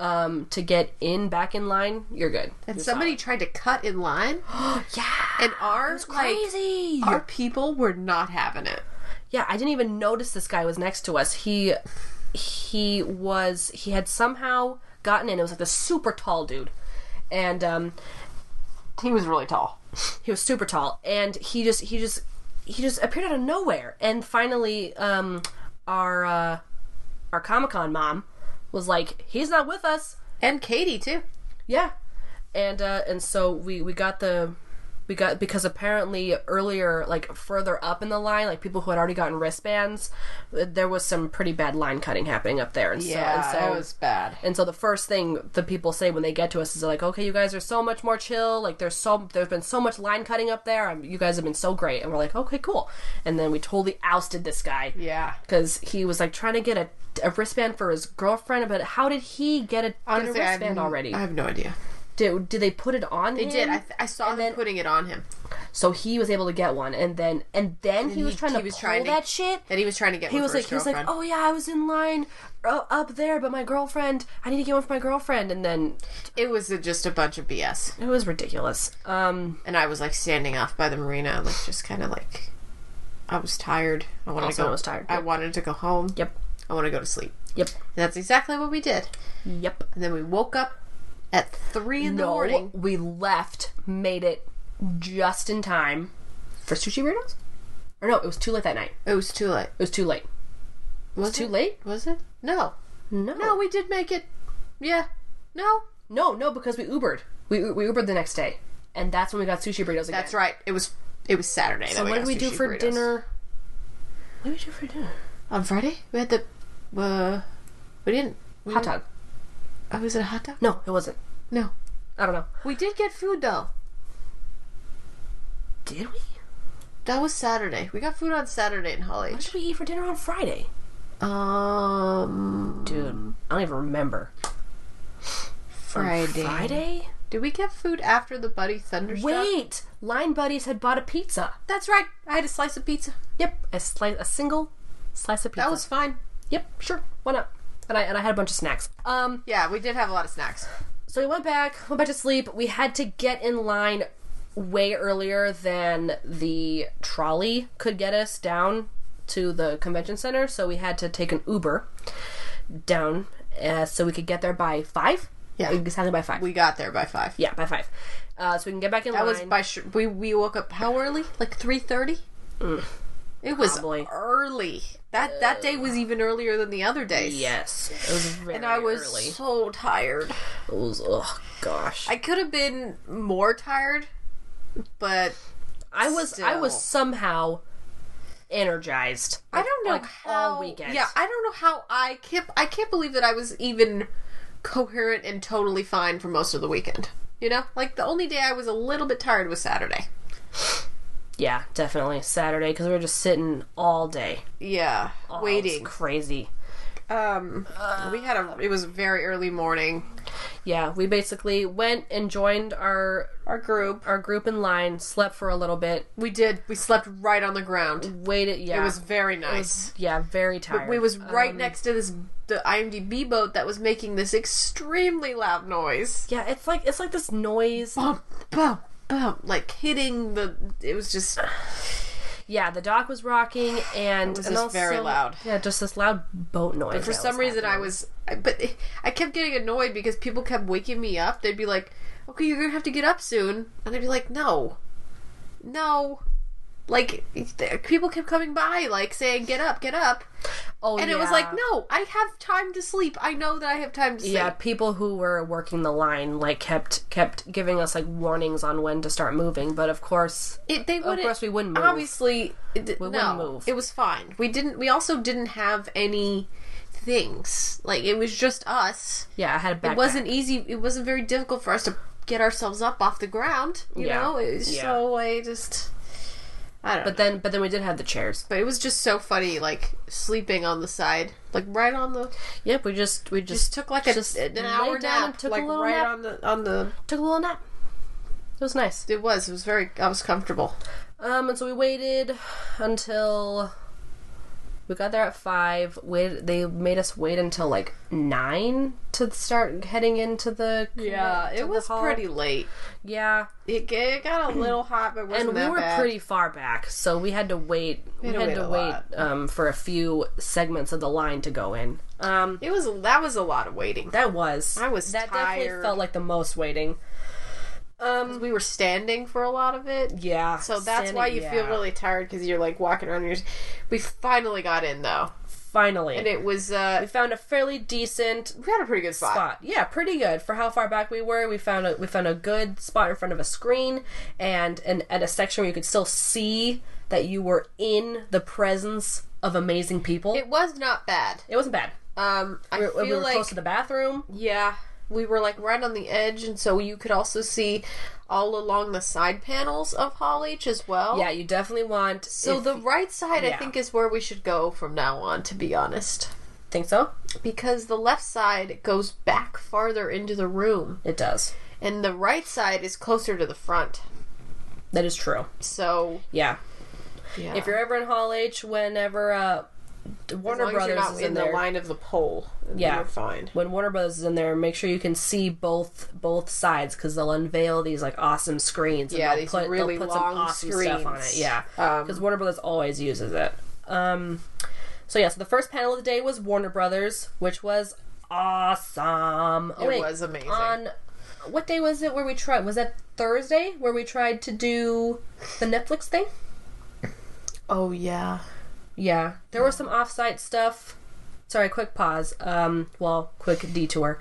[SPEAKER 4] um to get in back in line, you're good.
[SPEAKER 3] and somebody tried to cut in line,
[SPEAKER 4] Yeah.
[SPEAKER 3] and our like,
[SPEAKER 4] Crazy.
[SPEAKER 3] our people were not having it.
[SPEAKER 4] yeah i didn't even notice this guy was next to us he he was he had somehow gotten in it was like the super tall dude and um
[SPEAKER 3] He was really tall.
[SPEAKER 4] He was super tall, and he just he just he just appeared out of nowhere. And finally, um, our uh, our Comic Con mom was like, "He's not with us."
[SPEAKER 3] And Katie too.
[SPEAKER 4] Yeah, and uh, and so we we got the we got because apparently earlier like further up in the line like people who had already gotten wristbands there was some pretty bad line cutting happening up there and so, and so
[SPEAKER 3] bad.
[SPEAKER 4] and so the first thing the people say when they get to us is like okay you guys are so much more chill like there's so there's been so much line cutting up there um, you guys have been so great and we're like okay cool and then we totally ousted this guy
[SPEAKER 3] Yeah.
[SPEAKER 4] because he was like trying to get a, a wristband for his girlfriend but how did he get a, get a
[SPEAKER 3] I have
[SPEAKER 4] wristband
[SPEAKER 3] n-
[SPEAKER 4] already
[SPEAKER 3] I have no idea.
[SPEAKER 4] did, did they put it on
[SPEAKER 3] They did. I, th- I saw them
[SPEAKER 4] then-
[SPEAKER 3] putting it on him.
[SPEAKER 4] So he was able to get one, and then and then he, was
[SPEAKER 3] he-
[SPEAKER 4] trying
[SPEAKER 3] he
[SPEAKER 4] to
[SPEAKER 3] was
[SPEAKER 4] pull
[SPEAKER 3] trying to-
[SPEAKER 4] that shit.
[SPEAKER 3] And he was trying to get
[SPEAKER 4] He
[SPEAKER 3] one
[SPEAKER 4] was
[SPEAKER 3] for
[SPEAKER 4] like,
[SPEAKER 3] his
[SPEAKER 4] he was like,
[SPEAKER 3] girlfriend.
[SPEAKER 4] oh yeah, I was in line uh, up there, but my girlfriend, I need to get one for my girlfriend, and then
[SPEAKER 3] It was a, just a bunch of BS.
[SPEAKER 4] it was ridiculous. Um,
[SPEAKER 3] And I was like standing off by the marina, like just kind of like, I was tired. I wanted to
[SPEAKER 4] Also,
[SPEAKER 3] go.
[SPEAKER 4] I was tired,
[SPEAKER 3] I
[SPEAKER 4] yep.
[SPEAKER 3] wanted to go home.
[SPEAKER 4] yep,
[SPEAKER 3] I want to go to sleep.
[SPEAKER 4] yep,
[SPEAKER 3] And that's exactly what we did.
[SPEAKER 4] yep.
[SPEAKER 3] And then we woke up at three in the
[SPEAKER 4] No,
[SPEAKER 3] morning.
[SPEAKER 4] we left, made it just in time for sushi burritos. Or no, it was too late that night.
[SPEAKER 3] It was too late.
[SPEAKER 4] It was too late.
[SPEAKER 3] Was
[SPEAKER 4] too
[SPEAKER 3] it?
[SPEAKER 4] late? Oh.
[SPEAKER 3] Was it? No.
[SPEAKER 4] No,
[SPEAKER 3] No, we did make it. Yeah. No.
[SPEAKER 4] no, no, because we Ubered. We we Ubered the next day, and that's when we got sushi burritos again.
[SPEAKER 3] That's right. It was. It was Saturday.
[SPEAKER 4] So what did we do for dinner? What did we do for dinner?
[SPEAKER 3] on Friday? We had the. Uh, we didn't. We
[SPEAKER 4] Hot
[SPEAKER 3] didn't-
[SPEAKER 4] dog.
[SPEAKER 3] Oh, was it a hot dog?
[SPEAKER 4] No, it wasn't.
[SPEAKER 3] No.
[SPEAKER 4] I don't know.
[SPEAKER 3] We did get food though.
[SPEAKER 4] Did we?
[SPEAKER 3] That was Saturday. We got food on Saturday in Holly.
[SPEAKER 4] What did we eat for dinner on Friday?
[SPEAKER 3] Um,
[SPEAKER 4] Dude, I don't even remember.
[SPEAKER 3] Friday.
[SPEAKER 4] Friday?
[SPEAKER 3] Did we get food after the Buddy Thunderstorm?
[SPEAKER 4] Wait! Line Buddies had bought a pizza.
[SPEAKER 3] that's right. I had a slice of pizza.
[SPEAKER 4] Yep, a slice, a single slice of pizza.
[SPEAKER 3] That was fine.
[SPEAKER 4] Yep, sure. Why not? And I and I had a bunch of snacks. Um,
[SPEAKER 3] Yeah, we did have a lot of snacks.
[SPEAKER 4] so we went back, went back to sleep. We had to get in line way earlier than the trolley could get us down to the convention center, so we had to take an Uber down uh, so we could get there by five.
[SPEAKER 3] Yeah.
[SPEAKER 4] exactly by five.
[SPEAKER 3] We got there by five.
[SPEAKER 4] yeah, by five. Uh, so we can get back in
[SPEAKER 3] that
[SPEAKER 4] line.
[SPEAKER 3] was by sh- we we woke up how early? Like three thirty. It was
[SPEAKER 4] Probably.
[SPEAKER 3] early. That that day was even earlier than the other days.
[SPEAKER 4] yes, it was very
[SPEAKER 3] and I was
[SPEAKER 4] early.
[SPEAKER 3] so tired.
[SPEAKER 4] It was, oh gosh,
[SPEAKER 3] I could have been more tired, but
[SPEAKER 4] I was I was
[SPEAKER 3] still.
[SPEAKER 4] somehow energized.
[SPEAKER 3] I don't know
[SPEAKER 4] like,
[SPEAKER 3] how.
[SPEAKER 4] all weekend.
[SPEAKER 3] Yeah, I don't know how I can't. I can't believe that I was even coherent and totally fine for most of the weekend. You know, like the only day I was a little bit tired was Saturday.
[SPEAKER 4] yeah, definitely Saturday because we were just sitting all day.
[SPEAKER 3] Yeah,
[SPEAKER 4] It
[SPEAKER 3] waiting.
[SPEAKER 4] was crazy.
[SPEAKER 3] Um, we had a. It was a very early morning.
[SPEAKER 4] Yeah, we basically went and joined our
[SPEAKER 3] Our group.
[SPEAKER 4] our group in line, slept for a little bit,
[SPEAKER 3] We did. We slept right on the ground.
[SPEAKER 4] waited. Yeah,
[SPEAKER 3] It was very nice.
[SPEAKER 4] yeah, very tired.
[SPEAKER 3] We was right
[SPEAKER 4] Um,
[SPEAKER 3] next to this the IMDb boat that was making this extremely loud noise.
[SPEAKER 4] yeah, it's like it's like this noise.
[SPEAKER 3] Bump, bump, bump, like hitting the. It was just.
[SPEAKER 4] Yeah, the dock was rocking and
[SPEAKER 3] was
[SPEAKER 4] and
[SPEAKER 3] just very
[SPEAKER 4] also-
[SPEAKER 3] loud.
[SPEAKER 4] Yeah, just this loud boat noise.
[SPEAKER 3] for
[SPEAKER 4] that
[SPEAKER 3] some
[SPEAKER 4] was
[SPEAKER 3] reason I was, I, but I kept getting annoyed because people kept waking me up. They'd be like, "Okay, you're gonna have to get up soon," and I'd be like, "No, no." Like th- people kept coming by, like saying, "Get up, get up,"
[SPEAKER 4] happening. Oh,
[SPEAKER 3] and it was
[SPEAKER 4] yeah.
[SPEAKER 3] like, "No, I have time to sleep. I know that I have time to sleep."
[SPEAKER 4] Yeah, people who were working the line like kept kept giving us like warnings on when to start moving, but of course,
[SPEAKER 3] It, they wouldn't.
[SPEAKER 4] course we wouldn't move.
[SPEAKER 3] Obviously, it, di-
[SPEAKER 4] We
[SPEAKER 3] no,
[SPEAKER 4] wouldn't move.
[SPEAKER 3] it was fine. We didn't. We also didn't have any things. Like it was just us.
[SPEAKER 4] yeah, I had a backpack.
[SPEAKER 3] it wasn't easy it wasn't very difficult for us to get ourselves up off the ground you
[SPEAKER 4] Yeah.
[SPEAKER 3] know it was
[SPEAKER 4] Yeah.
[SPEAKER 3] so i just i don't know
[SPEAKER 4] But then, but then we did have the chairs.
[SPEAKER 3] but it was just so funny like sleeping on the side like right on the
[SPEAKER 4] Yep, we just we just,
[SPEAKER 3] just took like a,
[SPEAKER 4] just
[SPEAKER 3] an
[SPEAKER 4] lay
[SPEAKER 3] hour
[SPEAKER 4] down and
[SPEAKER 3] nap
[SPEAKER 4] took a
[SPEAKER 3] like
[SPEAKER 4] little
[SPEAKER 3] right
[SPEAKER 4] nap.
[SPEAKER 3] on the on the
[SPEAKER 4] took a little nap. It was nice.
[SPEAKER 3] it was it was very i was comfortable
[SPEAKER 4] Um, and so we waited until we got there at five. Wait, they made us wait until like nine to start heading into the
[SPEAKER 3] yeah
[SPEAKER 4] to the
[SPEAKER 3] it was
[SPEAKER 4] hall.
[SPEAKER 3] pretty late
[SPEAKER 4] yeah.
[SPEAKER 3] it, g- it got a little hot but it wasn't
[SPEAKER 4] and we
[SPEAKER 3] that
[SPEAKER 4] were
[SPEAKER 3] bad.
[SPEAKER 4] pretty far back, so we had to wait. We
[SPEAKER 3] had
[SPEAKER 4] had,
[SPEAKER 3] to wait
[SPEAKER 4] to
[SPEAKER 3] a
[SPEAKER 4] wait, um, for a few segments of the line to go in. Um,
[SPEAKER 3] it was that was a lot of waiting
[SPEAKER 4] that was
[SPEAKER 3] Uh, I was
[SPEAKER 4] that definitely
[SPEAKER 3] tired.
[SPEAKER 4] felt like the most waiting.
[SPEAKER 3] Um, we were standing for a lot of it.
[SPEAKER 9] Yeah.
[SPEAKER 3] So that's why you feel really tired because you're like walking around. And you're... We finally got in though,
[SPEAKER 9] Finally.
[SPEAKER 3] and it was uh,
[SPEAKER 4] We found a fairly decent
[SPEAKER 3] we had a pretty good spot.
[SPEAKER 4] spot. Yeah, pretty good for how far back we were. We found a we found a good spot in front of a screen and and at a section where you could still see that you were in the presence of amazing people. It,
[SPEAKER 3] It was not bad.
[SPEAKER 4] wasn't bad.
[SPEAKER 3] Um, I
[SPEAKER 4] We
[SPEAKER 3] feel
[SPEAKER 4] were, we were
[SPEAKER 3] like
[SPEAKER 4] close to the bathroom.
[SPEAKER 3] yeah, we were like right on the edge, and so you could also see all along the side panels of Hall H as well.
[SPEAKER 4] Yeah, you definitely want.
[SPEAKER 3] Oh. So
[SPEAKER 4] if-
[SPEAKER 3] the right side, I
[SPEAKER 4] yeah.
[SPEAKER 3] think, is where we should go from now on. To be honest,
[SPEAKER 4] think so?
[SPEAKER 3] because the left side goes back farther into the room,
[SPEAKER 4] It does.
[SPEAKER 3] and the right side is closer to the front.
[SPEAKER 4] That is true.
[SPEAKER 3] So
[SPEAKER 4] Yeah.
[SPEAKER 3] yeah.
[SPEAKER 4] If you're ever in Hall H, whenever uh,
[SPEAKER 3] as
[SPEAKER 4] Warner
[SPEAKER 3] long as
[SPEAKER 4] Brothers
[SPEAKER 3] you're not
[SPEAKER 4] is
[SPEAKER 3] in,
[SPEAKER 4] in,
[SPEAKER 3] the
[SPEAKER 4] there,
[SPEAKER 3] line of the pole, then
[SPEAKER 4] Yeah.
[SPEAKER 3] you're fine.
[SPEAKER 4] when Warner Brothers is in there, make sure you can see both both sides because they'll unveil these like awesome screens. And
[SPEAKER 3] Yeah,
[SPEAKER 4] they'll
[SPEAKER 3] these
[SPEAKER 4] put,
[SPEAKER 3] really
[SPEAKER 4] they'll put
[SPEAKER 3] long
[SPEAKER 4] some awesome stuff on it.
[SPEAKER 3] screens. Um,
[SPEAKER 4] Yeah, because Warner Brothers always uses it. Um, so yeah, so the first panel of the day was Warner Brothers, which was awesome. Oh,
[SPEAKER 3] It
[SPEAKER 4] wait,
[SPEAKER 3] was amazing.
[SPEAKER 4] On what day was it where we tried? Was that Thursday where we tried to do the Netflix thing?
[SPEAKER 3] oh yeah,
[SPEAKER 4] Yeah, there was some off-site stuff. Sorry, quick pause. Um, well, quick detour.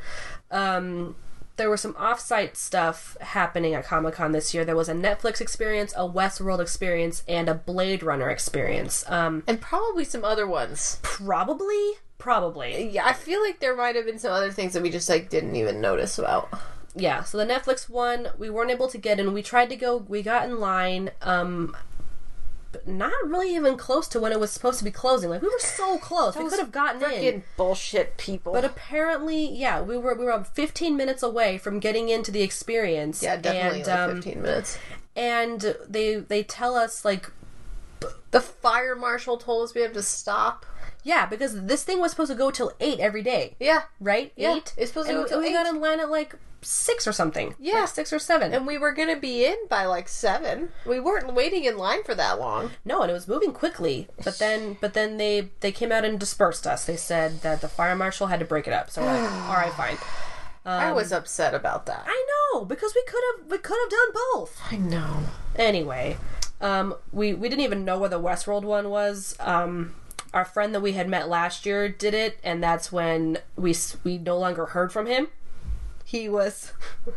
[SPEAKER 4] Um, there was some off-site stuff happening at Comic Con this year. There was a Netflix experience, a Westworld experience, and a Blade Runner experience. Um,
[SPEAKER 3] and probably some other ones.
[SPEAKER 4] probably, probably,
[SPEAKER 3] Yeah, I feel like there might have been some other things that we just like didn't even notice about.
[SPEAKER 4] yeah. So the Netflix one, we weren't able to get in. We tried to go. We got in line. Um. but Not really even close to when it was supposed to be closing. Like we were so close, we could have gotten in.
[SPEAKER 3] bullshit people.
[SPEAKER 4] But apparently, yeah, we were we were 15 minutes away from getting into the experience.
[SPEAKER 3] yeah, definitely
[SPEAKER 4] And,
[SPEAKER 3] like
[SPEAKER 4] um,
[SPEAKER 3] fifteen minutes.
[SPEAKER 4] and they they tell us like,
[SPEAKER 3] The fire marshal told us we have to stop.
[SPEAKER 4] yeah, because this thing was supposed to go till eight every day.
[SPEAKER 3] Yeah,
[SPEAKER 4] Right.
[SPEAKER 3] Yeah,
[SPEAKER 4] Eight.
[SPEAKER 3] it's supposed to
[SPEAKER 4] and
[SPEAKER 3] go
[SPEAKER 4] we-
[SPEAKER 3] till
[SPEAKER 4] We got
[SPEAKER 3] eight.
[SPEAKER 4] in line at like six or something.
[SPEAKER 3] Yeah.
[SPEAKER 4] Like six or seven.
[SPEAKER 3] and we were gonna be in by like seven. We weren't waiting in line for that long.
[SPEAKER 4] no, and it was moving quickly. But then but then they they came out and dispersed us. They said that the fire marshal had to break it up. So we're like, all right, fine.
[SPEAKER 3] I
[SPEAKER 4] Um,
[SPEAKER 3] was upset about that.
[SPEAKER 4] I know because we could have we could have done both.
[SPEAKER 3] I know.
[SPEAKER 4] Anyway, um, we we didn't even know where the Westworld one was. Um, our friend that we had met last year did it, and that's when we s- we no longer heard from him. He was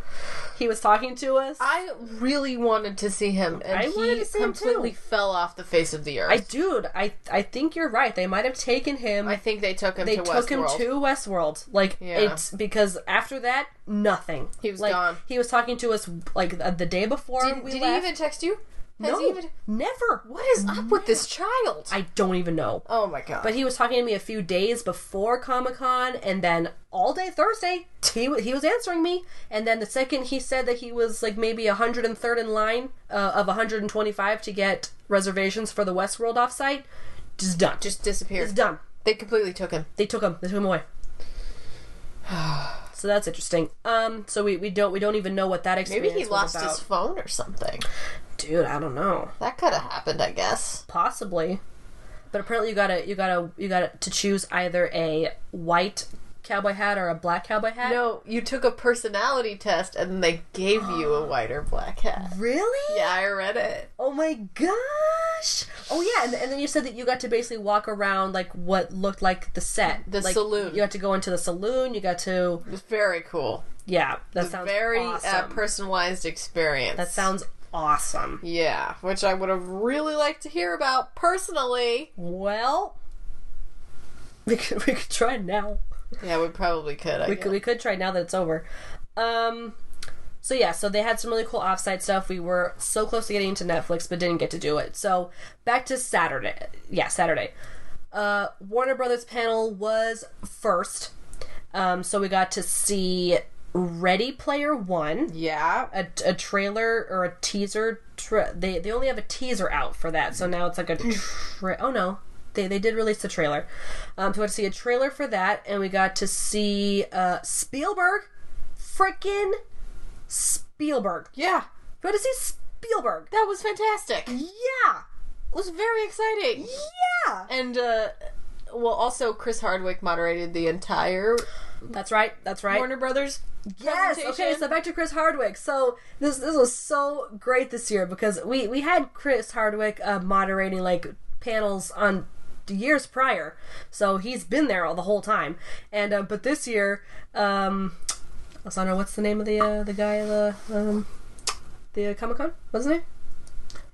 [SPEAKER 4] he was talking to us. I,
[SPEAKER 3] I really wanted to see him, and
[SPEAKER 4] I
[SPEAKER 3] he
[SPEAKER 4] wanted to see him, too.
[SPEAKER 3] completely fell off the face of the earth.
[SPEAKER 4] dude, I I think you're right. They might have taken him.
[SPEAKER 3] I, think they took him.
[SPEAKER 4] they
[SPEAKER 3] to
[SPEAKER 4] took him
[SPEAKER 3] Westworld.
[SPEAKER 4] to Westworld. Like
[SPEAKER 3] Yeah.
[SPEAKER 4] it's because after that, nothing. He
[SPEAKER 3] was
[SPEAKER 4] like,
[SPEAKER 3] gone.
[SPEAKER 4] He was talking to us like the, the day before
[SPEAKER 3] Did,
[SPEAKER 4] we
[SPEAKER 3] Um, did he
[SPEAKER 4] left.
[SPEAKER 3] even text you? Has
[SPEAKER 4] no,
[SPEAKER 3] he even?
[SPEAKER 4] never.
[SPEAKER 3] What is up with this child?
[SPEAKER 4] I don't even know.
[SPEAKER 3] oh my god!
[SPEAKER 4] But he was talking to me a few days before Comic Con, and then all day Thursday, he wa- he was answering me. And then the second he said that he was like maybe 103rd in line uh, of 125 to get reservations for the Westworld offsite, just done. Just
[SPEAKER 3] just disappeared.
[SPEAKER 4] it's done.
[SPEAKER 3] They completely took him.
[SPEAKER 4] They took him. They took him away. so that's interesting. Um, so we, we don't we don't even know what that experience
[SPEAKER 3] Maybe he
[SPEAKER 4] was
[SPEAKER 3] lost
[SPEAKER 4] about.
[SPEAKER 3] his phone or something.
[SPEAKER 4] Dude, I don't know.
[SPEAKER 3] That could have happened, I guess.
[SPEAKER 4] possibly but apparently you gotta you gotta you gotta to choose either a white cowboy hat or a black cowboy hat
[SPEAKER 3] No, you took a personality test and they gave you a white or black hat.
[SPEAKER 4] really
[SPEAKER 3] Yeah, I read it.
[SPEAKER 4] oh my gosh oh yeah and, and then you said that you got to basically walk around like what looked like the set
[SPEAKER 3] The
[SPEAKER 4] Like,
[SPEAKER 3] saloon.
[SPEAKER 4] you got to go into the saloon you got to
[SPEAKER 3] It was very cool.
[SPEAKER 4] yeah that sounds
[SPEAKER 3] very uh,
[SPEAKER 4] awesome.
[SPEAKER 3] personalized experience.
[SPEAKER 4] that sounds awesome
[SPEAKER 3] Yeah, which I would have really liked to hear about personally.
[SPEAKER 4] well we could, we could try now
[SPEAKER 3] Yeah, we probably could. I
[SPEAKER 4] we
[SPEAKER 3] guess.
[SPEAKER 4] could, we could try now that it's over. Um, so yeah, so they had some really cool offsite stuff. We were so close to getting into Netflix, but didn't get to do it. So back to Saturday. Yeah, Saturday. Uh, Warner Brothers panel was first. Um, so we got to see Ready Player One,
[SPEAKER 3] Yeah,
[SPEAKER 4] a, a trailer or a teaser. Tra- they they only have a teaser out for that, so now it's like a tra- oh no, they they did release the trailer. Um, so we got to see a trailer for that, and we got to see uh, Spielberg, freaking Spielberg.
[SPEAKER 3] yeah,
[SPEAKER 4] We got to see Spielberg.
[SPEAKER 3] that was fantastic. It
[SPEAKER 4] Yeah,
[SPEAKER 3] was very exciting.
[SPEAKER 4] yeah.
[SPEAKER 3] And uh, well, also Chris Hardwick moderated the entire
[SPEAKER 4] That's right. That's right.
[SPEAKER 3] Warner Brothers
[SPEAKER 4] Yes. Okay.
[SPEAKER 10] presentation.
[SPEAKER 4] So back to Chris Hardwick. So this this was so great this year because we we had Chris Hardwick uh, moderating like panels on years prior, so he's been there all the whole time. And uh, but this year, um, Alessandra, what's the name of the uh, the guy at the um, the uh, Comic Con? What's his name?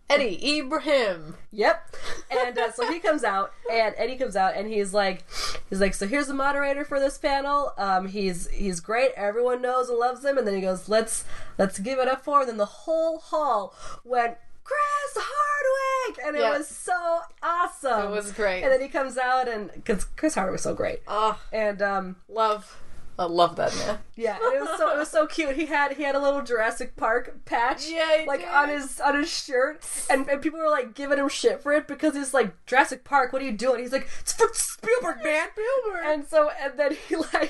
[SPEAKER 3] Eddie Ibrahim.
[SPEAKER 4] Yep. And uh, so he comes out, and Eddie comes out, and he's like, he's like, so here's the moderator for this panel. Um, he's he's great. Everyone knows and loves him. And then he goes, let's let's give it up for him. And the whole hall went. Chris Hardwick, and it
[SPEAKER 3] Yeah.
[SPEAKER 4] was so awesome.
[SPEAKER 3] It was great.
[SPEAKER 4] And then he comes out, and because Chris Hardwick's so great,
[SPEAKER 3] Oh,
[SPEAKER 4] and um,
[SPEAKER 3] love. I love that man.
[SPEAKER 4] yeah, and it was so it was so cute. He had he had a little Jurassic Park patch,
[SPEAKER 3] Yeah, he
[SPEAKER 4] like
[SPEAKER 3] did.
[SPEAKER 4] on his on his shirt, and, and people were like giving him shit for it because it's like Jurassic Park. What are you doing? He's like it's for Spielberg, man.
[SPEAKER 3] Spielberg.
[SPEAKER 4] And so and then he like and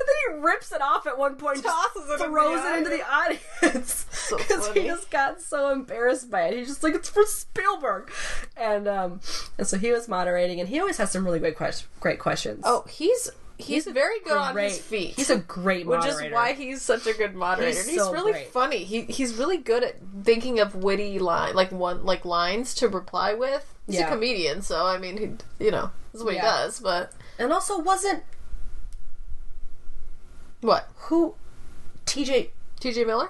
[SPEAKER 4] then he rips it off at one point, and
[SPEAKER 3] Tosses
[SPEAKER 4] just
[SPEAKER 3] it in
[SPEAKER 4] throws
[SPEAKER 3] the
[SPEAKER 4] it into the audience because he
[SPEAKER 3] funny.
[SPEAKER 4] just got so embarrassed by it. He's just like it's for Spielberg, and um and so he was moderating, and he always has some really great quest- great questions.
[SPEAKER 3] Oh, he's he's, very good on his feet.
[SPEAKER 4] He's a great
[SPEAKER 3] which
[SPEAKER 4] moderator.
[SPEAKER 3] is why he's such a good moderator.
[SPEAKER 4] He's
[SPEAKER 3] He's, he's
[SPEAKER 4] so
[SPEAKER 3] really
[SPEAKER 4] great.
[SPEAKER 3] funny. He he's really good at thinking of witty line like one like lines to reply with. He's
[SPEAKER 4] Yeah.
[SPEAKER 3] a comedian, so I mean, he you know that's what
[SPEAKER 4] Yeah.
[SPEAKER 3] he does. But
[SPEAKER 4] and also wasn't
[SPEAKER 3] what
[SPEAKER 4] who TJ
[SPEAKER 3] T.J. Miller?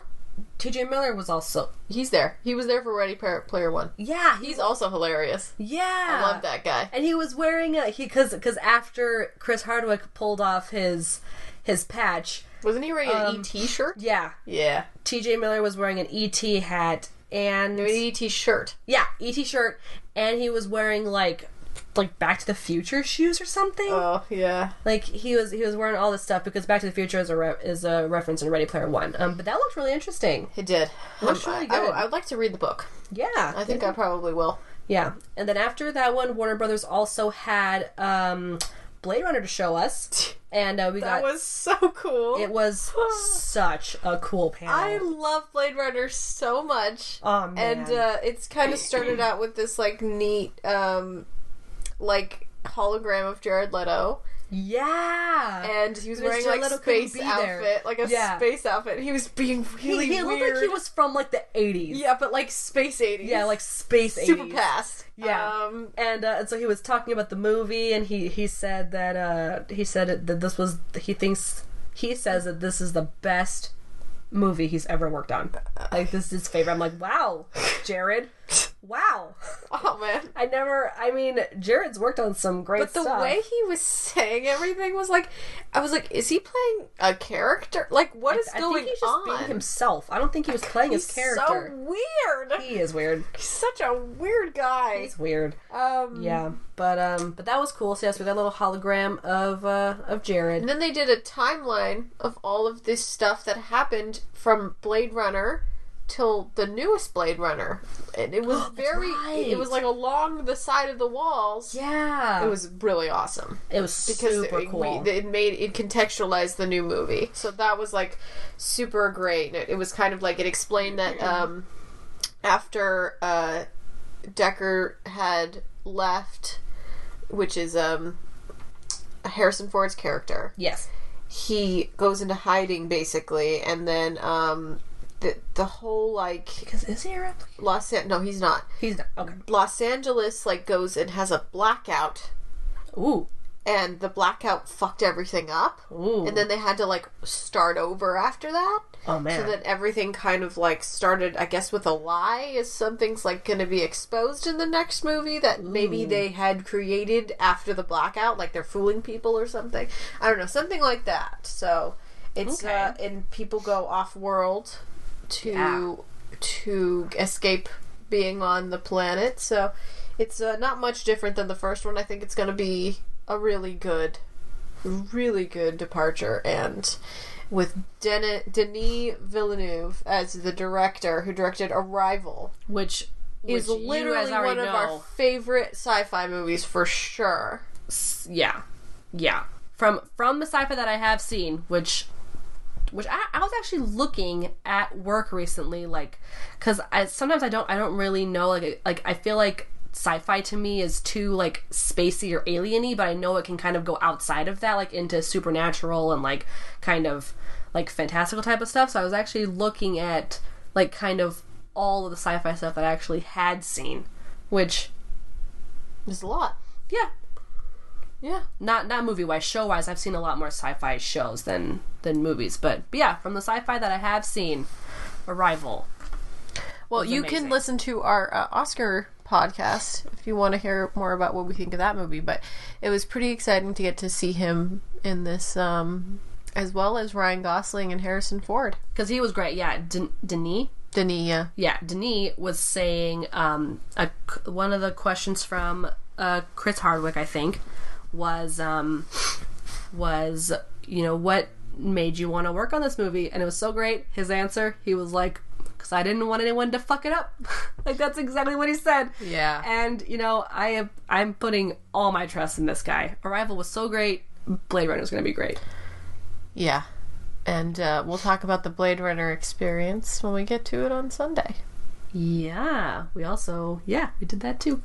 [SPEAKER 4] TJ Miller was also
[SPEAKER 3] He's there. He was there for Ready Par- Player One.
[SPEAKER 4] yeah he-
[SPEAKER 3] He's also hilarious.
[SPEAKER 4] yeah
[SPEAKER 3] I love that guy.
[SPEAKER 4] and he was wearing a he because because after Chris Hardwick pulled off his his patch
[SPEAKER 3] Wasn't he wearing an ET shirt?
[SPEAKER 4] yeah
[SPEAKER 3] Um, Yeah,
[SPEAKER 4] TJ Miller was wearing an ET hat and
[SPEAKER 3] an ET shirt.
[SPEAKER 4] yeah ET shirt and he was wearing like like Back to the Future shoes or something
[SPEAKER 3] Oh yeah,
[SPEAKER 4] like he was he was wearing all this stuff because Back to the Future is a re- is a reference in Ready Player One um but that looked really interesting
[SPEAKER 3] he did.
[SPEAKER 4] Looks really
[SPEAKER 3] I, I,
[SPEAKER 4] good.
[SPEAKER 3] I would like to read the book.
[SPEAKER 4] yeah
[SPEAKER 3] I think I probably will.
[SPEAKER 4] Yeah, and then after that one, Warner Brothers also had um, Blade Runner to show us, and uh, we got
[SPEAKER 3] was so cool.
[SPEAKER 4] it was such a cool panel.
[SPEAKER 3] I love Blade Runner so much.
[SPEAKER 4] Oh, man.
[SPEAKER 3] And uh, it's kind of started out with this like neat, um, like hologram of Jared Leto,
[SPEAKER 4] yeah,
[SPEAKER 3] and he was
[SPEAKER 4] Because
[SPEAKER 3] wearing
[SPEAKER 4] Jared
[SPEAKER 3] like
[SPEAKER 4] Leto couldn't
[SPEAKER 3] space
[SPEAKER 4] be there.
[SPEAKER 3] outfit, like a
[SPEAKER 4] Yeah.
[SPEAKER 3] space outfit. He was being really
[SPEAKER 4] he, he
[SPEAKER 3] weird.
[SPEAKER 4] looked like he was from like the eighties.
[SPEAKER 3] yeah, but like space eighties.
[SPEAKER 4] yeah, like space
[SPEAKER 3] super
[SPEAKER 4] 80s.
[SPEAKER 3] past.
[SPEAKER 4] Yeah.
[SPEAKER 3] Um,
[SPEAKER 4] and uh, and so he was talking about the movie, and he he said that uh, he said it, that this was he thinks he says that this is the best movie he's ever worked on. Like this is his favorite. I'm like, wow, Jared, wow.
[SPEAKER 3] oh man.
[SPEAKER 4] I never. I mean, Jared's worked on some great
[SPEAKER 3] But the
[SPEAKER 4] stuff.
[SPEAKER 3] way he was saying everything was like, I was like, is he playing a character? Like, what is
[SPEAKER 4] I
[SPEAKER 3] going
[SPEAKER 4] think he's just
[SPEAKER 3] on?
[SPEAKER 4] being himself. I don't think he was playing his
[SPEAKER 3] He's
[SPEAKER 4] character.
[SPEAKER 3] so weird.
[SPEAKER 4] He is weird.
[SPEAKER 3] He's such a weird guy.
[SPEAKER 4] He's weird.
[SPEAKER 3] Um,
[SPEAKER 4] Yeah, but um, but that was cool. So yes, we got a little hologram of uh of Jared.
[SPEAKER 3] And then they did a timeline of all of this stuff that happened from Blade Runner till the newest Blade Runner. And it was very it was like along the side of the walls.
[SPEAKER 4] Yeah,
[SPEAKER 3] It was really awesome
[SPEAKER 4] it was
[SPEAKER 3] because
[SPEAKER 4] super
[SPEAKER 3] it,
[SPEAKER 4] cool.
[SPEAKER 3] we- it made it contextualized the new movie. So that was like super great. And It, it was kind of like it explained that um, after uh, Decker had left, which is um, Harrison Ford's character,
[SPEAKER 4] yes,
[SPEAKER 3] he goes into hiding basically, and then um, the the whole like
[SPEAKER 4] because is he a replica?
[SPEAKER 3] Los An- no he's not
[SPEAKER 4] He's not. Okay.
[SPEAKER 3] Los Angeles like goes and has a blackout
[SPEAKER 4] Ooh.
[SPEAKER 3] and the blackout fucked everything up.
[SPEAKER 4] Ooh.
[SPEAKER 3] And then they had to like start over after that.
[SPEAKER 4] Oh man.
[SPEAKER 3] So that everything kind of like started, I guess, with a lie. Is something's like going to be exposed in the next movie that maybe they had created after the blackout, like they're fooling people or something. I don't know, something like that. So it's uh, and people go off world to to escape being on the planet. So it's uh, not much different than the first one. I think it's going to be a really good, really good departure, and with Den- Denis Villeneuve as the director who directed Arrival,
[SPEAKER 4] which
[SPEAKER 3] is
[SPEAKER 4] which you
[SPEAKER 3] literally
[SPEAKER 4] guys already
[SPEAKER 3] one of
[SPEAKER 4] know.
[SPEAKER 3] our favorite sci-fi movies for sure.
[SPEAKER 4] yeah yeah from from the sci-fi that i have seen which which i, I was actually looking at work recently like because i sometimes i don't i don't really know like like i feel like sci-fi to me is too like spacey or alieny but i know it can kind of go outside of that like into supernatural and like kind of like fantastical type of stuff. So I was actually looking at like kind of all of the sci-fi stuff that I actually had seen, which
[SPEAKER 3] There's a lot.
[SPEAKER 4] yeah,
[SPEAKER 3] Yeah.
[SPEAKER 4] not not movie wise, show wise, I've seen a lot more sci-fi shows than than movies. But, but yeah, from the sci-fi that I have seen, Arrival.
[SPEAKER 3] Well, you can listen to our uh, Oscar podcast if you want to hear more about what we think of that movie. But it was pretty exciting to get to see him in this, um, as well as Ryan Gosling and Harrison Ford. uh,
[SPEAKER 4] because he was great. Yeah, Den- Denis.
[SPEAKER 3] Dania.
[SPEAKER 4] Yeah, Denis was saying um, a, one of the questions from uh, Chris Hardwick, I think, was um, was you know what made you want to work on this movie, and it was so great. His answer, he was like, because I didn't want anyone to fuck it up. like that's exactly what he said.
[SPEAKER 5] Yeah.
[SPEAKER 4] And you know, I have I'm putting all my trust in this guy. Arrival was so great. Blade Runner is going to be great.
[SPEAKER 3] Yeah. And uh, we'll talk about the Blade Runner experience when we get to it on Sunday.
[SPEAKER 4] Yeah, we also yeah we did that too.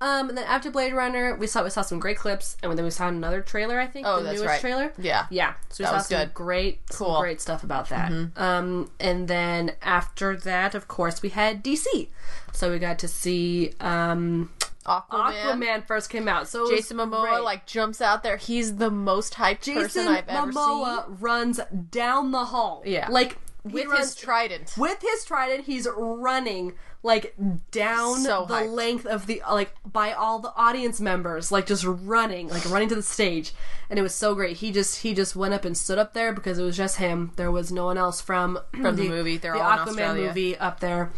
[SPEAKER 4] Um, and then after Blade Runner, we saw we saw some great clips, and then we saw another trailer. I think
[SPEAKER 3] Oh,
[SPEAKER 4] the
[SPEAKER 3] that's
[SPEAKER 4] newest
[SPEAKER 3] right.
[SPEAKER 4] trailer.
[SPEAKER 3] Yeah.
[SPEAKER 4] yeah. So we
[SPEAKER 3] That
[SPEAKER 4] saw
[SPEAKER 3] was
[SPEAKER 4] some
[SPEAKER 3] good.
[SPEAKER 4] great, some
[SPEAKER 3] Cool. Mm-hmm.
[SPEAKER 4] great stuff about that. Um, and then after that, of course, we had DC. So we got to see um
[SPEAKER 3] Aquaman.
[SPEAKER 4] Aquaman first came out. So it was
[SPEAKER 3] Jason Momoa
[SPEAKER 4] great.
[SPEAKER 3] like jumps out there. He's the most hyped
[SPEAKER 4] Jason
[SPEAKER 3] person I've ever
[SPEAKER 4] Momoa runs down the hall.
[SPEAKER 3] Yeah.
[SPEAKER 4] like
[SPEAKER 3] seen.
[SPEAKER 4] he
[SPEAKER 3] With his
[SPEAKER 4] runs-
[SPEAKER 3] trident.
[SPEAKER 4] with his trident he's running like down
[SPEAKER 3] So
[SPEAKER 4] the
[SPEAKER 3] hyped.
[SPEAKER 4] length of the like by all the audience members like just running like running to the stage and it was so great he just he just went up and stood up there because it was just him there was no one else from from
[SPEAKER 5] the movie. They're
[SPEAKER 4] the
[SPEAKER 5] all in
[SPEAKER 4] aquaman
[SPEAKER 5] Australia.
[SPEAKER 4] movie up there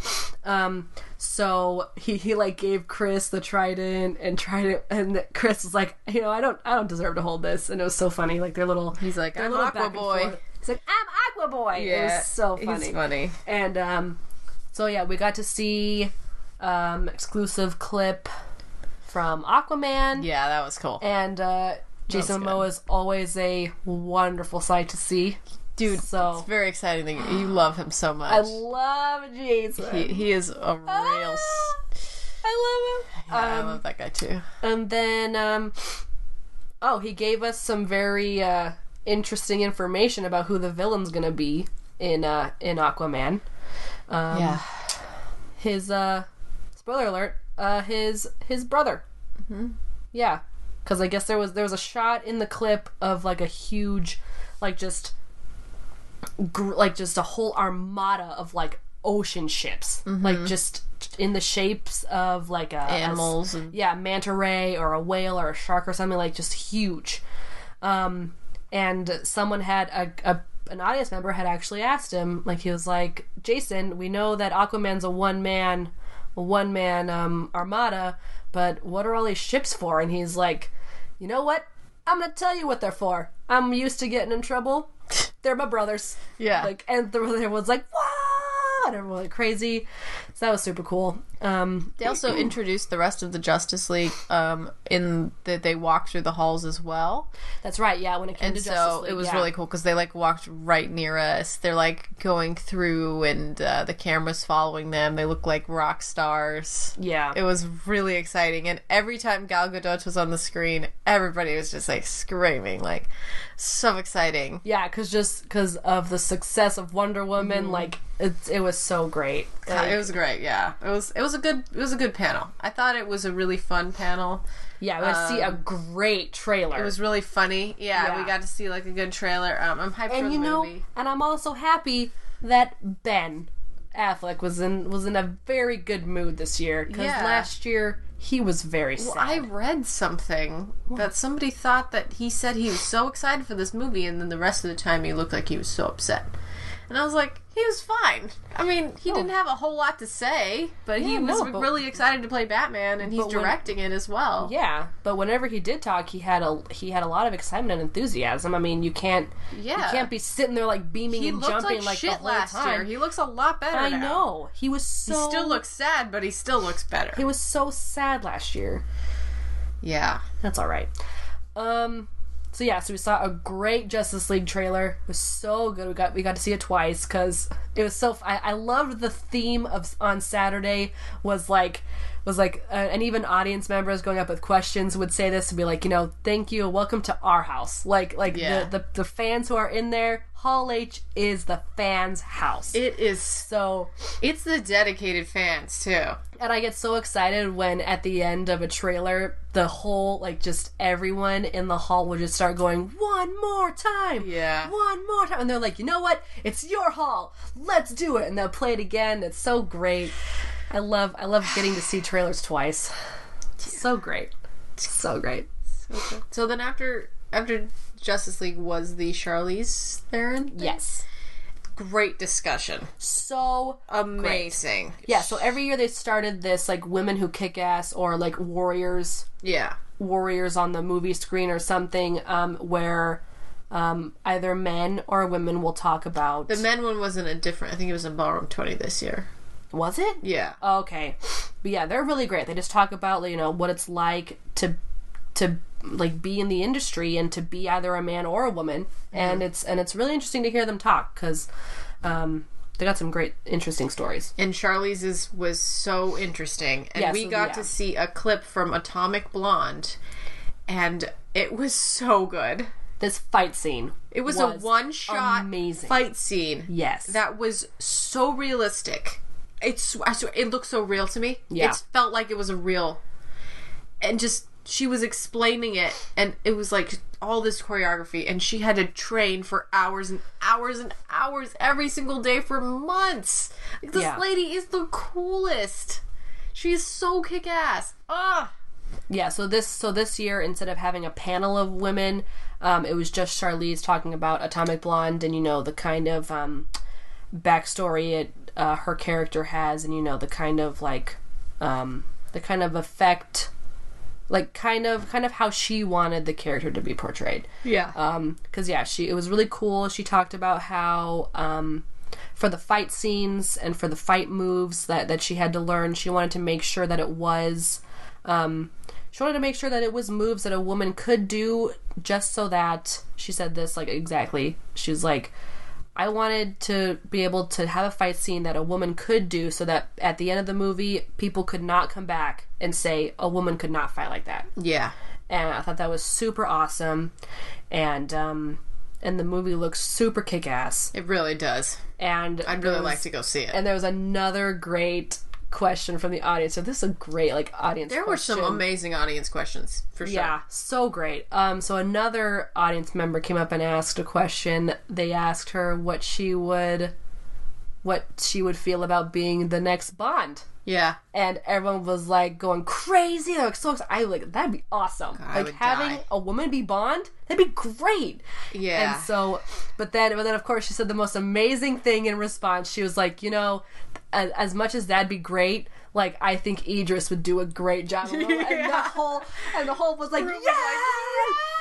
[SPEAKER 4] um so he he like gave chris the trident and trident and chris was like you know i don't i don't deserve to hold this and it was so funny like their little
[SPEAKER 5] He's like,
[SPEAKER 4] their
[SPEAKER 5] "I'm
[SPEAKER 4] little
[SPEAKER 5] Aqua
[SPEAKER 4] back and
[SPEAKER 5] Boy."
[SPEAKER 4] forth. he's like i'm aqua boy it was so funny
[SPEAKER 5] He's funny.
[SPEAKER 4] and um, so yeah, we got to see um, exclusive clip from Aquaman.
[SPEAKER 5] Yeah, that was cool.
[SPEAKER 4] And uh, Jason
[SPEAKER 5] good.
[SPEAKER 4] Momoa is always a wonderful sight to see,
[SPEAKER 3] Dude,
[SPEAKER 4] So
[SPEAKER 3] It's very exciting. that You you love him so much.
[SPEAKER 4] I love Jason.
[SPEAKER 3] he, he is a real.
[SPEAKER 4] Ah,
[SPEAKER 3] s-
[SPEAKER 4] I
[SPEAKER 3] Yeah,
[SPEAKER 4] love him.
[SPEAKER 3] I
[SPEAKER 4] Um,
[SPEAKER 3] love that guy too.
[SPEAKER 4] and then, um, oh, he gave us some very uh, interesting information about who the villain's gonna be in uh, in Aquaman. Um,
[SPEAKER 3] Yeah.
[SPEAKER 4] his uh spoiler alert uh his his brother mm-hmm. yeah because i guess there was there was a shot in the clip of like a huge like just gr- like just a whole armada of like ocean ships
[SPEAKER 3] Mm-hmm.
[SPEAKER 4] like just in the shapes of like a a s-
[SPEAKER 3] Animals and-
[SPEAKER 4] yeah manta ray or a whale or a shark or something like just huge um and someone had a, a an audience member had actually asked him like he was like jason we know that aquaman's a one man one man um armada but what are all these ships for and he's like you know what i'm gonna tell you what they're for i'm used to getting in trouble they're my brothers
[SPEAKER 3] Yeah.
[SPEAKER 4] like and the, everyone's like wow and everyone went crazy so that was super cool um
[SPEAKER 3] They also introduced the rest of the Justice League um, in that they walked through the halls as well.
[SPEAKER 4] that's right yeah when it came
[SPEAKER 3] and
[SPEAKER 4] to Justice
[SPEAKER 3] so
[SPEAKER 4] League,
[SPEAKER 3] it was
[SPEAKER 4] yeah.
[SPEAKER 3] really cool because they like walked right near us they're like going through and uh, the cameras following them they look like rock stars
[SPEAKER 4] yeah
[SPEAKER 3] it was really exciting and every time gal gadot was on the screen everybody was just like screaming like so exciting
[SPEAKER 4] Yeah, because just because of the success of Wonder Woman,
[SPEAKER 3] Mm-hmm.
[SPEAKER 4] like it, it was so great.
[SPEAKER 3] it was great yeah it was it was a good it was a good panel i thought it was a really fun panel
[SPEAKER 4] Yeah, we got to see a great trailer.
[SPEAKER 3] Um, it was really funny yeah,
[SPEAKER 4] Yeah.
[SPEAKER 3] we got to see like a good trailer um, i'm hyped for
[SPEAKER 4] and
[SPEAKER 3] the
[SPEAKER 4] you know,
[SPEAKER 3] movie
[SPEAKER 4] and I'm also happy that Ben Affleck was in was in a very good mood this year because
[SPEAKER 3] Yeah.
[SPEAKER 4] last year he was very sad.
[SPEAKER 3] I read something that somebody thought that he said he was so excited for this movie, and then the rest of the time he looked like he was so upset. And I was like, he was fine. I mean, he didn't have a whole lot to say, but he
[SPEAKER 4] Yeah,
[SPEAKER 3] was
[SPEAKER 4] no, but-
[SPEAKER 3] really excited to play Batman, and he's
[SPEAKER 4] but when-
[SPEAKER 3] directing it as well.
[SPEAKER 4] yeah, but whenever he did talk, he had a he had a lot of excitement and enthusiasm. I mean, you can't you
[SPEAKER 3] Yeah.
[SPEAKER 4] can't be sitting there like beaming
[SPEAKER 3] he
[SPEAKER 4] and
[SPEAKER 3] looked
[SPEAKER 4] jumping
[SPEAKER 3] like,
[SPEAKER 4] like, the
[SPEAKER 3] shit
[SPEAKER 4] whole
[SPEAKER 3] last
[SPEAKER 4] time.
[SPEAKER 3] year. He looks a lot better.
[SPEAKER 4] I
[SPEAKER 3] now.
[SPEAKER 4] know he was so
[SPEAKER 3] He still looks sad, but he still looks better.
[SPEAKER 4] he was so sad last year.
[SPEAKER 3] yeah.
[SPEAKER 4] That's all right. Um, so yeah, so we saw a great Justice League trailer. It was so good. We got we got to see it twice because it was so. f- I, I loved the theme of on Saturday was like was like, uh, and even audience members going up with questions would say this and be like, you know, thank you, welcome to our house. Like, like
[SPEAKER 11] Yeah.
[SPEAKER 4] the, the the fans who are in there, Hall H is the fans' house.
[SPEAKER 11] It is.
[SPEAKER 4] so,
[SPEAKER 11] It's the dedicated fans too.
[SPEAKER 4] and I get so excited when at the end of a trailer, the whole like just everyone in the hall will just start going one more time,
[SPEAKER 11] Yeah.
[SPEAKER 4] one more time, and they're like, you know what? It's your hall. Let's do it, and they'll play it again. It's so great. I love, I love getting to see trailers twice. So great, so great.
[SPEAKER 3] So then after after Justice League was the Charlize Theron.
[SPEAKER 4] Yes,
[SPEAKER 3] Great discussion.
[SPEAKER 4] so
[SPEAKER 3] Amazing.
[SPEAKER 4] yeah. So every year they started this like women who kick ass or like warriors
[SPEAKER 3] Yeah.
[SPEAKER 4] warriors on the movie screen or something um, where um, either men or women will talk about.
[SPEAKER 3] The men one wasn't a different. I think it was in Ballroom 20 this year. Uh,
[SPEAKER 4] was it?
[SPEAKER 3] Yeah.
[SPEAKER 4] Okay, but yeah, they're really great. They just talk about you know what it's like to to like be in the industry and to be either a man or a woman,
[SPEAKER 3] Mm-hmm.
[SPEAKER 4] and it's and it's really interesting to hear them talk because um, they got some great interesting stories.
[SPEAKER 3] And Charlize's was so interesting. And
[SPEAKER 4] Yeah,
[SPEAKER 3] we
[SPEAKER 4] so-
[SPEAKER 3] got
[SPEAKER 4] yeah.
[SPEAKER 3] to see a clip from Atomic Blonde, and it was so good.
[SPEAKER 4] This fight scene,
[SPEAKER 3] It was,
[SPEAKER 4] Was
[SPEAKER 3] a one shot
[SPEAKER 4] amazing.
[SPEAKER 3] fight scene.
[SPEAKER 4] yes,
[SPEAKER 3] That was so realistic. It's I swear, it looked so real to me.
[SPEAKER 4] Yeah.
[SPEAKER 3] It felt like it was a real and just she was explaining it and it was like all this choreography and she had to train for hours and hours and hours every single day for months. Like, this
[SPEAKER 4] Yeah.
[SPEAKER 3] lady is the coolest. She is so kick ass. Ah,
[SPEAKER 4] Yeah, so this so this year instead of having a panel of women, um, it was just Charlize talking about Atomic Blonde and you know the kind of um, backstory it uh, her character has and you know the kind of like um, the kind of effect like kind of kind of how she wanted the character to be portrayed
[SPEAKER 3] yeah.
[SPEAKER 4] Uh, because Um, yeah she it was really cool she talked about how um for the fight scenes and for the fight moves that that she had to learn she wanted to make sure that it was um she wanted to make sure that it was moves that a woman could do just so that she said this like exactly she's like I wanted to be able to have a fight scene that a woman could do so that at the end of the movie people could not come back and say a woman could not fight like that
[SPEAKER 3] yeah.
[SPEAKER 4] and I thought that was super awesome, and um, and the movie looks super kick ass,
[SPEAKER 3] It really does.
[SPEAKER 4] and
[SPEAKER 3] I'd really like to go see it.
[SPEAKER 4] And there was another great question from the audience. So this is a great like audience.
[SPEAKER 3] there were some
[SPEAKER 4] question.
[SPEAKER 3] amazing audience questions for sure.
[SPEAKER 4] Yeah, so great. Um, so another audience member came up and asked a question. They asked her what she would, what she would feel about being the next Bond.
[SPEAKER 3] Yeah.
[SPEAKER 4] and everyone was like going crazy. They were so excited. I was like, that'd be awesome. like
[SPEAKER 3] would
[SPEAKER 4] having
[SPEAKER 3] die.
[SPEAKER 4] a woman be Bond, that'd be great.
[SPEAKER 3] Yeah.
[SPEAKER 4] And so, but then, but then, of course, she said the most amazing thing in response. She was like, you know, as, as much as that'd be great. Like I think Idris would do a great job, of it." and the whole and the whole was like, yes,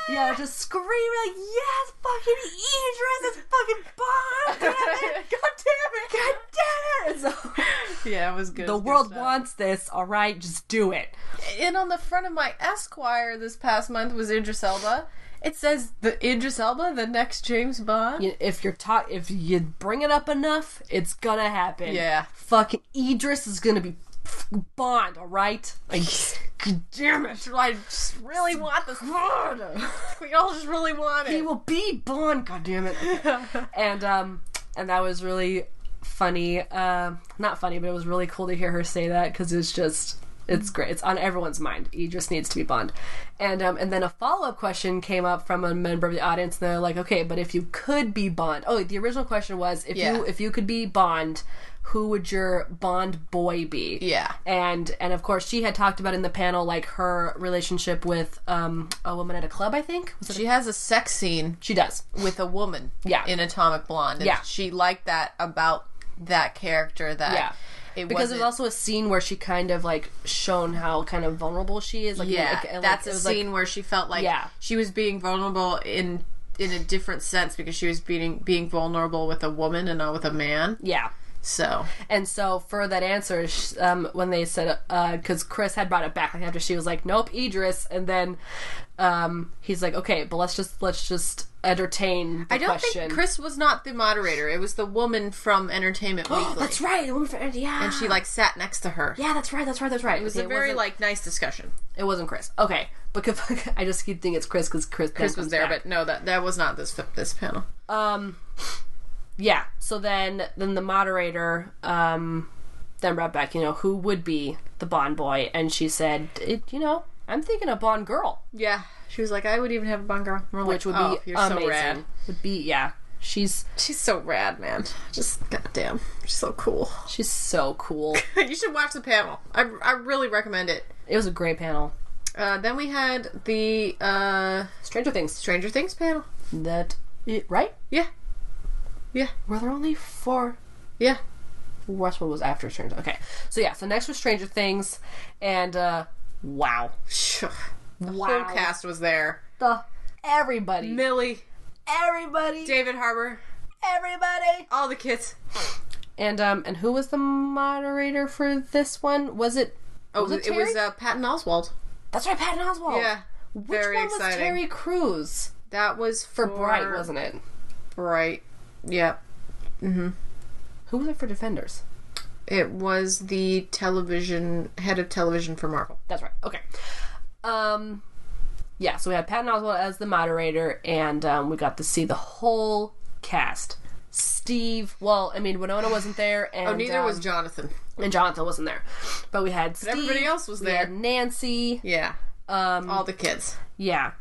[SPEAKER 4] yeah, just screaming like, yes, fucking Idris, it's fucking Bond, damn it, god damn it, god damn it. And so,
[SPEAKER 3] Yeah, it was good.
[SPEAKER 4] the world wants this, all right? Just do it.
[SPEAKER 3] And on the front of my Esquire this past month was Idris Elba. It says the Idris Elba, the next James Bond.
[SPEAKER 4] You- If you're ta- if you bring it up enough, it's gonna happen.
[SPEAKER 3] Yeah.
[SPEAKER 4] Fucking Idris is gonna be f- Bond, all right? Like, God damn it.
[SPEAKER 3] I just really want this. We all just really want
[SPEAKER 4] He
[SPEAKER 3] it.
[SPEAKER 4] will be Bond, god damn it. and um and that was really funny. Um not funny, but it was really cool to hear her say that cuz it's just it's great. It's on everyone's mind. Idris needs to be Bond. And um and then a follow-up question came up from a member of the audience and they're like, "Okay, but if you could be Bond." Oh, the original question was if
[SPEAKER 3] Yeah.
[SPEAKER 4] you if you could be Bond, who would your Bond boy be?
[SPEAKER 3] Yeah.
[SPEAKER 4] And and of course, she had talked about in the panel like her relationship with um a woman at a club, I think. Was it
[SPEAKER 3] She has a sex scene
[SPEAKER 4] she does.
[SPEAKER 3] with a woman
[SPEAKER 4] Yeah.
[SPEAKER 3] in Atomic Blonde. And
[SPEAKER 4] Yeah.
[SPEAKER 3] She liked that about that character that
[SPEAKER 4] Yeah.
[SPEAKER 3] it
[SPEAKER 4] because
[SPEAKER 3] wasn't.
[SPEAKER 4] there's also a scene where she kind of like shown how kind of vulnerable she is. Like,
[SPEAKER 3] yeah,
[SPEAKER 4] like- and, like,
[SPEAKER 3] that's
[SPEAKER 4] it
[SPEAKER 3] a
[SPEAKER 4] was, like-
[SPEAKER 3] scene where she felt like
[SPEAKER 4] Yeah.
[SPEAKER 3] she was being vulnerable in in a different sense because she was being being vulnerable with a woman and not with a man.
[SPEAKER 4] yeah.
[SPEAKER 3] So
[SPEAKER 4] And so for that answer, sh- uh, um, when they said, because Chris had brought it back, like after she was like, "Nope, Idris," and then um, he's like, okay, but let's just let's just entertain the
[SPEAKER 3] I don't
[SPEAKER 4] question.
[SPEAKER 3] think Chris was not the moderator. It was the woman from Entertainment Weekly.
[SPEAKER 4] that's right, the woman for yeah,
[SPEAKER 3] And she like sat next to her.
[SPEAKER 4] yeah, that's right, that's right, that's right.
[SPEAKER 3] It was a very like nice discussion.
[SPEAKER 4] it wasn't Chris. Okay, because I just keep thinking it's Chris because Chris
[SPEAKER 3] Chris was there, but no, that that was not this this panel.
[SPEAKER 4] yeah. So then then the moderator um, then brought back you know who would be the Bond boy, and she said it, you know I'm thinking a Bond girl,
[SPEAKER 3] Yeah, she was like, I would even have a bond girl, We're
[SPEAKER 4] which would
[SPEAKER 3] like, oh,
[SPEAKER 4] be
[SPEAKER 3] you're
[SPEAKER 4] amazing.
[SPEAKER 3] so rad.
[SPEAKER 4] Would be yeah. She's
[SPEAKER 3] She's so rad, man. Just goddamn, she's so cool.
[SPEAKER 4] she's so cool.
[SPEAKER 3] you should watch the panel. I I really recommend it.
[SPEAKER 4] it was a great panel.
[SPEAKER 3] Uh, then we had the uh,
[SPEAKER 4] Stranger Things.
[SPEAKER 3] Stranger Things panel.
[SPEAKER 4] That it, right?
[SPEAKER 3] Yeah, yeah,
[SPEAKER 4] Were there only four?
[SPEAKER 3] yeah.
[SPEAKER 4] Westworld was after Stranger. Okay, so yeah. So next was Stranger Things, and uh wow,
[SPEAKER 3] Sure. The
[SPEAKER 4] Wow.
[SPEAKER 3] whole cast was there.
[SPEAKER 4] the everybody,
[SPEAKER 3] Millie,
[SPEAKER 4] everybody,
[SPEAKER 3] David Harbour,
[SPEAKER 4] everybody.
[SPEAKER 3] all the kids.
[SPEAKER 4] And um, and who was the moderator for this one? Was it?
[SPEAKER 3] Oh,
[SPEAKER 4] Was it
[SPEAKER 3] it was
[SPEAKER 4] Terry?
[SPEAKER 3] uh, Patton Oswald.
[SPEAKER 4] That's right, Patton Oswald.
[SPEAKER 3] Yeah,
[SPEAKER 4] Which
[SPEAKER 3] very
[SPEAKER 4] one was
[SPEAKER 3] exciting.
[SPEAKER 4] Terry Crews
[SPEAKER 3] That was
[SPEAKER 4] for Bright? Wasn't it?
[SPEAKER 3] Bright. Yeah,
[SPEAKER 4] Who was it for Defenders?
[SPEAKER 3] it was the television head of television for Marvel.
[SPEAKER 4] That's right. Okay. Um, yeah. So we had Patton Oswald as the moderator, and um, we got to see the whole cast. Steve. Well, I mean, Winona wasn't there, and
[SPEAKER 3] Oh, neither was
[SPEAKER 4] um,
[SPEAKER 3] Jonathan.
[SPEAKER 4] and Jonathan wasn't there, but we had Steve,
[SPEAKER 3] everybody else was
[SPEAKER 4] we
[SPEAKER 3] there.
[SPEAKER 4] had Nancy.
[SPEAKER 3] Yeah, um, all the kids.
[SPEAKER 4] Yeah.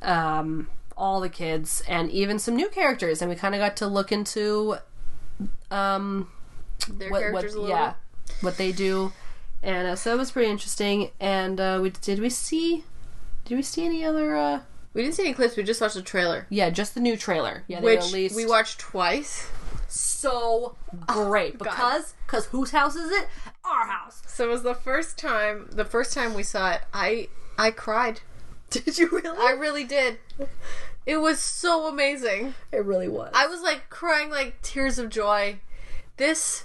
[SPEAKER 4] Um, all the kids and even some new characters and we kind of got to look into um
[SPEAKER 3] Their
[SPEAKER 4] what what
[SPEAKER 3] characters a little.
[SPEAKER 4] yeah what they do and uh, so that was pretty interesting and uh we did we see did we see any other uh
[SPEAKER 3] We didn't see any clips. We just watched the trailer,
[SPEAKER 4] yeah just the new trailer yeah they
[SPEAKER 3] which
[SPEAKER 4] released
[SPEAKER 3] we watched twice.
[SPEAKER 4] so great
[SPEAKER 3] Oh,
[SPEAKER 4] because because whose house is it our house
[SPEAKER 3] So it was the first time. The first time we saw it, I I cried.
[SPEAKER 4] did you really
[SPEAKER 3] I really did. It was so amazing.
[SPEAKER 4] it really was
[SPEAKER 3] I was like crying like tears of joy. This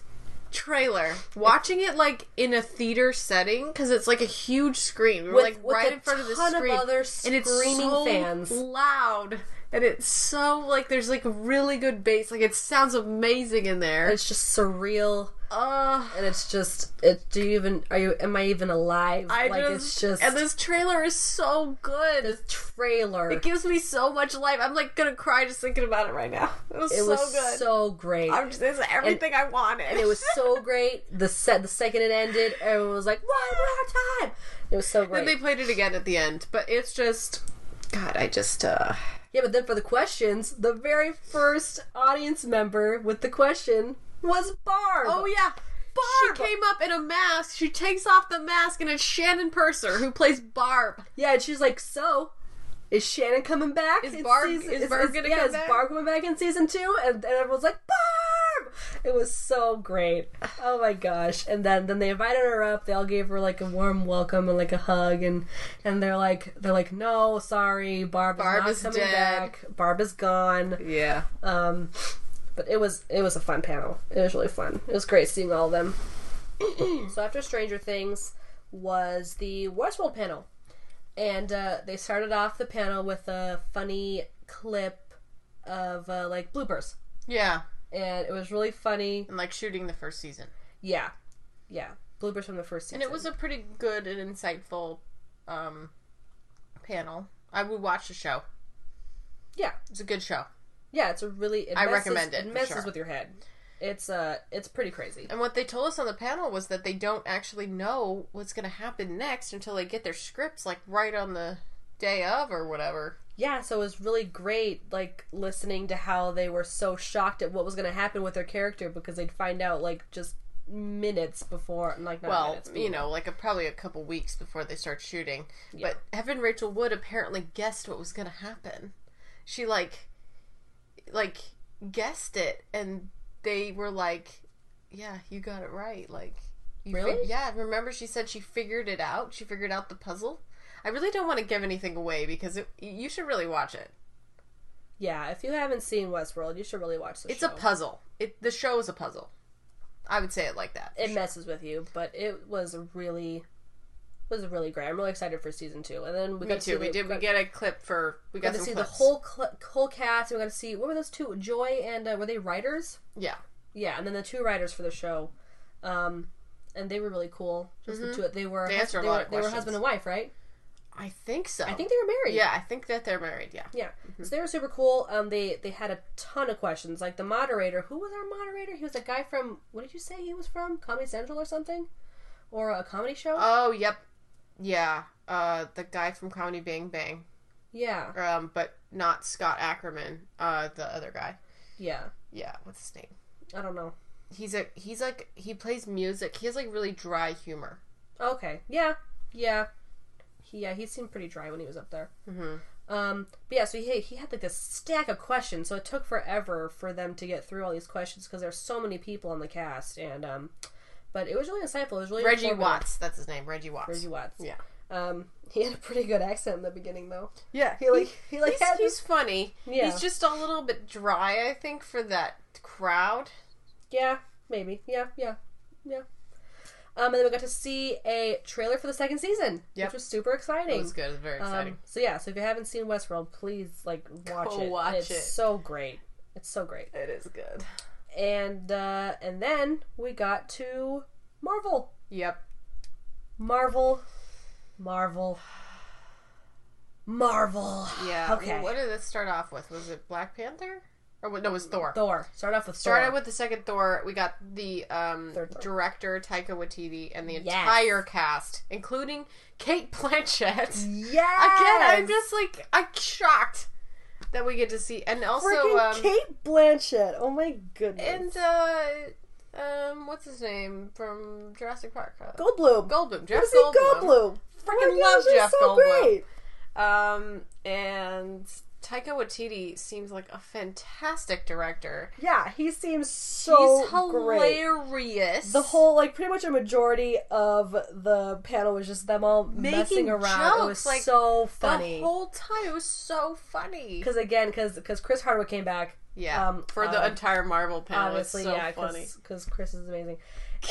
[SPEAKER 3] trailer, watching it like in a theater setting because it's like a huge screen. We were
[SPEAKER 4] With-
[SPEAKER 3] like
[SPEAKER 4] with
[SPEAKER 3] right
[SPEAKER 4] a
[SPEAKER 3] in front of the
[SPEAKER 4] ton of
[SPEAKER 3] screen,
[SPEAKER 4] other
[SPEAKER 3] and it's
[SPEAKER 4] screaming
[SPEAKER 3] so
[SPEAKER 4] fans.
[SPEAKER 3] loud, and it's so like there's like a really good bass. Like it sounds amazing in there.
[SPEAKER 4] it's just surreal
[SPEAKER 3] Uh,
[SPEAKER 4] and it's just it do you even are you am i even alive
[SPEAKER 3] I
[SPEAKER 4] like
[SPEAKER 3] just,
[SPEAKER 4] it's just
[SPEAKER 3] and this trailer is so good.
[SPEAKER 4] the trailer
[SPEAKER 3] it gives me so much life. I'm like gonna cry just thinking about it right now. It was
[SPEAKER 4] It
[SPEAKER 3] so
[SPEAKER 4] was
[SPEAKER 3] good.
[SPEAKER 4] so great.
[SPEAKER 3] I'm just, it's everything I wanted.
[SPEAKER 4] it was so great. The set, the second it ended, everyone was like, "One more time!" It was so
[SPEAKER 3] Then
[SPEAKER 4] great.
[SPEAKER 3] they played it again at the end, but it's just. God, I just uh
[SPEAKER 4] yeah, but then for the questions, the very first audience member with the question was Barb.
[SPEAKER 3] Oh yeah.
[SPEAKER 4] Barb.
[SPEAKER 3] She came up in a mask. She takes off the mask and it's Shannon Purser who plays Barb.
[SPEAKER 4] yeah. And she's like, "So." Is Shannon coming back?
[SPEAKER 3] Is
[SPEAKER 4] in
[SPEAKER 3] Barb- is Barb gonna
[SPEAKER 4] yeah,
[SPEAKER 3] come
[SPEAKER 4] is
[SPEAKER 3] back?
[SPEAKER 4] Barb coming back in season two? And, and everyone's like, Barb! It was so great. Oh my gosh. And then then they invited her up, they all gave her like a warm welcome and like a hug and and they're like they're like, No, sorry, Barb,
[SPEAKER 3] Barb
[SPEAKER 4] is not
[SPEAKER 3] is
[SPEAKER 4] coming
[SPEAKER 3] dead."
[SPEAKER 4] back. Barb is gone.
[SPEAKER 3] Yeah.
[SPEAKER 4] Um but it was it was a fun panel. It was really fun. It was great seeing all of them. so after Stranger Things was the Westworld panel, and uh, they started off the panel with a funny clip of uh, like bloopers,
[SPEAKER 3] Yeah.
[SPEAKER 4] and it was really funny.
[SPEAKER 3] And like shooting the first season.
[SPEAKER 4] Yeah, yeah, bloopers from the first season.
[SPEAKER 3] And it was a pretty good and insightful um panel. I would watch the show.
[SPEAKER 4] yeah,
[SPEAKER 3] It's a good show.
[SPEAKER 4] yeah. It's a really it
[SPEAKER 3] I
[SPEAKER 4] messes-
[SPEAKER 3] recommend it,
[SPEAKER 4] It
[SPEAKER 3] for
[SPEAKER 4] messes
[SPEAKER 3] sure.
[SPEAKER 4] with your head. It's uh, it's pretty crazy.
[SPEAKER 3] And what they told us on the panel was that they don't actually know what's going to happen next until they get their scripts like right on the day of or whatever.
[SPEAKER 4] yeah, so it was really great, like listening to how they were so shocked at what was going to happen with their character because they'd find out like just minutes before, like not
[SPEAKER 3] Well,
[SPEAKER 4] minutes,
[SPEAKER 3] you know, like a, probably a couple weeks before they start shooting. But Evan Rachel Wood apparently guessed what was going to happen. She like, like guessed it, and they were like, "Yeah, you got it right." Like, you fig-
[SPEAKER 4] Really?
[SPEAKER 3] yeah. Remember, she said she figured it out. She figured out the puzzle. I really don't want to give anything away because it, you should really watch it.
[SPEAKER 4] yeah. If you haven't seen Westworld, you should really watch the
[SPEAKER 3] It's
[SPEAKER 4] show.
[SPEAKER 3] a puzzle. It the show is a puzzle. I would say it like that.
[SPEAKER 4] it messes with you, but it was a really was really great. I'm really excited for season two. And then we
[SPEAKER 3] Me
[SPEAKER 4] got to
[SPEAKER 3] too. We did. We get a clip for. We got
[SPEAKER 4] got to
[SPEAKER 3] some
[SPEAKER 4] see the
[SPEAKER 3] clips.
[SPEAKER 4] whole cl- whole cast. And we got to see what were those two? Joy and uh, were they writers?
[SPEAKER 3] Yeah.
[SPEAKER 4] Yeah, and then the two writers for the show, um, and they were really cool. Just the two. They were
[SPEAKER 3] Mm-hmm. They answered a
[SPEAKER 4] they
[SPEAKER 3] lot
[SPEAKER 4] were,
[SPEAKER 3] of
[SPEAKER 4] they were
[SPEAKER 3] questions.
[SPEAKER 4] husband and wife, right?
[SPEAKER 3] I think so.
[SPEAKER 4] I think they were married.
[SPEAKER 3] Yeah, Mm-hmm. I think that they're married. Yeah.
[SPEAKER 4] Yeah, so they were super cool. Um, they they had a ton of questions. Like the moderator, who was our moderator? He was a guy from what did you say he was from? Comedy Central or something, or a comedy show?
[SPEAKER 3] Oh, yep. Yeah. Uh, the guy from Comedy Bang Bang.
[SPEAKER 4] yeah,
[SPEAKER 3] Um, but not Scott Ackerman. Uh, the other guy.
[SPEAKER 4] yeah.
[SPEAKER 3] Yeah. What's his name?
[SPEAKER 4] I don't know.
[SPEAKER 3] He's a. He's like. He plays music. He has like really dry humor.
[SPEAKER 4] Okay. Yeah. Yeah. He, yeah, he seemed pretty dry when he was up there. Mm-hmm. Um, but yeah, so he, he had like this stack of questions, so it took forever for them to get through all these questions because there's so many people on the cast, and um, but it was really insightful. It was really
[SPEAKER 3] Reggie
[SPEAKER 4] informative.
[SPEAKER 3] Watts. That's his name. Reggie Watts.
[SPEAKER 4] Reggie Watts.
[SPEAKER 3] Yeah.
[SPEAKER 4] Um, he had a pretty good accent in the beginning though.
[SPEAKER 3] Yeah.
[SPEAKER 4] He like he like
[SPEAKER 3] He's,
[SPEAKER 4] had
[SPEAKER 3] he's
[SPEAKER 4] this
[SPEAKER 3] funny.
[SPEAKER 4] Yeah.
[SPEAKER 3] He's just a little bit dry, I think, for that crowd.
[SPEAKER 4] yeah maybe yeah yeah yeah. Um, and then we got to see a trailer for the second season,
[SPEAKER 3] Yep.
[SPEAKER 4] which was super exciting.
[SPEAKER 3] It was good. It was very exciting.
[SPEAKER 4] Um, so yeah, so if you haven't seen Westworld, please like watch
[SPEAKER 3] Go
[SPEAKER 4] it.
[SPEAKER 3] watch
[SPEAKER 4] it's
[SPEAKER 3] it.
[SPEAKER 4] so great. It's so great.
[SPEAKER 3] it is good.
[SPEAKER 4] And uh and then we got to Marvel.
[SPEAKER 3] Yep.
[SPEAKER 4] Marvel. Marvel. Marvel.
[SPEAKER 3] Yeah.
[SPEAKER 4] Okay.
[SPEAKER 3] What did this start off with? Was it Black Panther? Or what- no, it was Thor.
[SPEAKER 4] Thor. Start off with
[SPEAKER 3] Started
[SPEAKER 4] Thor.
[SPEAKER 3] with the second Thor. We got the um,
[SPEAKER 4] Third Thor.
[SPEAKER 3] director Taika Waititi and the
[SPEAKER 4] Yes.
[SPEAKER 3] entire cast, including Kate Blanchett. Again,
[SPEAKER 4] Yes!
[SPEAKER 3] I'm just like I'm shocked that we get to see, and also
[SPEAKER 4] Freaking
[SPEAKER 3] um,
[SPEAKER 4] Kate Blanchett. Oh my goodness.
[SPEAKER 3] and uh, um, what's his name from Jurassic Park? Uh,
[SPEAKER 4] Goldblum.
[SPEAKER 3] Goldblum. Jeff
[SPEAKER 4] Jesse
[SPEAKER 3] Goldblum.
[SPEAKER 4] Goldblum.
[SPEAKER 3] Freaking
[SPEAKER 4] Oh my
[SPEAKER 3] love
[SPEAKER 4] gosh,
[SPEAKER 3] Jeff
[SPEAKER 4] it's so
[SPEAKER 3] Goldblum. Um,
[SPEAKER 4] Great.
[SPEAKER 3] and Taika Waititi seems like a fantastic director.
[SPEAKER 4] Yeah, he seems so
[SPEAKER 3] He's
[SPEAKER 4] Oh, great.
[SPEAKER 3] hilarious.
[SPEAKER 4] the whole like pretty much a majority of the panel was just them all messing around. it was
[SPEAKER 3] like,
[SPEAKER 4] so funny
[SPEAKER 3] The whole time it was so funny.
[SPEAKER 4] because again, because Chris Hardwick came back.
[SPEAKER 3] Yeah,
[SPEAKER 4] um,
[SPEAKER 3] for the
[SPEAKER 4] uh,
[SPEAKER 3] entire Marvel panel, it's
[SPEAKER 4] Obviously,
[SPEAKER 3] so
[SPEAKER 4] yeah,
[SPEAKER 3] funny.
[SPEAKER 4] because Chris is amazing,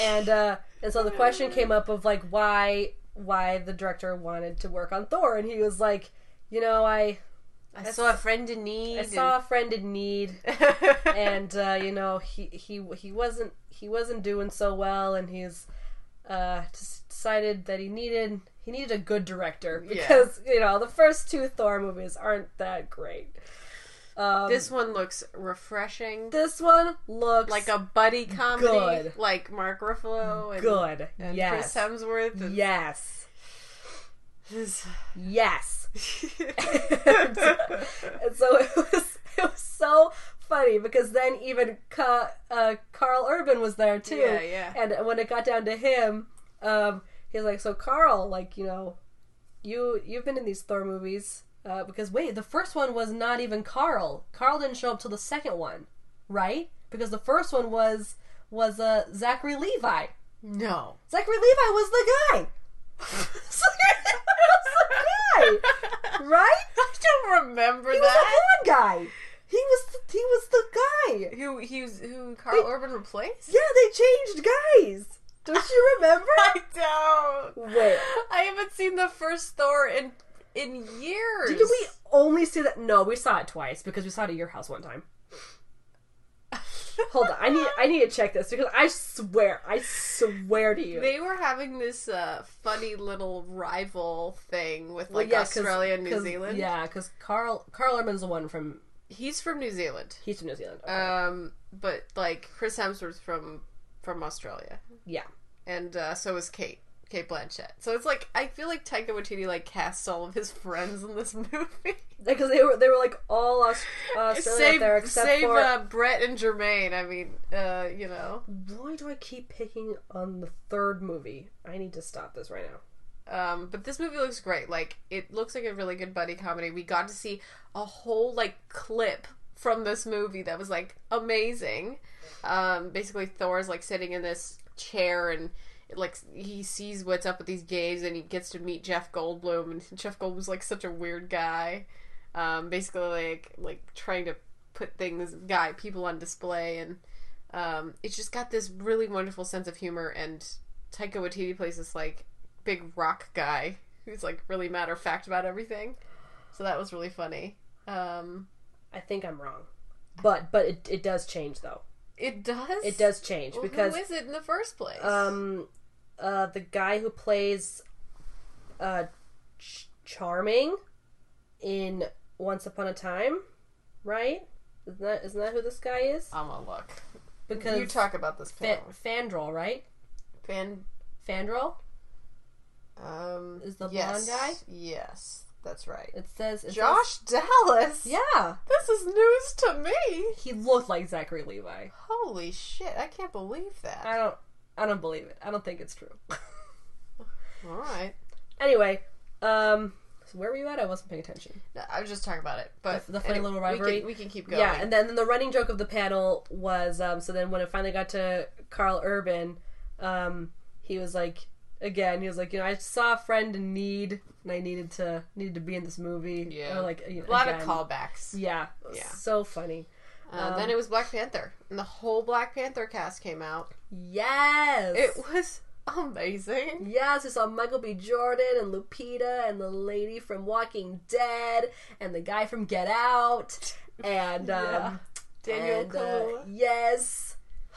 [SPEAKER 4] and uh, and so the question came up of like why why the director wanted to work on Thor, and he was like, you know, I
[SPEAKER 3] I saw a friend in need.
[SPEAKER 4] I saw a friend in need, and uh, you know he he he wasn't he wasn't doing so well, and he's uh, just decided that he needed he needed a good director because you know the first two Thor movies aren't that great.
[SPEAKER 3] this one looks refreshing,
[SPEAKER 4] This one looks
[SPEAKER 3] like a buddy comedy,
[SPEAKER 4] Good.
[SPEAKER 3] like Mark Ruffalo and,
[SPEAKER 4] good
[SPEAKER 3] and
[SPEAKER 4] yes
[SPEAKER 3] Chris Hemsworth. And
[SPEAKER 4] yes
[SPEAKER 3] This-
[SPEAKER 4] yes. And so it was it was so funny because then even Ca- uh, Carl Urban was there too.
[SPEAKER 3] Yeah, yeah.
[SPEAKER 4] And when it got down to him, um, he's like, "So Carl, like you know, you you've been in these Thor movies uh, because wait, the first one was not even Carl. Carl didn't show up till the second one, right? Because the first one was was uh, Zachary Levi.
[SPEAKER 3] no,
[SPEAKER 4] Zachary Levi was the guy. Zachary Levi was the guy, right?
[SPEAKER 3] I don't remember
[SPEAKER 4] He was
[SPEAKER 3] that.
[SPEAKER 4] the blonde guy. He was the, he was the guy.
[SPEAKER 3] Who he was, who Carl Urban replaced?
[SPEAKER 4] Yeah, they changed guys. Don't you remember?
[SPEAKER 3] I don't.
[SPEAKER 4] Wait,
[SPEAKER 3] I haven't seen the first Thor in in years.
[SPEAKER 4] did we only see that? No, we saw it twice because we saw it at your house one time. Hold on, I need I need to check this because I swear I swear to you.
[SPEAKER 3] They were having this uh, funny little rival thing with like
[SPEAKER 4] Yeah, 'cause-
[SPEAKER 3] Australia and New
[SPEAKER 4] 'cause-
[SPEAKER 3] Zealand.
[SPEAKER 4] Yeah, because Carl Carl Urban's the one from
[SPEAKER 3] He's from New Zealand.
[SPEAKER 4] he's from New Zealand.
[SPEAKER 3] Um, but like Chris Hemsworth's from from Australia,
[SPEAKER 4] yeah,
[SPEAKER 3] and uh, so is Kate Kate Blanchett. So it's like I feel like Taika Waititi like cast all of his friends in this movie.
[SPEAKER 4] because they were they were like all Aus- Australian out
[SPEAKER 3] save
[SPEAKER 4] there except
[SPEAKER 3] save
[SPEAKER 4] for
[SPEAKER 3] uh, Brett and Jermaine. I mean, uh, you know,
[SPEAKER 4] why do I keep picking on the third movie? I need to stop this right now.
[SPEAKER 3] Um, but this movie looks great. Like it looks like a really good buddy comedy. We got to see a whole like clip from this movie that was like amazing. Um, basically, Thor's like sitting in this chair and like he sees what's up with these gays and he gets to meet Jeff Goldblum and Jeff Goldblum's like such a weird guy. Um, basically, like like trying to put things guy people on display and um, it's just got this really wonderful sense of humor and Taika Waititi plays this like big rock guy who's like really matter of fact about everything. So that was really funny. Um,
[SPEAKER 4] I think I'm wrong, but but it, it does change though.
[SPEAKER 3] it does.
[SPEAKER 4] It does change
[SPEAKER 3] Well,
[SPEAKER 4] because
[SPEAKER 3] who is it in the first place?
[SPEAKER 4] um, uh, the guy who plays uh, Ch- Charming in Once Upon a Time, right? Isn't that isn't that who this guy is?
[SPEAKER 3] I'm gonna look.
[SPEAKER 4] Because
[SPEAKER 3] you talk Uh, about this
[SPEAKER 4] Fa-
[SPEAKER 3] panel.
[SPEAKER 4] Fandral, right?
[SPEAKER 3] Fan,
[SPEAKER 4] Fandral.
[SPEAKER 3] um,
[SPEAKER 4] Is the
[SPEAKER 3] yes,
[SPEAKER 4] blonde
[SPEAKER 3] Yes, that's right.
[SPEAKER 4] It says it
[SPEAKER 3] Josh Dallas.
[SPEAKER 4] says- yeah,
[SPEAKER 3] This is news to me.
[SPEAKER 4] he looked like Zachary Levi.
[SPEAKER 3] Holy shit! I can't believe that.
[SPEAKER 4] I don't, I don't believe it. I don't think it's true.
[SPEAKER 3] All right.
[SPEAKER 4] anyway, um, so where were you at? I wasn't paying attention.
[SPEAKER 3] No, I was just talking about it, but
[SPEAKER 4] The- the funny little
[SPEAKER 3] we can-
[SPEAKER 4] rivalry.
[SPEAKER 3] We can, keep going.
[SPEAKER 4] Yeah, and then, then the running joke of the panel was um, so then when it finally got to Carl Urban, um, he was like, again, he was like, you know, I saw a friend in need, and I needed to needed to be in this movie.
[SPEAKER 3] Yeah.
[SPEAKER 4] or like you know,
[SPEAKER 3] a lot
[SPEAKER 4] again. Um,
[SPEAKER 3] of callbacks.
[SPEAKER 4] Yeah,
[SPEAKER 3] Yeah.
[SPEAKER 4] so funny.
[SPEAKER 3] Uh, then it was Black Panther, and the whole Black Panther cast came out.
[SPEAKER 4] Yes,
[SPEAKER 3] It was amazing.
[SPEAKER 4] Yes, we saw Michael B. Jordan and Lupita and the lady from Walking Dead and the guy from Get Out and um,
[SPEAKER 3] Daniel
[SPEAKER 4] and, uh,
[SPEAKER 3] Kaluuya.
[SPEAKER 4] yes,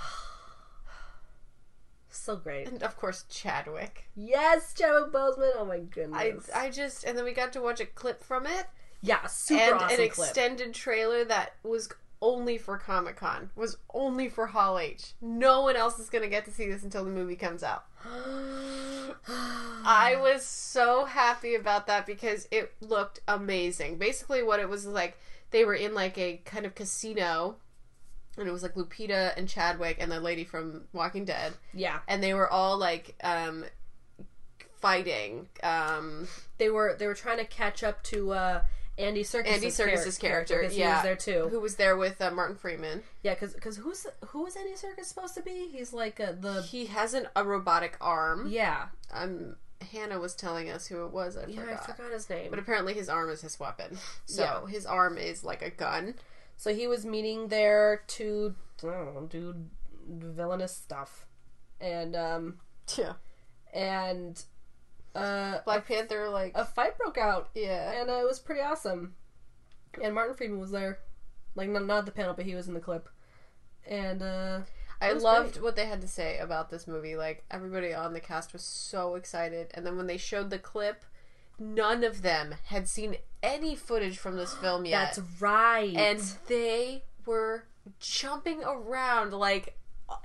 [SPEAKER 4] so great.
[SPEAKER 3] And of course Chadwick.
[SPEAKER 4] Yes, Chadwick Boseman. Oh my
[SPEAKER 3] I
[SPEAKER 4] goodness.
[SPEAKER 3] I just and then we got to watch a clip from it
[SPEAKER 4] yeah, super
[SPEAKER 3] and
[SPEAKER 4] awesome
[SPEAKER 3] an
[SPEAKER 4] clip.
[SPEAKER 3] extended trailer that was only for Comic Con, was only for Hall H. No one else is gonna get to see this until the movie comes out. I was so happy about that because it looked amazing. Basically, what it was like, they were in like a kind of casino, and it was like Lupita and Chadwick and the lady from Walking Dead
[SPEAKER 4] yeah,
[SPEAKER 3] and they were all like um fighting um
[SPEAKER 4] they were they were trying to catch up to uh, Andy Circus's
[SPEAKER 3] Andy Circus's character,
[SPEAKER 4] he
[SPEAKER 3] yeah.
[SPEAKER 4] was there too.
[SPEAKER 3] who was there with uh, Martin Freeman.
[SPEAKER 4] yeah, because who's who is Andy Circus supposed to be? He's like uh, the
[SPEAKER 3] He has an, a robotic arm.
[SPEAKER 4] yeah.
[SPEAKER 3] Um Hannah was telling us who it was. I
[SPEAKER 4] Yeah,
[SPEAKER 3] forgot.
[SPEAKER 4] I forgot his name.
[SPEAKER 3] But apparently his arm is his weapon. So his arm is like a gun.
[SPEAKER 4] So he was meeting there to I don't know, do villainous stuff, and um
[SPEAKER 3] Yeah.
[SPEAKER 4] and uh
[SPEAKER 3] Black Panther like
[SPEAKER 4] a fight broke out,
[SPEAKER 3] yeah.
[SPEAKER 4] and uh, it was pretty awesome. And Martin Freeman was there, like not not at the panel, but he was in the clip, and uh
[SPEAKER 3] I
[SPEAKER 4] was
[SPEAKER 3] loved what they had to say about this movie. Like everybody on the cast was so excited and then when they showed the clip, none of them had seen any footage from this film yet.
[SPEAKER 4] that's right.
[SPEAKER 3] and they were jumping around like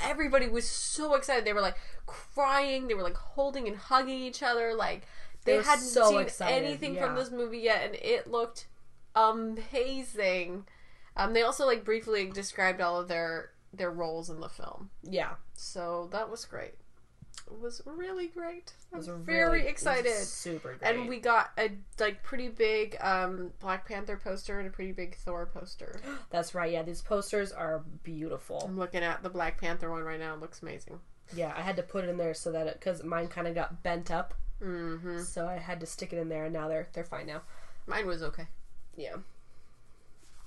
[SPEAKER 3] everybody was so excited they were like crying they were like holding and hugging each other like they,
[SPEAKER 4] were
[SPEAKER 3] hadn't
[SPEAKER 4] so
[SPEAKER 3] seen
[SPEAKER 4] excited,
[SPEAKER 3] anything
[SPEAKER 4] yeah.
[SPEAKER 3] from this movie yet and it looked amazing um, they also like briefly described all of their their roles in the film
[SPEAKER 4] yeah,
[SPEAKER 3] so that was great it was really great i'm
[SPEAKER 4] It was
[SPEAKER 3] very
[SPEAKER 4] really- it was
[SPEAKER 3] excited
[SPEAKER 4] super great,
[SPEAKER 3] and we got a like pretty big um, Black Panther poster and a pretty big Thor poster.
[SPEAKER 4] that's right. Yeah, these posters are beautiful.
[SPEAKER 3] I'm looking at the Black Panther one right now. It looks amazing.
[SPEAKER 4] Yeah, I had to put it in there so that because mine kind of got bent up, mm-hmm. so I had to stick it in there, and now they're they're fine now.
[SPEAKER 3] Mine was okay
[SPEAKER 4] Yeah.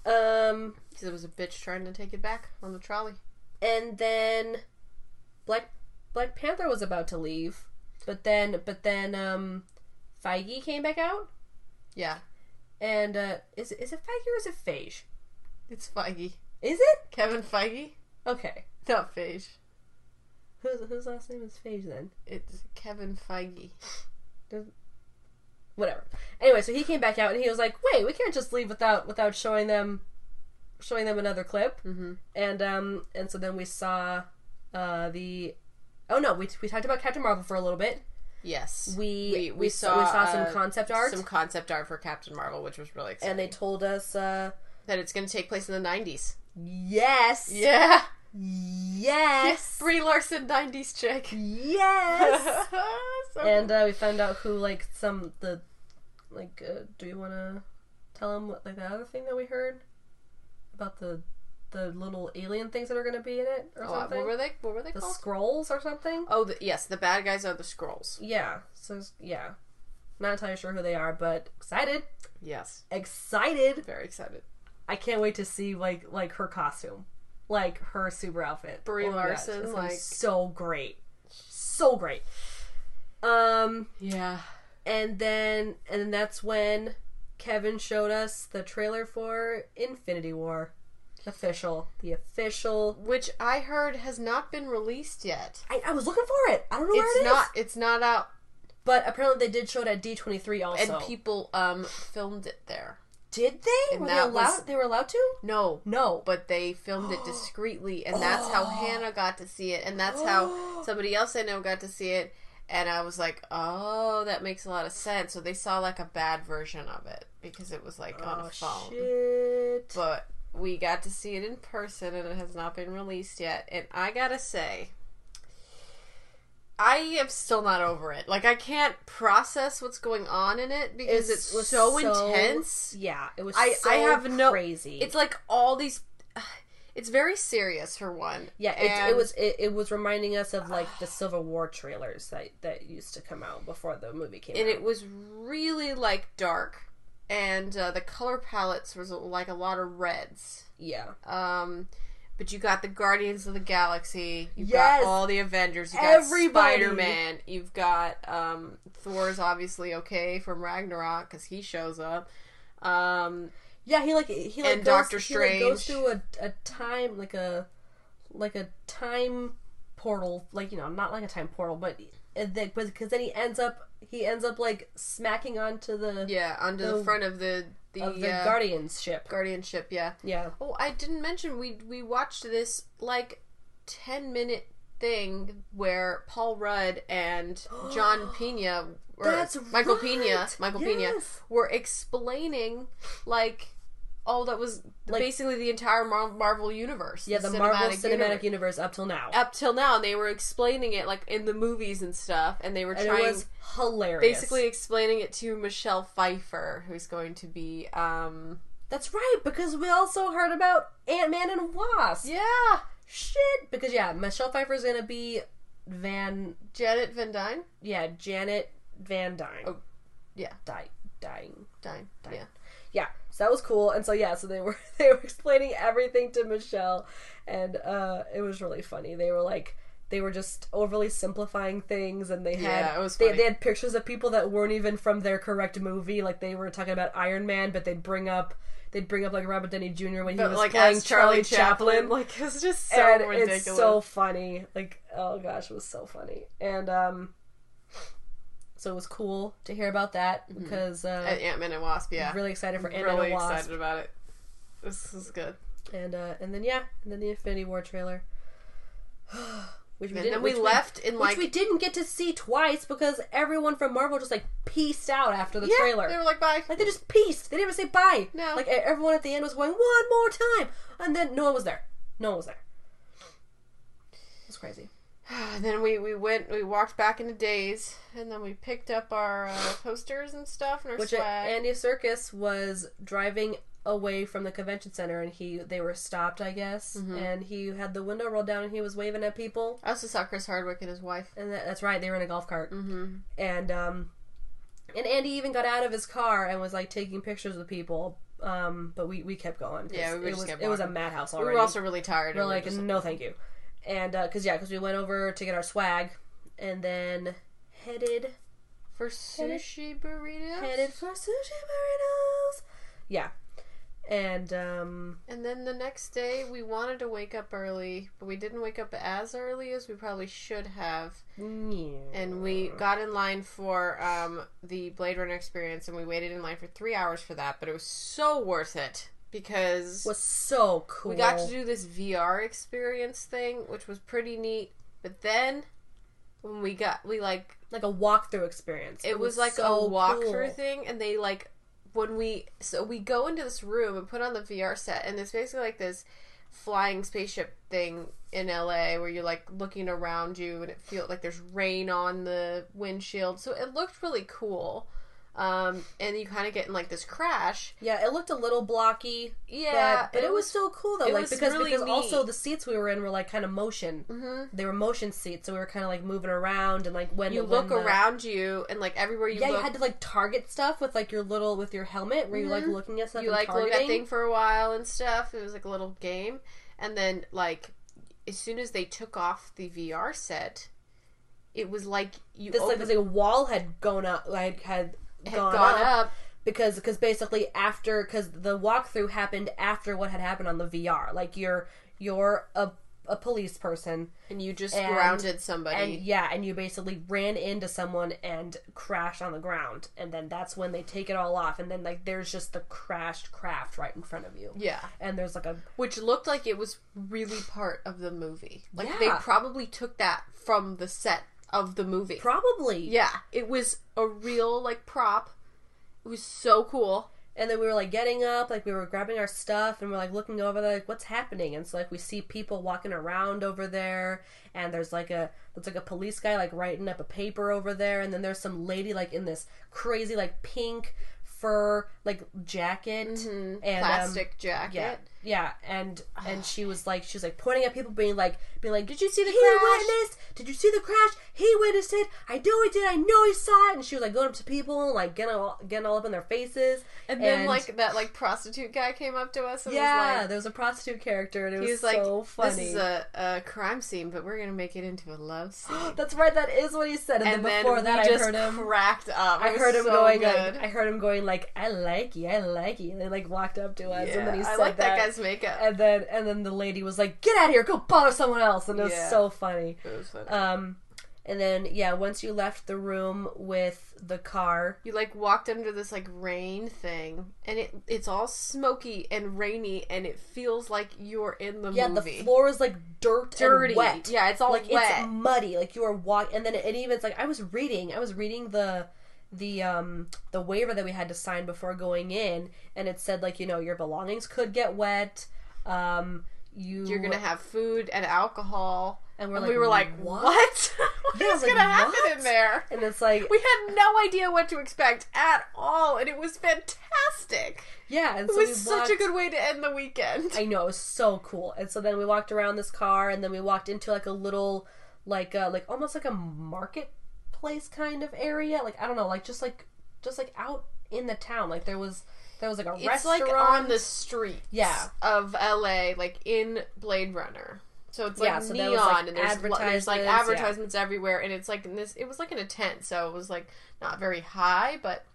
[SPEAKER 4] Um,
[SPEAKER 3] because it was a bitch trying to take it back on the trolley.
[SPEAKER 4] and then Black Black Panther was about to leave, but then but then um, Feige came back out,
[SPEAKER 3] Yeah,
[SPEAKER 4] and uh, is is it Feige or is it Phage?
[SPEAKER 3] it's Feige.
[SPEAKER 4] Is it
[SPEAKER 3] Kevin Feige,
[SPEAKER 4] okay?
[SPEAKER 3] not Feige.
[SPEAKER 4] Whose whose last name is Phage then?
[SPEAKER 3] It's Kevin Feige.
[SPEAKER 4] Whatever. Anyway, so he came back out and he was like, "Wait, we can't just leave without without showing them." Showing them another clip, mm-hmm. and um, and so then we saw uh, the oh no, we, we talked about Captain Marvel for a little bit.
[SPEAKER 3] Yes,
[SPEAKER 4] We
[SPEAKER 3] we, we saw
[SPEAKER 4] we saw some
[SPEAKER 3] uh,
[SPEAKER 4] concept art,
[SPEAKER 3] some concept art for Captain Marvel, which was really exciting.
[SPEAKER 4] and they told us uh
[SPEAKER 3] that it's going to take place in the 90s.
[SPEAKER 4] yes
[SPEAKER 3] Yeah,
[SPEAKER 4] yes
[SPEAKER 3] Brie Larson 90s chick.
[SPEAKER 4] yes
[SPEAKER 3] So
[SPEAKER 4] and uh, we found out who like some the like uh, do you want to tell them what like the other thing that we heard about the the little alien things that are going to be in it or
[SPEAKER 3] Oh,
[SPEAKER 4] something
[SPEAKER 3] what were they? What were they
[SPEAKER 4] the
[SPEAKER 3] called?
[SPEAKER 4] scrolls or something
[SPEAKER 3] oh, the, yes, the bad guys are the scrolls.
[SPEAKER 4] yeah so yeah not entirely sure who they are but excited
[SPEAKER 3] Yes,
[SPEAKER 4] excited
[SPEAKER 3] very excited.
[SPEAKER 4] i can't wait to see like like her costume like her super outfit
[SPEAKER 3] Brie
[SPEAKER 4] Oh my gosh,
[SPEAKER 3] Larson,
[SPEAKER 4] it's gonna be
[SPEAKER 3] like-
[SPEAKER 4] so great so great Um,
[SPEAKER 9] Yeah.
[SPEAKER 4] and then and that's when Kevin showed us the trailer for Infinity War. Official. The official
[SPEAKER 3] which I heard has not been released yet.
[SPEAKER 4] I, I was looking for it. I don't know where
[SPEAKER 3] It's
[SPEAKER 4] it is.
[SPEAKER 3] not. It's not out,
[SPEAKER 4] But apparently they did show it at D twenty three
[SPEAKER 3] and
[SPEAKER 4] also.
[SPEAKER 3] people um filmed it there.
[SPEAKER 4] did they?
[SPEAKER 3] and
[SPEAKER 4] Were they
[SPEAKER 3] that
[SPEAKER 4] allowed?
[SPEAKER 3] was-
[SPEAKER 4] They were allowed to?
[SPEAKER 3] No,
[SPEAKER 4] No.
[SPEAKER 3] but they filmed it discreetly, and that's how Hannah got to see it, and that's how somebody else I know got to see it. And I was like, oh, that makes a lot of sense. So they saw like a bad version of it because it was like on
[SPEAKER 4] Oh,
[SPEAKER 3] a phone.
[SPEAKER 4] Shit.
[SPEAKER 3] But we got to see it in person, and it has not been released yet. And I gotta say, I am still not over it. Like I can't process what's going on in it because it's,
[SPEAKER 4] It was
[SPEAKER 3] so intense.
[SPEAKER 4] Yeah, it was
[SPEAKER 3] I,
[SPEAKER 4] so
[SPEAKER 3] I have no
[SPEAKER 4] crazy.
[SPEAKER 3] It's like all these. It's very serious for one.
[SPEAKER 4] Yeah, it, it
[SPEAKER 3] and-
[SPEAKER 4] was it, it was reminding us of like the Civil War trailers that that used to come out before the movie came
[SPEAKER 3] and
[SPEAKER 4] out.
[SPEAKER 3] it was really like dark, and uh, the color palettes was like a lot of reds.
[SPEAKER 4] yeah,
[SPEAKER 3] Um, but you got the Guardians of the Galaxy. You
[SPEAKER 4] Yes!
[SPEAKER 3] got all the Avengers. You
[SPEAKER 4] Everybody!
[SPEAKER 3] got Spider Man. You've got um, Thor's obviously okay from Ragnarok because he shows up. Um,
[SPEAKER 4] yeah. He like he like
[SPEAKER 3] And
[SPEAKER 4] goes,
[SPEAKER 3] Doctor
[SPEAKER 4] he, like, goes
[SPEAKER 3] Strange.
[SPEAKER 4] through a, a time like a like a time portal, like you know, not like a time portal, but because then he ends up he ends up like smacking onto the
[SPEAKER 3] yeah, onto the,
[SPEAKER 4] The-
[SPEAKER 3] front of the the,
[SPEAKER 4] of the
[SPEAKER 3] uh,
[SPEAKER 4] Guardians ship.
[SPEAKER 3] guardianship. Yeah.
[SPEAKER 4] yeah,
[SPEAKER 3] Oh, I didn't mention we we watched this like ten minute thing where Paul Rudd and John Pena or
[SPEAKER 4] That's
[SPEAKER 3] Michael
[SPEAKER 4] right!
[SPEAKER 3] Pena Michael Pena
[SPEAKER 4] Yes!
[SPEAKER 3] were explaining like all that was basically the entire Mar- Marvel universe.
[SPEAKER 4] yeah. The Marvel Cinematic Universe, up till now,
[SPEAKER 3] Up till now, and they were explaining it like in the movies and stuff, and they were
[SPEAKER 4] and
[SPEAKER 3] trying
[SPEAKER 4] it was hilarious.
[SPEAKER 3] basically explaining it to Michelle Pfeiffer, who's going to be um
[SPEAKER 4] that's right because we also heard about Ant Man and Wasp.
[SPEAKER 3] yeah
[SPEAKER 4] shit because yeah michelle pfeiffer's gonna be van
[SPEAKER 3] Janet Van Dyne.
[SPEAKER 4] yeah janet van dyne oh
[SPEAKER 3] yeah.
[SPEAKER 4] Dy- dying
[SPEAKER 3] Dyne. Yeah.
[SPEAKER 4] yeah so that was cool and so yeah so they were they were explaining everything to michelle and uh it was really funny they were like they were just overly simplifying things and they had
[SPEAKER 3] Yeah, it was
[SPEAKER 4] they,
[SPEAKER 3] funny.
[SPEAKER 4] they had pictures of people that weren't even from their correct movie like they were talking about iron man but they'd bring up they'd bring up like robert denny jr when he
[SPEAKER 3] but
[SPEAKER 4] was
[SPEAKER 3] like
[SPEAKER 4] playing
[SPEAKER 3] as Charlie
[SPEAKER 4] chaplin.
[SPEAKER 3] Chaplin, like it's just so
[SPEAKER 4] and
[SPEAKER 3] ridiculous.
[SPEAKER 4] it's so funny. Like, oh gosh, it was so funny. And um, so it was cool to hear about that
[SPEAKER 3] Mm-hmm.
[SPEAKER 4] because uh,
[SPEAKER 3] Ant Man and Wasp, yeah,
[SPEAKER 4] I'm really excited for Ant
[SPEAKER 3] really
[SPEAKER 4] and the Wasp.
[SPEAKER 3] excited about it. This is good.
[SPEAKER 4] And uh, and then yeah, and then the Infinity War trailer, which we
[SPEAKER 3] And
[SPEAKER 4] didn't,
[SPEAKER 3] then we
[SPEAKER 4] which
[SPEAKER 3] left in like
[SPEAKER 4] which we didn't get to see twice because everyone from Marvel just like pieced out after the
[SPEAKER 3] yeah,
[SPEAKER 4] trailer.
[SPEAKER 3] They were like, bye.
[SPEAKER 4] Like they just peaced. They didn't even say bye.
[SPEAKER 3] No.
[SPEAKER 4] Like e- everyone at the end was going one more time, and then no one was there. No one was there. It was crazy.
[SPEAKER 3] and then we we went, we walked back into Days, and then we picked up our uh, posters and stuff and our
[SPEAKER 4] Which uh,
[SPEAKER 3] swag.
[SPEAKER 4] Andy Circus was driving away from the convention center, and he they were stopped, I guess,
[SPEAKER 3] Mm-hmm.
[SPEAKER 4] and he had the window rolled down, and he was waving at people.
[SPEAKER 3] I also saw Chris Hardwick and his wife.
[SPEAKER 4] And that, that's right, they were in a golf cart, mm-hmm. and um, and Andy even got out of his car and was like taking pictures with people. Um, but we, we kept going. 'cause
[SPEAKER 3] Yeah, we
[SPEAKER 4] it
[SPEAKER 3] just
[SPEAKER 4] was
[SPEAKER 3] kept
[SPEAKER 4] it was a
[SPEAKER 3] walking.
[SPEAKER 4] madhouse
[SPEAKER 3] We
[SPEAKER 4] already.
[SPEAKER 3] were also really tired.
[SPEAKER 4] We're
[SPEAKER 3] and we were
[SPEAKER 4] like,
[SPEAKER 3] just
[SPEAKER 4] no, thank you. And uh, cause yeah, cause we went over to get our swag, and then headed
[SPEAKER 3] for sushi burritos.
[SPEAKER 4] headed for sushi burritos. Yeah, and um,
[SPEAKER 3] And then the next day, we wanted to wake up early, but we didn't wake up as early as we probably should have. And we got in line for um, the Blade Runner experience, and we waited in line for three hours for that, but it was so worth it because
[SPEAKER 4] was so cool.
[SPEAKER 3] we got to do this VR experience thing, which was pretty neat. But then when we got, we like
[SPEAKER 4] like a walkthrough experience.
[SPEAKER 3] it was like
[SPEAKER 4] so
[SPEAKER 3] a walkthrough
[SPEAKER 4] cool.
[SPEAKER 3] thing and they like when we so we go into this room and put on the vr set and it's basically like this flying spaceship thing in la where you're like looking around you and it feels like there's rain on the windshield so it looked really cool um, and you kind of get in like this crash
[SPEAKER 4] Yeah, it looked a little blocky.
[SPEAKER 3] Yeah,
[SPEAKER 4] but, but
[SPEAKER 3] it
[SPEAKER 4] it, was,
[SPEAKER 3] was-
[SPEAKER 4] still cool though.
[SPEAKER 3] it
[SPEAKER 4] Like
[SPEAKER 3] was
[SPEAKER 4] because
[SPEAKER 3] really
[SPEAKER 4] because also
[SPEAKER 3] neat.
[SPEAKER 4] the seats we were in were like kind of motion. Mm-hmm. They were motion seats, so we were kind of like moving around and like when
[SPEAKER 3] you
[SPEAKER 4] when
[SPEAKER 3] look
[SPEAKER 4] the-
[SPEAKER 3] around you and like everywhere you
[SPEAKER 4] Yeah,
[SPEAKER 3] look
[SPEAKER 4] you had to like target stuff with like your little with your helmet, where you like looking at stuff.
[SPEAKER 3] Mm-hmm. you
[SPEAKER 4] and
[SPEAKER 3] like
[SPEAKER 4] targeting.
[SPEAKER 3] looked at thing for a while and stuff. It was like a little game, and then like as soon as they took off the VR set, it was like you
[SPEAKER 4] This like
[SPEAKER 3] opened-
[SPEAKER 4] this like wall had gone up, like had,
[SPEAKER 3] had gone up.
[SPEAKER 4] because because basically after because the walkthrough happened after what had happened on the VR. Like you're you're a a police person
[SPEAKER 3] and you just
[SPEAKER 4] and-
[SPEAKER 3] grounded somebody.
[SPEAKER 4] and yeah, and you basically ran into someone and crashed on the ground, and then that's when they take it all off, and then like there's just the crashed craft right in front of you.
[SPEAKER 3] yeah.
[SPEAKER 4] and there's like a
[SPEAKER 3] Which looked like it was really part of the movie. Like they
[SPEAKER 4] Yeah.
[SPEAKER 3] probably took that from the set of the movie.
[SPEAKER 4] probably
[SPEAKER 3] yeah, it was a real like prop. It was so cool.
[SPEAKER 4] And then we were like getting up, like we were grabbing our stuff, and we're like looking over, like what's happening? And so like we see people walking around over there, and there's like a there's like a police guy like writing up a paper over there, and then there's some lady like in this crazy like pink fur like jacket and um,
[SPEAKER 3] Mm-hmm. Plastic jacket.
[SPEAKER 4] yeah, yeah, and and she was like, she was like pointing at people, being like, being like, did you see the he
[SPEAKER 3] crash?"
[SPEAKER 4] witnessed? Did you see the crash? He witnessed it. I know he did. I know he saw it. And she was like going up to people and like getting all, getting all up in their faces.
[SPEAKER 3] And then like that like prostitute guy came up to us and
[SPEAKER 4] yeah,
[SPEAKER 3] was like
[SPEAKER 4] there was a prostitute character, and it
[SPEAKER 3] he
[SPEAKER 4] was,
[SPEAKER 3] was like
[SPEAKER 4] so funny.
[SPEAKER 3] this is a, a crime scene, but we're gonna make it into a love scene.
[SPEAKER 4] That's right. That is what he said. And,
[SPEAKER 3] and then
[SPEAKER 4] then before that,
[SPEAKER 3] we
[SPEAKER 4] I
[SPEAKER 3] just
[SPEAKER 4] heard him.
[SPEAKER 3] cracked up.
[SPEAKER 4] I
[SPEAKER 3] It was
[SPEAKER 4] heard him
[SPEAKER 3] so
[SPEAKER 4] going.
[SPEAKER 3] good.
[SPEAKER 4] Like, I heard him going like, "I like you, I like you." And they like walked up to us, and then he
[SPEAKER 3] Yeah,
[SPEAKER 4] said
[SPEAKER 3] I like that.
[SPEAKER 4] that
[SPEAKER 3] guy's makeup.
[SPEAKER 4] and then and then the lady was like, "Get out of here, go bother someone else," and it was
[SPEAKER 3] Yeah.
[SPEAKER 4] so funny.
[SPEAKER 3] It was funny.
[SPEAKER 4] Um, and then yeah, once you left the room with the car,
[SPEAKER 3] you like walked under this like rain thing, and it it's all smoky and rainy, and it feels like you're in the
[SPEAKER 4] yeah,
[SPEAKER 3] movie.
[SPEAKER 4] the floor is like dirt,
[SPEAKER 3] Dirty.
[SPEAKER 4] and wet.
[SPEAKER 3] Yeah, it's all
[SPEAKER 4] like
[SPEAKER 3] wet.
[SPEAKER 4] it's muddy. Like you are walk, and then it, it even it's like I was reading, I was reading the the um the waiver that we had to sign before going in, and it said like you know your belongings could get wet. Um, you
[SPEAKER 3] You're gonna have food and alcohol,
[SPEAKER 4] And
[SPEAKER 3] and,
[SPEAKER 4] we're
[SPEAKER 3] we were
[SPEAKER 4] like,
[SPEAKER 3] like,
[SPEAKER 4] "What?"
[SPEAKER 3] "What? What's
[SPEAKER 4] Yeah, like,
[SPEAKER 3] gonna happen
[SPEAKER 4] what?
[SPEAKER 3] in there?"
[SPEAKER 4] and it's like
[SPEAKER 3] We had no idea what to expect at all, and it was fantastic.
[SPEAKER 4] yeah, and
[SPEAKER 3] It
[SPEAKER 4] so we
[SPEAKER 3] was such a
[SPEAKER 4] walked-
[SPEAKER 3] good way to end the weekend.
[SPEAKER 4] I know it was so cool. And so then we walked around this car, and then we walked into like a little, like uh, like almost like a marketplace kind of area. Like I don't know, like just like just like out in the town. Like there was there was like a
[SPEAKER 3] it's
[SPEAKER 4] restaurant.
[SPEAKER 3] like on the streets
[SPEAKER 4] Yeah.
[SPEAKER 3] of LA, like in Blade Runner. So it's like
[SPEAKER 4] Yeah, so there
[SPEAKER 3] neon
[SPEAKER 4] was, like,
[SPEAKER 3] and there's, lo- there's like
[SPEAKER 4] advertisements, yeah.
[SPEAKER 3] advertisements everywhere, and it's like in this. It was like in a tent, so it was like not very high, but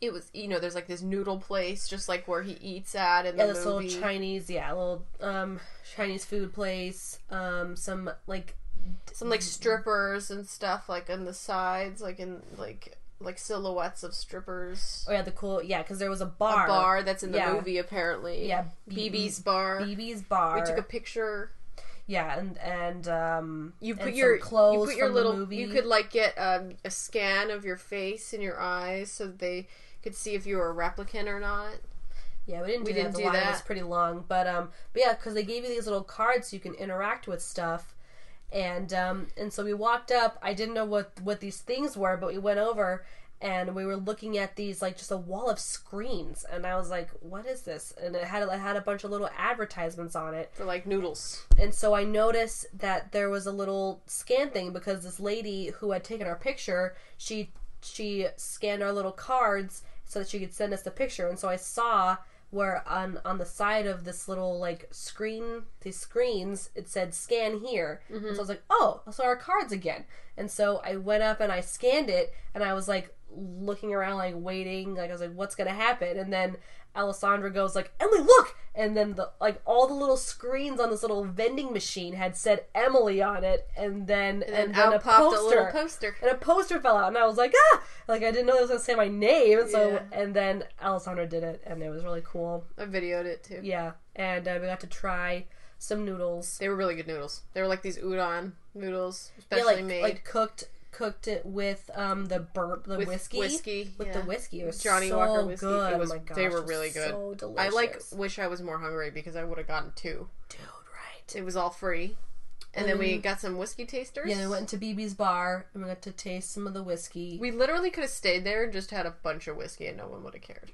[SPEAKER 3] it was you know there's like this noodle place just like where he eats at in
[SPEAKER 4] yeah,
[SPEAKER 3] the
[SPEAKER 4] this
[SPEAKER 3] movie.
[SPEAKER 4] little Chinese, yeah, little um Chinese food place. Um, some like
[SPEAKER 3] Some like strippers and stuff like on the sides, like in like like silhouettes of strippers.
[SPEAKER 4] oh yeah, the cool yeah, because there was a
[SPEAKER 3] A
[SPEAKER 4] bar,
[SPEAKER 3] bar that's in the
[SPEAKER 4] Yeah.
[SPEAKER 3] movie apparently.
[SPEAKER 4] yeah,
[SPEAKER 3] BB's bar.
[SPEAKER 4] BB's bar.
[SPEAKER 3] We took a picture.
[SPEAKER 4] yeah, and and um,
[SPEAKER 3] You
[SPEAKER 4] and
[SPEAKER 3] put
[SPEAKER 4] some
[SPEAKER 3] your
[SPEAKER 4] clothes
[SPEAKER 3] You put your
[SPEAKER 4] from the
[SPEAKER 3] little.
[SPEAKER 4] movie.
[SPEAKER 3] You could like get um, a scan of your face and your eyes, so that they could see if you were a replicant or not.
[SPEAKER 4] Yeah, we didn't
[SPEAKER 3] We
[SPEAKER 4] do that.
[SPEAKER 3] didn't
[SPEAKER 4] the
[SPEAKER 3] do
[SPEAKER 4] line
[SPEAKER 3] that.
[SPEAKER 4] was pretty long, but um, but yeah, because they gave you these little cards so you can interact with stuff, and um, and so we walked up. I didn't know what what these things were, but we went over and we were looking at these like just a wall of screens, and I was like, "What is this?" And it had it had a bunch of little advertisements on it,
[SPEAKER 3] For like noodles.
[SPEAKER 4] and so I noticed that there was a little scan thing because this lady who had taken our picture, she she scanned our little cards so that she could send us the picture. And so I saw where on on the side of this little like screen, these screens, it said scan here. And so I was like, oh, I saw our cards again. And so I went up and I scanned it, and I was like looking around, like waiting, like I was like, what's gonna happen? And then Alessandra goes like, Emily, look! And then the like all the little screens on this little vending machine had said Emily on it, and then and,
[SPEAKER 3] And,
[SPEAKER 4] then
[SPEAKER 3] out
[SPEAKER 4] a
[SPEAKER 3] popped
[SPEAKER 4] poster,
[SPEAKER 3] a little poster.
[SPEAKER 4] and a poster fell out, and I was like, ah! Like I didn't know it was gonna say my name, and so and then Alessandra did it, and it was really cool.
[SPEAKER 3] I videoed it too.
[SPEAKER 4] Yeah, and uh, we got to try some noodles.
[SPEAKER 3] They were really good noodles. They were like these udon noodles,
[SPEAKER 4] Yeah,
[SPEAKER 3] specially
[SPEAKER 4] like
[SPEAKER 3] made.
[SPEAKER 4] like cooked cooked it with um the burp the
[SPEAKER 3] With
[SPEAKER 4] whiskey
[SPEAKER 3] whiskey,
[SPEAKER 4] with
[SPEAKER 3] yeah.
[SPEAKER 4] the whiskey. It was
[SPEAKER 3] Johnny
[SPEAKER 4] so
[SPEAKER 3] Walker whiskey.
[SPEAKER 4] Good.
[SPEAKER 3] It was,
[SPEAKER 4] oh my gosh,
[SPEAKER 3] they
[SPEAKER 4] it
[SPEAKER 3] were
[SPEAKER 4] was
[SPEAKER 3] really good.
[SPEAKER 4] So delicious.
[SPEAKER 3] I like wish I was more hungry because I would have gotten two.
[SPEAKER 4] dude, right?
[SPEAKER 3] It was all free. And then we got some whiskey tasters.
[SPEAKER 4] Mm-hmm. Yeah, then we went to BB's bar and we got to taste some of the whiskey.
[SPEAKER 3] We literally could have stayed there and just had a bunch of whiskey and no one would have cared.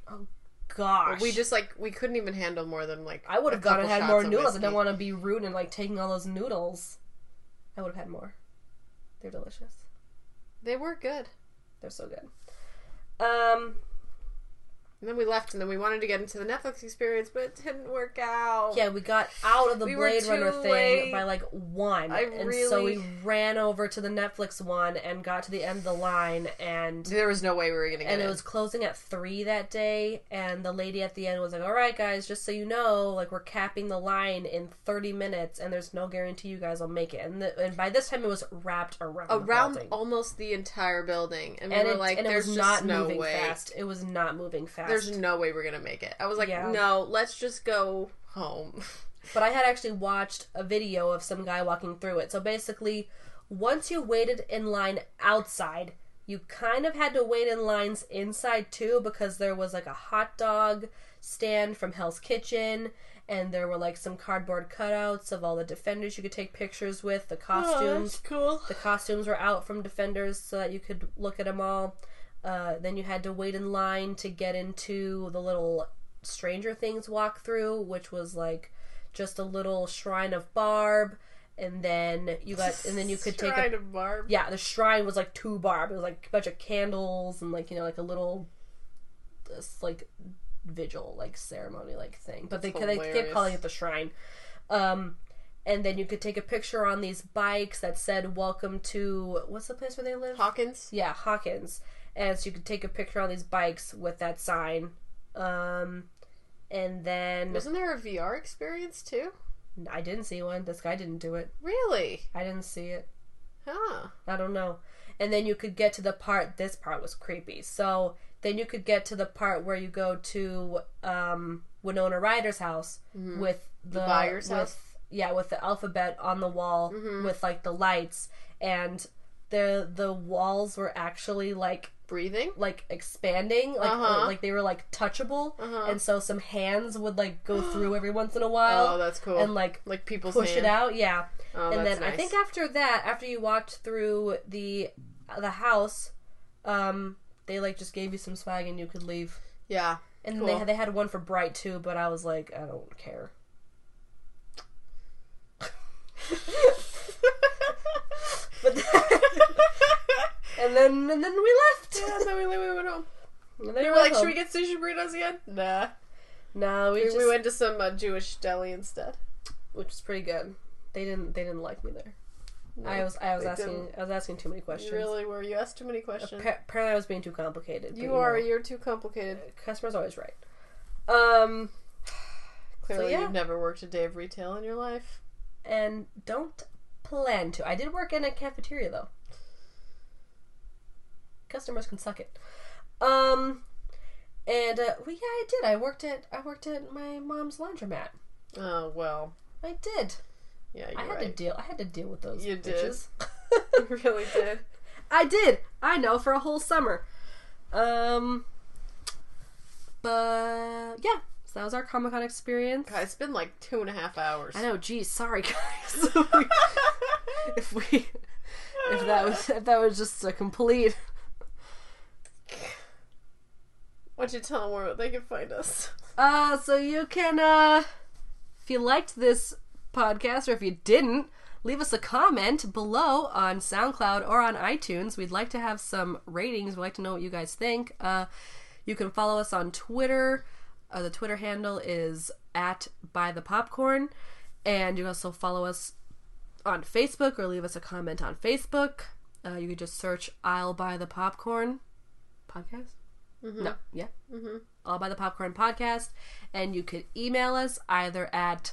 [SPEAKER 4] Gosh,
[SPEAKER 3] We just like we couldn't even handle more than like
[SPEAKER 4] I would
[SPEAKER 3] a
[SPEAKER 4] have gone and
[SPEAKER 3] couple
[SPEAKER 4] had
[SPEAKER 3] shots
[SPEAKER 4] more
[SPEAKER 3] of
[SPEAKER 4] noodles. I
[SPEAKER 3] whiskey.
[SPEAKER 4] don't want to be rude and like taking all those noodles. I would have had more. They're delicious.
[SPEAKER 3] They were good.
[SPEAKER 4] They're so good. Um,
[SPEAKER 3] And then we left, and then we wanted to get into the Netflix experience, but it didn't work out.
[SPEAKER 4] Yeah, we got out of the
[SPEAKER 3] We were
[SPEAKER 4] Blade
[SPEAKER 3] too
[SPEAKER 4] Runner thing
[SPEAKER 3] late.
[SPEAKER 4] by like one,
[SPEAKER 3] I
[SPEAKER 4] and so
[SPEAKER 3] really-
[SPEAKER 4] we ran over to the Netflix one and got to the end of the line, and
[SPEAKER 3] There was no way we were going to get
[SPEAKER 4] and
[SPEAKER 3] it.
[SPEAKER 4] it was closing at three that day and the lady at the end was like all right guys just so you know like we're capping the line in 30 minutes and there's no guarantee you guys will make it and, the, and by this time it was wrapped around
[SPEAKER 3] around
[SPEAKER 4] the building.
[SPEAKER 3] almost the entire building, and we
[SPEAKER 4] and
[SPEAKER 3] were
[SPEAKER 4] it,
[SPEAKER 3] like,
[SPEAKER 4] and it
[SPEAKER 3] "There's
[SPEAKER 4] was
[SPEAKER 3] just
[SPEAKER 4] not
[SPEAKER 3] no
[SPEAKER 4] moving
[SPEAKER 3] way.
[SPEAKER 4] fast it was not moving fast
[SPEAKER 3] There's no way we're gonna make it." I was like,
[SPEAKER 4] Yeah.
[SPEAKER 3] "No, let's just go home."
[SPEAKER 4] but I had actually watched a video of some guy walking through it. So basically, once you waited in line outside, you kind of had to wait in lines inside too because there was like a hot dog stand from Hell's Kitchen and there were like some cardboard cutouts of all the defenders you could take pictures with, the costumes.
[SPEAKER 3] Oh, cool.
[SPEAKER 4] The costumes were out from Defenders so that you could look at them all. Uh, then you had to wait in line to get into the little Stranger Things walkthrough, which was like just a little shrine of Barb. And then you got, and then you could take a
[SPEAKER 3] Kind of barb.
[SPEAKER 4] yeah, the shrine was like two barb. It was like a bunch of candles and like you know like a little this like vigil like ceremony like thing. But they they kept
[SPEAKER 3] hilarious.
[SPEAKER 4] calling it the shrine. Um and then you could take a picture on these bikes that said "Welcome to what's the place where they live?"
[SPEAKER 3] Hawkins.
[SPEAKER 4] yeah, Hawkins. And so you could take a picture on these bikes with that sign. Um and then
[SPEAKER 3] Wasn't there a VR experience too?
[SPEAKER 4] I didn't see one. This guy didn't do it.
[SPEAKER 3] Really?
[SPEAKER 4] I didn't see it.
[SPEAKER 3] Huh.
[SPEAKER 4] I don't know. And then you could get to the part. This part was creepy. So then you could get to the part where you go to um, Winona Ryder's house with the,
[SPEAKER 3] buyer's
[SPEAKER 4] with-
[SPEAKER 3] Mm-hmm. house? Mm-hmm.
[SPEAKER 4] Yeah, with the alphabet on the wall with like the lights and the the walls were actually like
[SPEAKER 3] Breathing.
[SPEAKER 4] like expanding, like
[SPEAKER 3] Uh-huh.
[SPEAKER 4] like they were like touchable, and so some hands would like go through every once in a while.
[SPEAKER 3] Oh, that's cool.
[SPEAKER 4] And like
[SPEAKER 3] Like people's
[SPEAKER 4] push
[SPEAKER 3] hand.
[SPEAKER 4] it out, yeah. and
[SPEAKER 3] Oh, that's
[SPEAKER 4] then I
[SPEAKER 3] nice.
[SPEAKER 4] think after that, after you walked through the the house, um, they like just gave you some swag and you could leave.
[SPEAKER 3] Yeah.
[SPEAKER 4] And
[SPEAKER 3] Cool.
[SPEAKER 4] they they had one for Bright too, but I was like, I don't care. but then, and then and then we left.
[SPEAKER 3] Yeah, so we, we went home.
[SPEAKER 4] And then
[SPEAKER 3] We
[SPEAKER 4] we
[SPEAKER 3] were like,
[SPEAKER 4] went
[SPEAKER 3] should we
[SPEAKER 4] home.
[SPEAKER 3] get sushi burritos again? Nah.
[SPEAKER 4] No, we,
[SPEAKER 3] We,
[SPEAKER 4] just,
[SPEAKER 3] we went to some uh, Jewish deli instead.
[SPEAKER 4] which was pretty good. They didn't they didn't like me there. I was I was
[SPEAKER 3] they
[SPEAKER 4] asking
[SPEAKER 3] didn't.
[SPEAKER 4] I was asking too many questions.
[SPEAKER 3] You really were. You asked too many questions.
[SPEAKER 4] Appa- Apparently, I was being too complicated. but,
[SPEAKER 3] you are.
[SPEAKER 4] know,
[SPEAKER 3] You're too complicated.
[SPEAKER 4] customer's always right. Um,
[SPEAKER 3] Clearly,
[SPEAKER 4] yeah.
[SPEAKER 3] you've never worked a day of retail in your life.
[SPEAKER 4] and don't plan to. I did work in a cafeteria though. Customers can suck it. Um, and uh, well, yeah, I did. I worked at I worked at my mom's laundromat.
[SPEAKER 3] Oh well.
[SPEAKER 4] I did.
[SPEAKER 3] Yeah, you're
[SPEAKER 4] I had to
[SPEAKER 3] right.
[SPEAKER 4] deal. I had to deal with those.
[SPEAKER 3] You did.
[SPEAKER 4] bitches.
[SPEAKER 3] You really did.
[SPEAKER 4] I did. I know for a whole summer. Um, but yeah, so that was our Comic Con experience.
[SPEAKER 3] God, it's been like two and a half hours.
[SPEAKER 4] I know. Geez, sorry guys. if we, if that was, if that was just a complete.
[SPEAKER 3] Why don't you tell them where they can find us?
[SPEAKER 4] Uh, so you can, uh, if you liked this podcast or if you didn't, leave us a comment below on SoundCloud or on iTunes. We'd like to have some ratings. We'd like to know what you guys think. Uh, you can follow us on Twitter. Uh, the Twitter handle is at by the popcorn, and you can also follow us on Facebook or leave us a comment on Facebook. Uh, you can just search "I'll buy the popcorn" podcast.
[SPEAKER 3] Mm-hmm.
[SPEAKER 4] No, yeah, all by the popcorn podcast and you could email us either at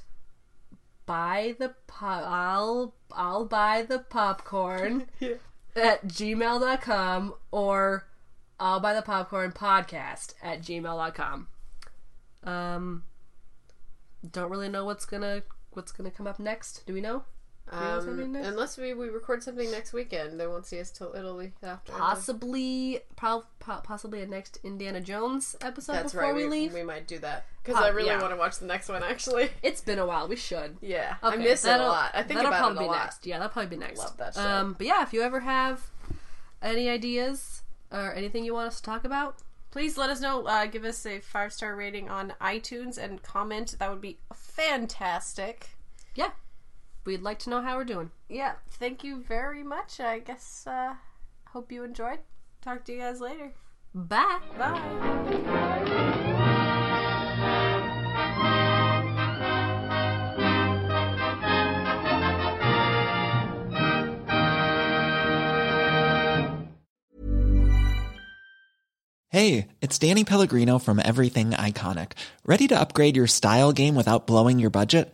[SPEAKER 4] buy the po- i'll i'll buy the popcorn at gmail.com or i'll buy the popcorn podcast at gmail.com um don't really know what's gonna what's gonna come up next do we know what's happening
[SPEAKER 3] Um,
[SPEAKER 4] next?
[SPEAKER 3] unless we, we record something next weekend, they won't see us till Italy after.
[SPEAKER 4] possibly prob- po- possibly a next indiana jones episode
[SPEAKER 3] That's
[SPEAKER 4] before
[SPEAKER 3] right.
[SPEAKER 4] we,
[SPEAKER 3] We,
[SPEAKER 4] leave
[SPEAKER 3] we might do that because I really
[SPEAKER 4] yeah.
[SPEAKER 3] want to watch the next one. Actually,
[SPEAKER 4] it's been a while we should
[SPEAKER 3] yeah, I
[SPEAKER 4] Okay,
[SPEAKER 3] miss it a
[SPEAKER 4] that'll-
[SPEAKER 3] lot. I think
[SPEAKER 4] that'll
[SPEAKER 3] about
[SPEAKER 4] probably
[SPEAKER 3] it a
[SPEAKER 4] be
[SPEAKER 3] lot.
[SPEAKER 4] next. Yeah, that'll probably be next.
[SPEAKER 3] Love that show.
[SPEAKER 4] Um, but yeah, if you ever have any ideas or anything you want us to talk about,
[SPEAKER 12] Please let us know. Uh, give us a five star rating on iTunes and comment. That would be fantastic.
[SPEAKER 4] yeah, we'd like to know how we're doing.
[SPEAKER 12] Yeah, thank you very much. I guess uh, hope you enjoyed. Talk to you guys later.
[SPEAKER 13] Bye.
[SPEAKER 5] Bye.
[SPEAKER 14] Hey, it's Danny Pellegrino from Everything Iconic. Ready to upgrade your style game without blowing your budget?